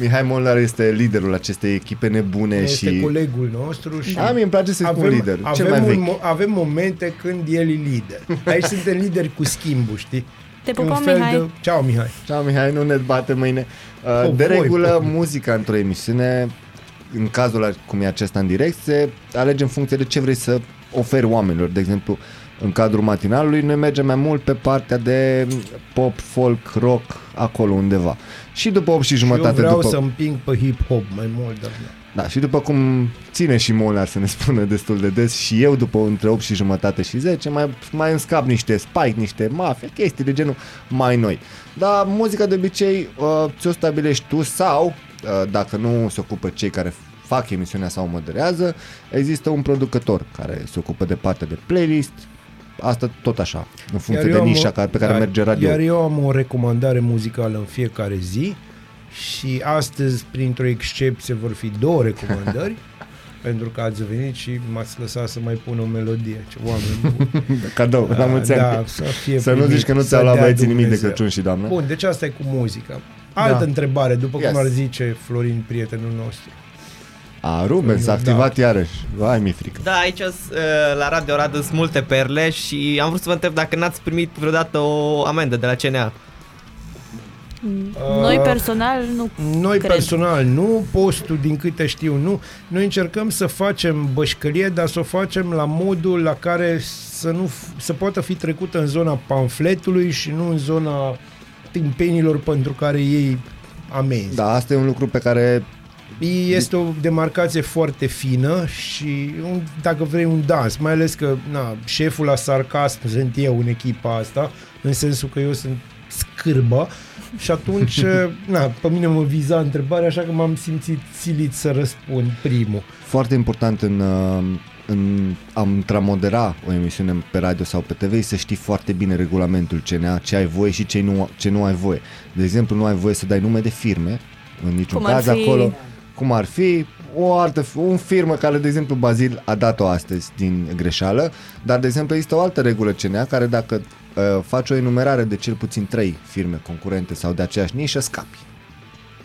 [SPEAKER 2] Mihai Molnar este liderul acestei echipe nebune
[SPEAKER 3] Este
[SPEAKER 2] și... uh,
[SPEAKER 3] colegul nostru și...
[SPEAKER 2] Da, mie îmi place să-i spun lider, cel
[SPEAKER 3] Avem,
[SPEAKER 2] mai vechi.
[SPEAKER 3] mo- avem momente când el e lider. Aici suntem lideri cu schimbul, știi?
[SPEAKER 5] Te
[SPEAKER 3] E un
[SPEAKER 5] pupăm,
[SPEAKER 3] fel
[SPEAKER 5] Mihai.
[SPEAKER 3] De... Ceau, Mihai.
[SPEAKER 2] Ceau, Mihai, nu ne bate mâine. Uh,
[SPEAKER 3] Oh,
[SPEAKER 2] de
[SPEAKER 3] voi,
[SPEAKER 2] regulă, muzica într-o emisiune, în cazul ac- cum e acesta în direct, se alege în funcție de ce vrei să oferi oamenilor. De exemplu, în cadrul matinalului, noi mergem mai mult pe partea de pop, folk, rock, acolo undeva. Și după 8 și
[SPEAKER 3] Eu
[SPEAKER 2] jumătate,
[SPEAKER 3] vreau
[SPEAKER 2] după...
[SPEAKER 3] să împing pe hip-hop mai mult, dar... nu.
[SPEAKER 2] Da, și după cum ține și Molnar să ne spună destul de des și eu după între 8 și jumătate și 10 mai, mai îmi scap niște spike, niște mafia, chestii de genul mai noi. Dar muzica de obicei uh, ți-o stabilești tu sau uh, dacă nu se ocupă cei care fac emisiunea sau o moderează, există un producător care se ocupă de partea de playlist, asta tot așa, în funcție
[SPEAKER 3] Iar
[SPEAKER 2] de
[SPEAKER 3] eu am
[SPEAKER 2] nișa
[SPEAKER 3] o-
[SPEAKER 2] care- pe care
[SPEAKER 3] da,
[SPEAKER 2] merge radio.
[SPEAKER 3] Iar eu am o recomandare muzicală în fiecare zi și astăzi, printr-o excepție, vor fi două recomandări. pentru că ați venit și m-ați lăsat să mai pun o melodie. Ce oameni buni.
[SPEAKER 2] Cadou, la
[SPEAKER 3] Da,
[SPEAKER 2] mulți ani.
[SPEAKER 3] da, să fie
[SPEAKER 2] Să nu
[SPEAKER 3] primit,
[SPEAKER 2] zici că nu
[SPEAKER 3] să
[SPEAKER 2] ți-au luat
[SPEAKER 3] dea
[SPEAKER 2] băieții nimic de
[SPEAKER 3] Dumnezeu.
[SPEAKER 2] Crăciun și doamnă.
[SPEAKER 3] Bun, deci asta e cu muzica. Altă
[SPEAKER 2] Da.
[SPEAKER 3] da. întrebare, după yes.
[SPEAKER 2] Yes.
[SPEAKER 3] cum ar zice Florin, prietenul nostru.
[SPEAKER 2] A, Ruben s-a
[SPEAKER 3] Da.
[SPEAKER 2] activat iarăși. Vai, mi frică.
[SPEAKER 11] Da, aici uh, la Radio Rad sunt multe perle și am vrut să vă întreb dacă n-ați primit vreodată o amendă de la CNA.
[SPEAKER 14] Mm.
[SPEAKER 5] Noi personal nu
[SPEAKER 3] Noi
[SPEAKER 5] cred.
[SPEAKER 3] personal nu, postul din câte știu nu. Noi încercăm să facem bășcălie, dar să o facem la modul la care să, nu, f- să poată fi trecută în zona pamfletului și nu în zona tâmpenilor pentru care ei amenzi.
[SPEAKER 2] Da, asta e un lucru pe care
[SPEAKER 3] Este o demarcație foarte fină și un, dacă vrei un dans, mai ales că na, șeful la sarcasm sunt eu în echipa asta, în sensul că eu sunt scârbă și atunci, na, pe mine mă viza întrebarea, așa că m-am simțit silit să răspund primul.
[SPEAKER 2] foarte important în uh, în, am intramodera o emisiune pe radio sau pe TV, să știi foarte bine regulamentul CNA, ce ai voie și ce nu, ce nu ai voie. De exemplu, nu ai voie să dai nume de firme, în niciun
[SPEAKER 15] Cum ar
[SPEAKER 2] caz
[SPEAKER 15] fi-
[SPEAKER 2] acolo, cum ar fi o altă, un firmă care, de exemplu, Bazil a dat-o astăzi din greșeală, dar, de exemplu, există o altă regulă CNA care dacă uh, faci o enumerare de cel puțin 3 firme concurente sau de aceeași nișă, scapi.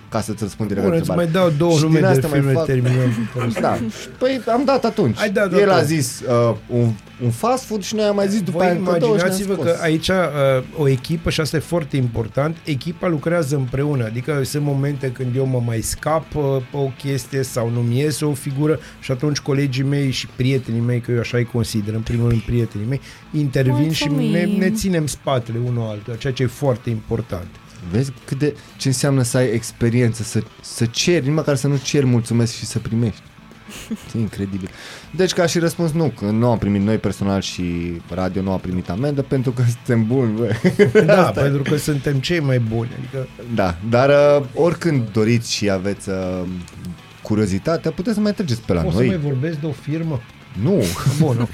[SPEAKER 2] Ca să-ți răspund direct
[SPEAKER 3] Bun,
[SPEAKER 2] la
[SPEAKER 3] îți mai
[SPEAKER 2] întrebare.
[SPEAKER 3] dau două
[SPEAKER 2] Și
[SPEAKER 3] nume
[SPEAKER 2] din
[SPEAKER 3] de
[SPEAKER 2] asta mai
[SPEAKER 3] filme,
[SPEAKER 2] fac-
[SPEAKER 3] terminăm.
[SPEAKER 2] Da, păi am dat atunci.
[SPEAKER 3] Ai dat,
[SPEAKER 2] El
[SPEAKER 3] da,
[SPEAKER 2] a
[SPEAKER 3] da.
[SPEAKER 2] zis uh, un, un fast food și noi am mai zis după
[SPEAKER 3] Voi
[SPEAKER 2] aia încă două și ne-am
[SPEAKER 3] imaginați-vă că
[SPEAKER 2] scos.
[SPEAKER 3] aici uh, o echipă, și asta e foarte important, echipa lucrează împreună, adică sunt momente când eu mă mai scap uh, pe o chestie sau nu-mi iese o figură și atunci colegii mei și prietenii mei, că eu așa îi consider, în primul rând prietenii mei, intervin și ne,
[SPEAKER 16] Mulțumim.
[SPEAKER 3] ne ținem spatele unul altul, ceea ce e foarte important.
[SPEAKER 2] Vezi cât de, ce înseamnă să ai experiență, să, să ceri, nici măcar să nu ceri mulțumesc și să primești. E incredibil. Deci ca și răspuns nu, că nu am primit noi personal și radio nu a primit amendă pentru că suntem buni. Bă.
[SPEAKER 3] Da, pentru că suntem cei mai buni. Adică
[SPEAKER 2] Da, dar uh, oricând doriți și aveți uh, curiozitatea, puteți să mai treceți pe la
[SPEAKER 3] o să
[SPEAKER 2] noi.
[SPEAKER 3] mai vorbesc de o firmă?
[SPEAKER 2] Nu.
[SPEAKER 3] Bun, nu.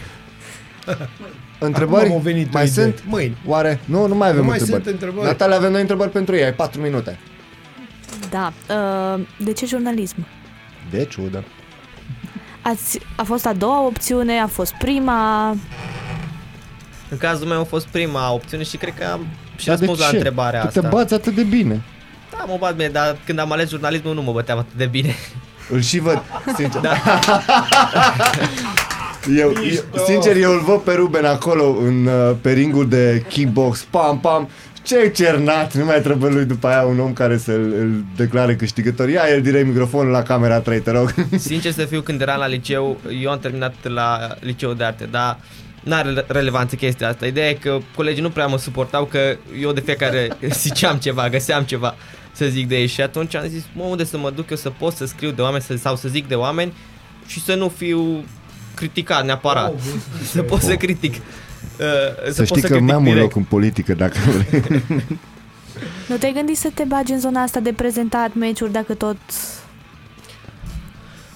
[SPEAKER 2] Întrebări?
[SPEAKER 3] Adică Acum au venit o
[SPEAKER 2] mai
[SPEAKER 3] idee.
[SPEAKER 2] sunt?
[SPEAKER 3] Mâini.
[SPEAKER 2] Oare? Nu, nu mai avem
[SPEAKER 3] Nu mai
[SPEAKER 2] întrebări.
[SPEAKER 3] sunt întrebări.
[SPEAKER 2] Natalia, avem noi întrebări pentru ei. Ai 4 minute.
[SPEAKER 14] Da. Uh, de ce jurnalism?
[SPEAKER 2] De ciudă.
[SPEAKER 14] Ați, a fost a doua opțiune, a fost prima.
[SPEAKER 11] În cazul meu a fost prima opțiune și cred că am și
[SPEAKER 2] Dar de
[SPEAKER 11] răspuns la
[SPEAKER 2] ce?
[SPEAKER 11] întrebarea
[SPEAKER 2] Tu
[SPEAKER 11] asta.
[SPEAKER 2] te bați atât de bine.
[SPEAKER 11] Da, mă bat bine, dar când am ales jurnalismul nu mă băteam atât de bine.
[SPEAKER 2] Îl și văd, sincer.
[SPEAKER 11] Da.
[SPEAKER 2] Eu, eu, sincer, eu îl văd pe Ruben acolo în, uh, pe ringul de kickbox, pam, pam, ce cernat, nu mai trebuie lui după aia un om care să-l îl declare câștigător. Ia el direct microfonul la camera 3, te rog.
[SPEAKER 11] Sincer să fiu, când eram la liceu, eu am terminat la liceu de arte, dar n-are re- relevanță chestia asta. Ideea e că colegii nu prea mă suportau, că eu de fiecare ziceam ceva, găseam ceva să zic de ei și atunci am zis, mă, unde să mă duc eu să pot să scriu de oameni să, sau să zic de oameni și să nu fiu criticat neapărat.
[SPEAKER 2] Oh,
[SPEAKER 11] să pot să critic. Uh,
[SPEAKER 2] Să
[SPEAKER 11] pot
[SPEAKER 2] știi că
[SPEAKER 11] critic
[SPEAKER 2] mi-am un
[SPEAKER 11] direct.
[SPEAKER 2] loc în politică, dacă vrei.
[SPEAKER 14] Nu te-ai gândit să te bagi în zona asta de prezentat meciuri dacă tot...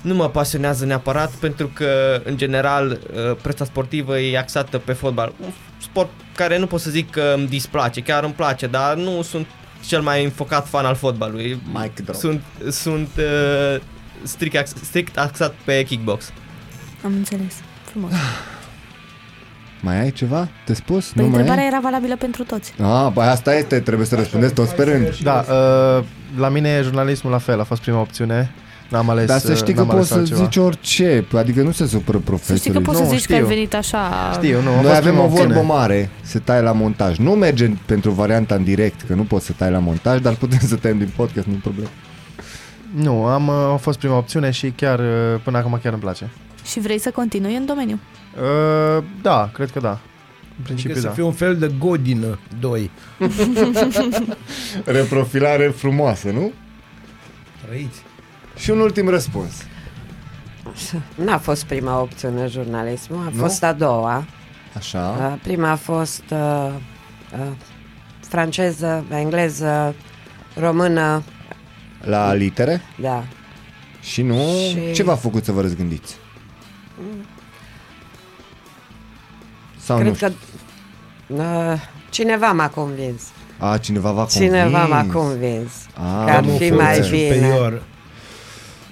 [SPEAKER 11] nu mă pasionează neapărat pentru că, în general, uh, presa sportivă e axată pe fotbal. Un sport care nu pot să zic că îmi displace, chiar îmi place, dar nu sunt cel mai înfocat fan al fotbalului.
[SPEAKER 2] Mic drop.
[SPEAKER 11] Sunt, sunt uh, strict, ax- strict axat pe kickbox.
[SPEAKER 14] Am înțeles. Frumos.
[SPEAKER 2] Mai ai ceva? Te spus?
[SPEAKER 14] Păi
[SPEAKER 2] Ah, nu mai
[SPEAKER 14] întrebarea
[SPEAKER 2] ai?
[SPEAKER 14] era valabilă pentru toți.
[SPEAKER 2] Ah, păi asta este, trebuie să răspundeți tot sperând.
[SPEAKER 12] Da, uh, la mine jurnalismul la fel a fost prima opțiune. N-am ales
[SPEAKER 2] Dar să
[SPEAKER 12] uh,
[SPEAKER 2] știi că
[SPEAKER 12] n-am
[SPEAKER 2] poți
[SPEAKER 12] ales
[SPEAKER 2] să
[SPEAKER 12] altceva.
[SPEAKER 2] zici orice, adică nu se supără
[SPEAKER 12] Să
[SPEAKER 2] profesorii.
[SPEAKER 14] Adică
[SPEAKER 12] știi că poți să
[SPEAKER 2] Nu,
[SPEAKER 12] zici că
[SPEAKER 2] știu.
[SPEAKER 12] ai
[SPEAKER 14] Venit așa...
[SPEAKER 12] Știu, nu, a
[SPEAKER 2] Noi
[SPEAKER 12] fost
[SPEAKER 2] avem
[SPEAKER 12] prima
[SPEAKER 2] o vorbă
[SPEAKER 12] opțiune.
[SPEAKER 2] mare, se taie la montaj. Nu merge pentru varianta în direct, că nu poți să tai la montaj, dar putem să tăiem din podcast, nu problemă.
[SPEAKER 12] Nu, am, uh, a fost prima opțiune și chiar uh, până acum chiar îmi place.
[SPEAKER 14] Și vrei să continui în domeniu.
[SPEAKER 12] Uh, da, cred că da. În principiu
[SPEAKER 3] Adică să
[SPEAKER 12] da.
[SPEAKER 3] fie un fel de godină 2.
[SPEAKER 2] Reprofilare frumoasă, nu?
[SPEAKER 3] Trăiți.
[SPEAKER 2] Și un ultim răspuns.
[SPEAKER 13] N-a fost prima opțiune jurnalismul, a
[SPEAKER 2] Nu?
[SPEAKER 13] fost a doua.
[SPEAKER 2] Așa.
[SPEAKER 13] Uh, Prima a fost uh, uh, franceză, engleză, română,
[SPEAKER 2] La litere?
[SPEAKER 13] da.
[SPEAKER 2] Și nu...
[SPEAKER 13] Și-
[SPEAKER 2] Ce v-a făcut să vă răzgândiți? Sau nu
[SPEAKER 13] Cred
[SPEAKER 2] știu.
[SPEAKER 13] că uh, cineva m-a convins.
[SPEAKER 2] A, cineva v-a convins.
[SPEAKER 13] Cineva m-a convins.
[SPEAKER 2] A,
[SPEAKER 13] că ar
[SPEAKER 2] am
[SPEAKER 13] fi
[SPEAKER 2] înțeles.
[SPEAKER 13] mai bine.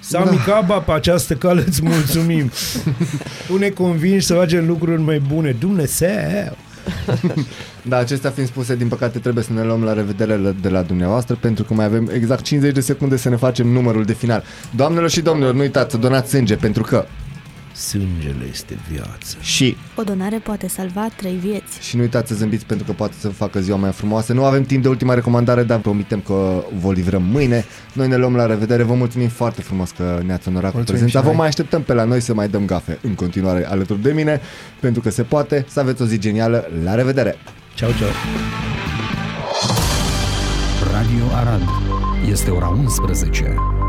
[SPEAKER 3] Sami da. Caba, pe această cale îți mulțumim. tu ne convingi să facem lucruri mai bune. Dumnezeu!
[SPEAKER 2] Da, acestea fiind spuse, din păcate trebuie să ne luăm la revedere la- de la dumneavoastră pentru că mai avem exact 50 de secunde să ne facem numărul de final. Doamnelor și domnilor, nu uitați să donați sânge pentru că...
[SPEAKER 3] Sângele este viață.
[SPEAKER 2] Și
[SPEAKER 14] O donare poate salva trei vieți.
[SPEAKER 2] Și nu uitați să zâmbiți pentru că poate să vă facă ziua mai frumoasă. Nu avem timp de ultima recomandare, dar promitem că vă livrăm mâine. Noi ne luăm la revedere. Vă mulțumim foarte frumos că ne-ați onorat cu
[SPEAKER 12] Mulțumim
[SPEAKER 2] prezența.
[SPEAKER 12] și
[SPEAKER 2] Vă
[SPEAKER 12] noi.
[SPEAKER 2] mai așteptăm pe la noi să mai dăm gafe în continuare alături de mine, pentru că se poate. Să aveți o zi genială. La revedere!
[SPEAKER 3] Ciao, ciao!
[SPEAKER 6] Radio Arad. Este ora 11.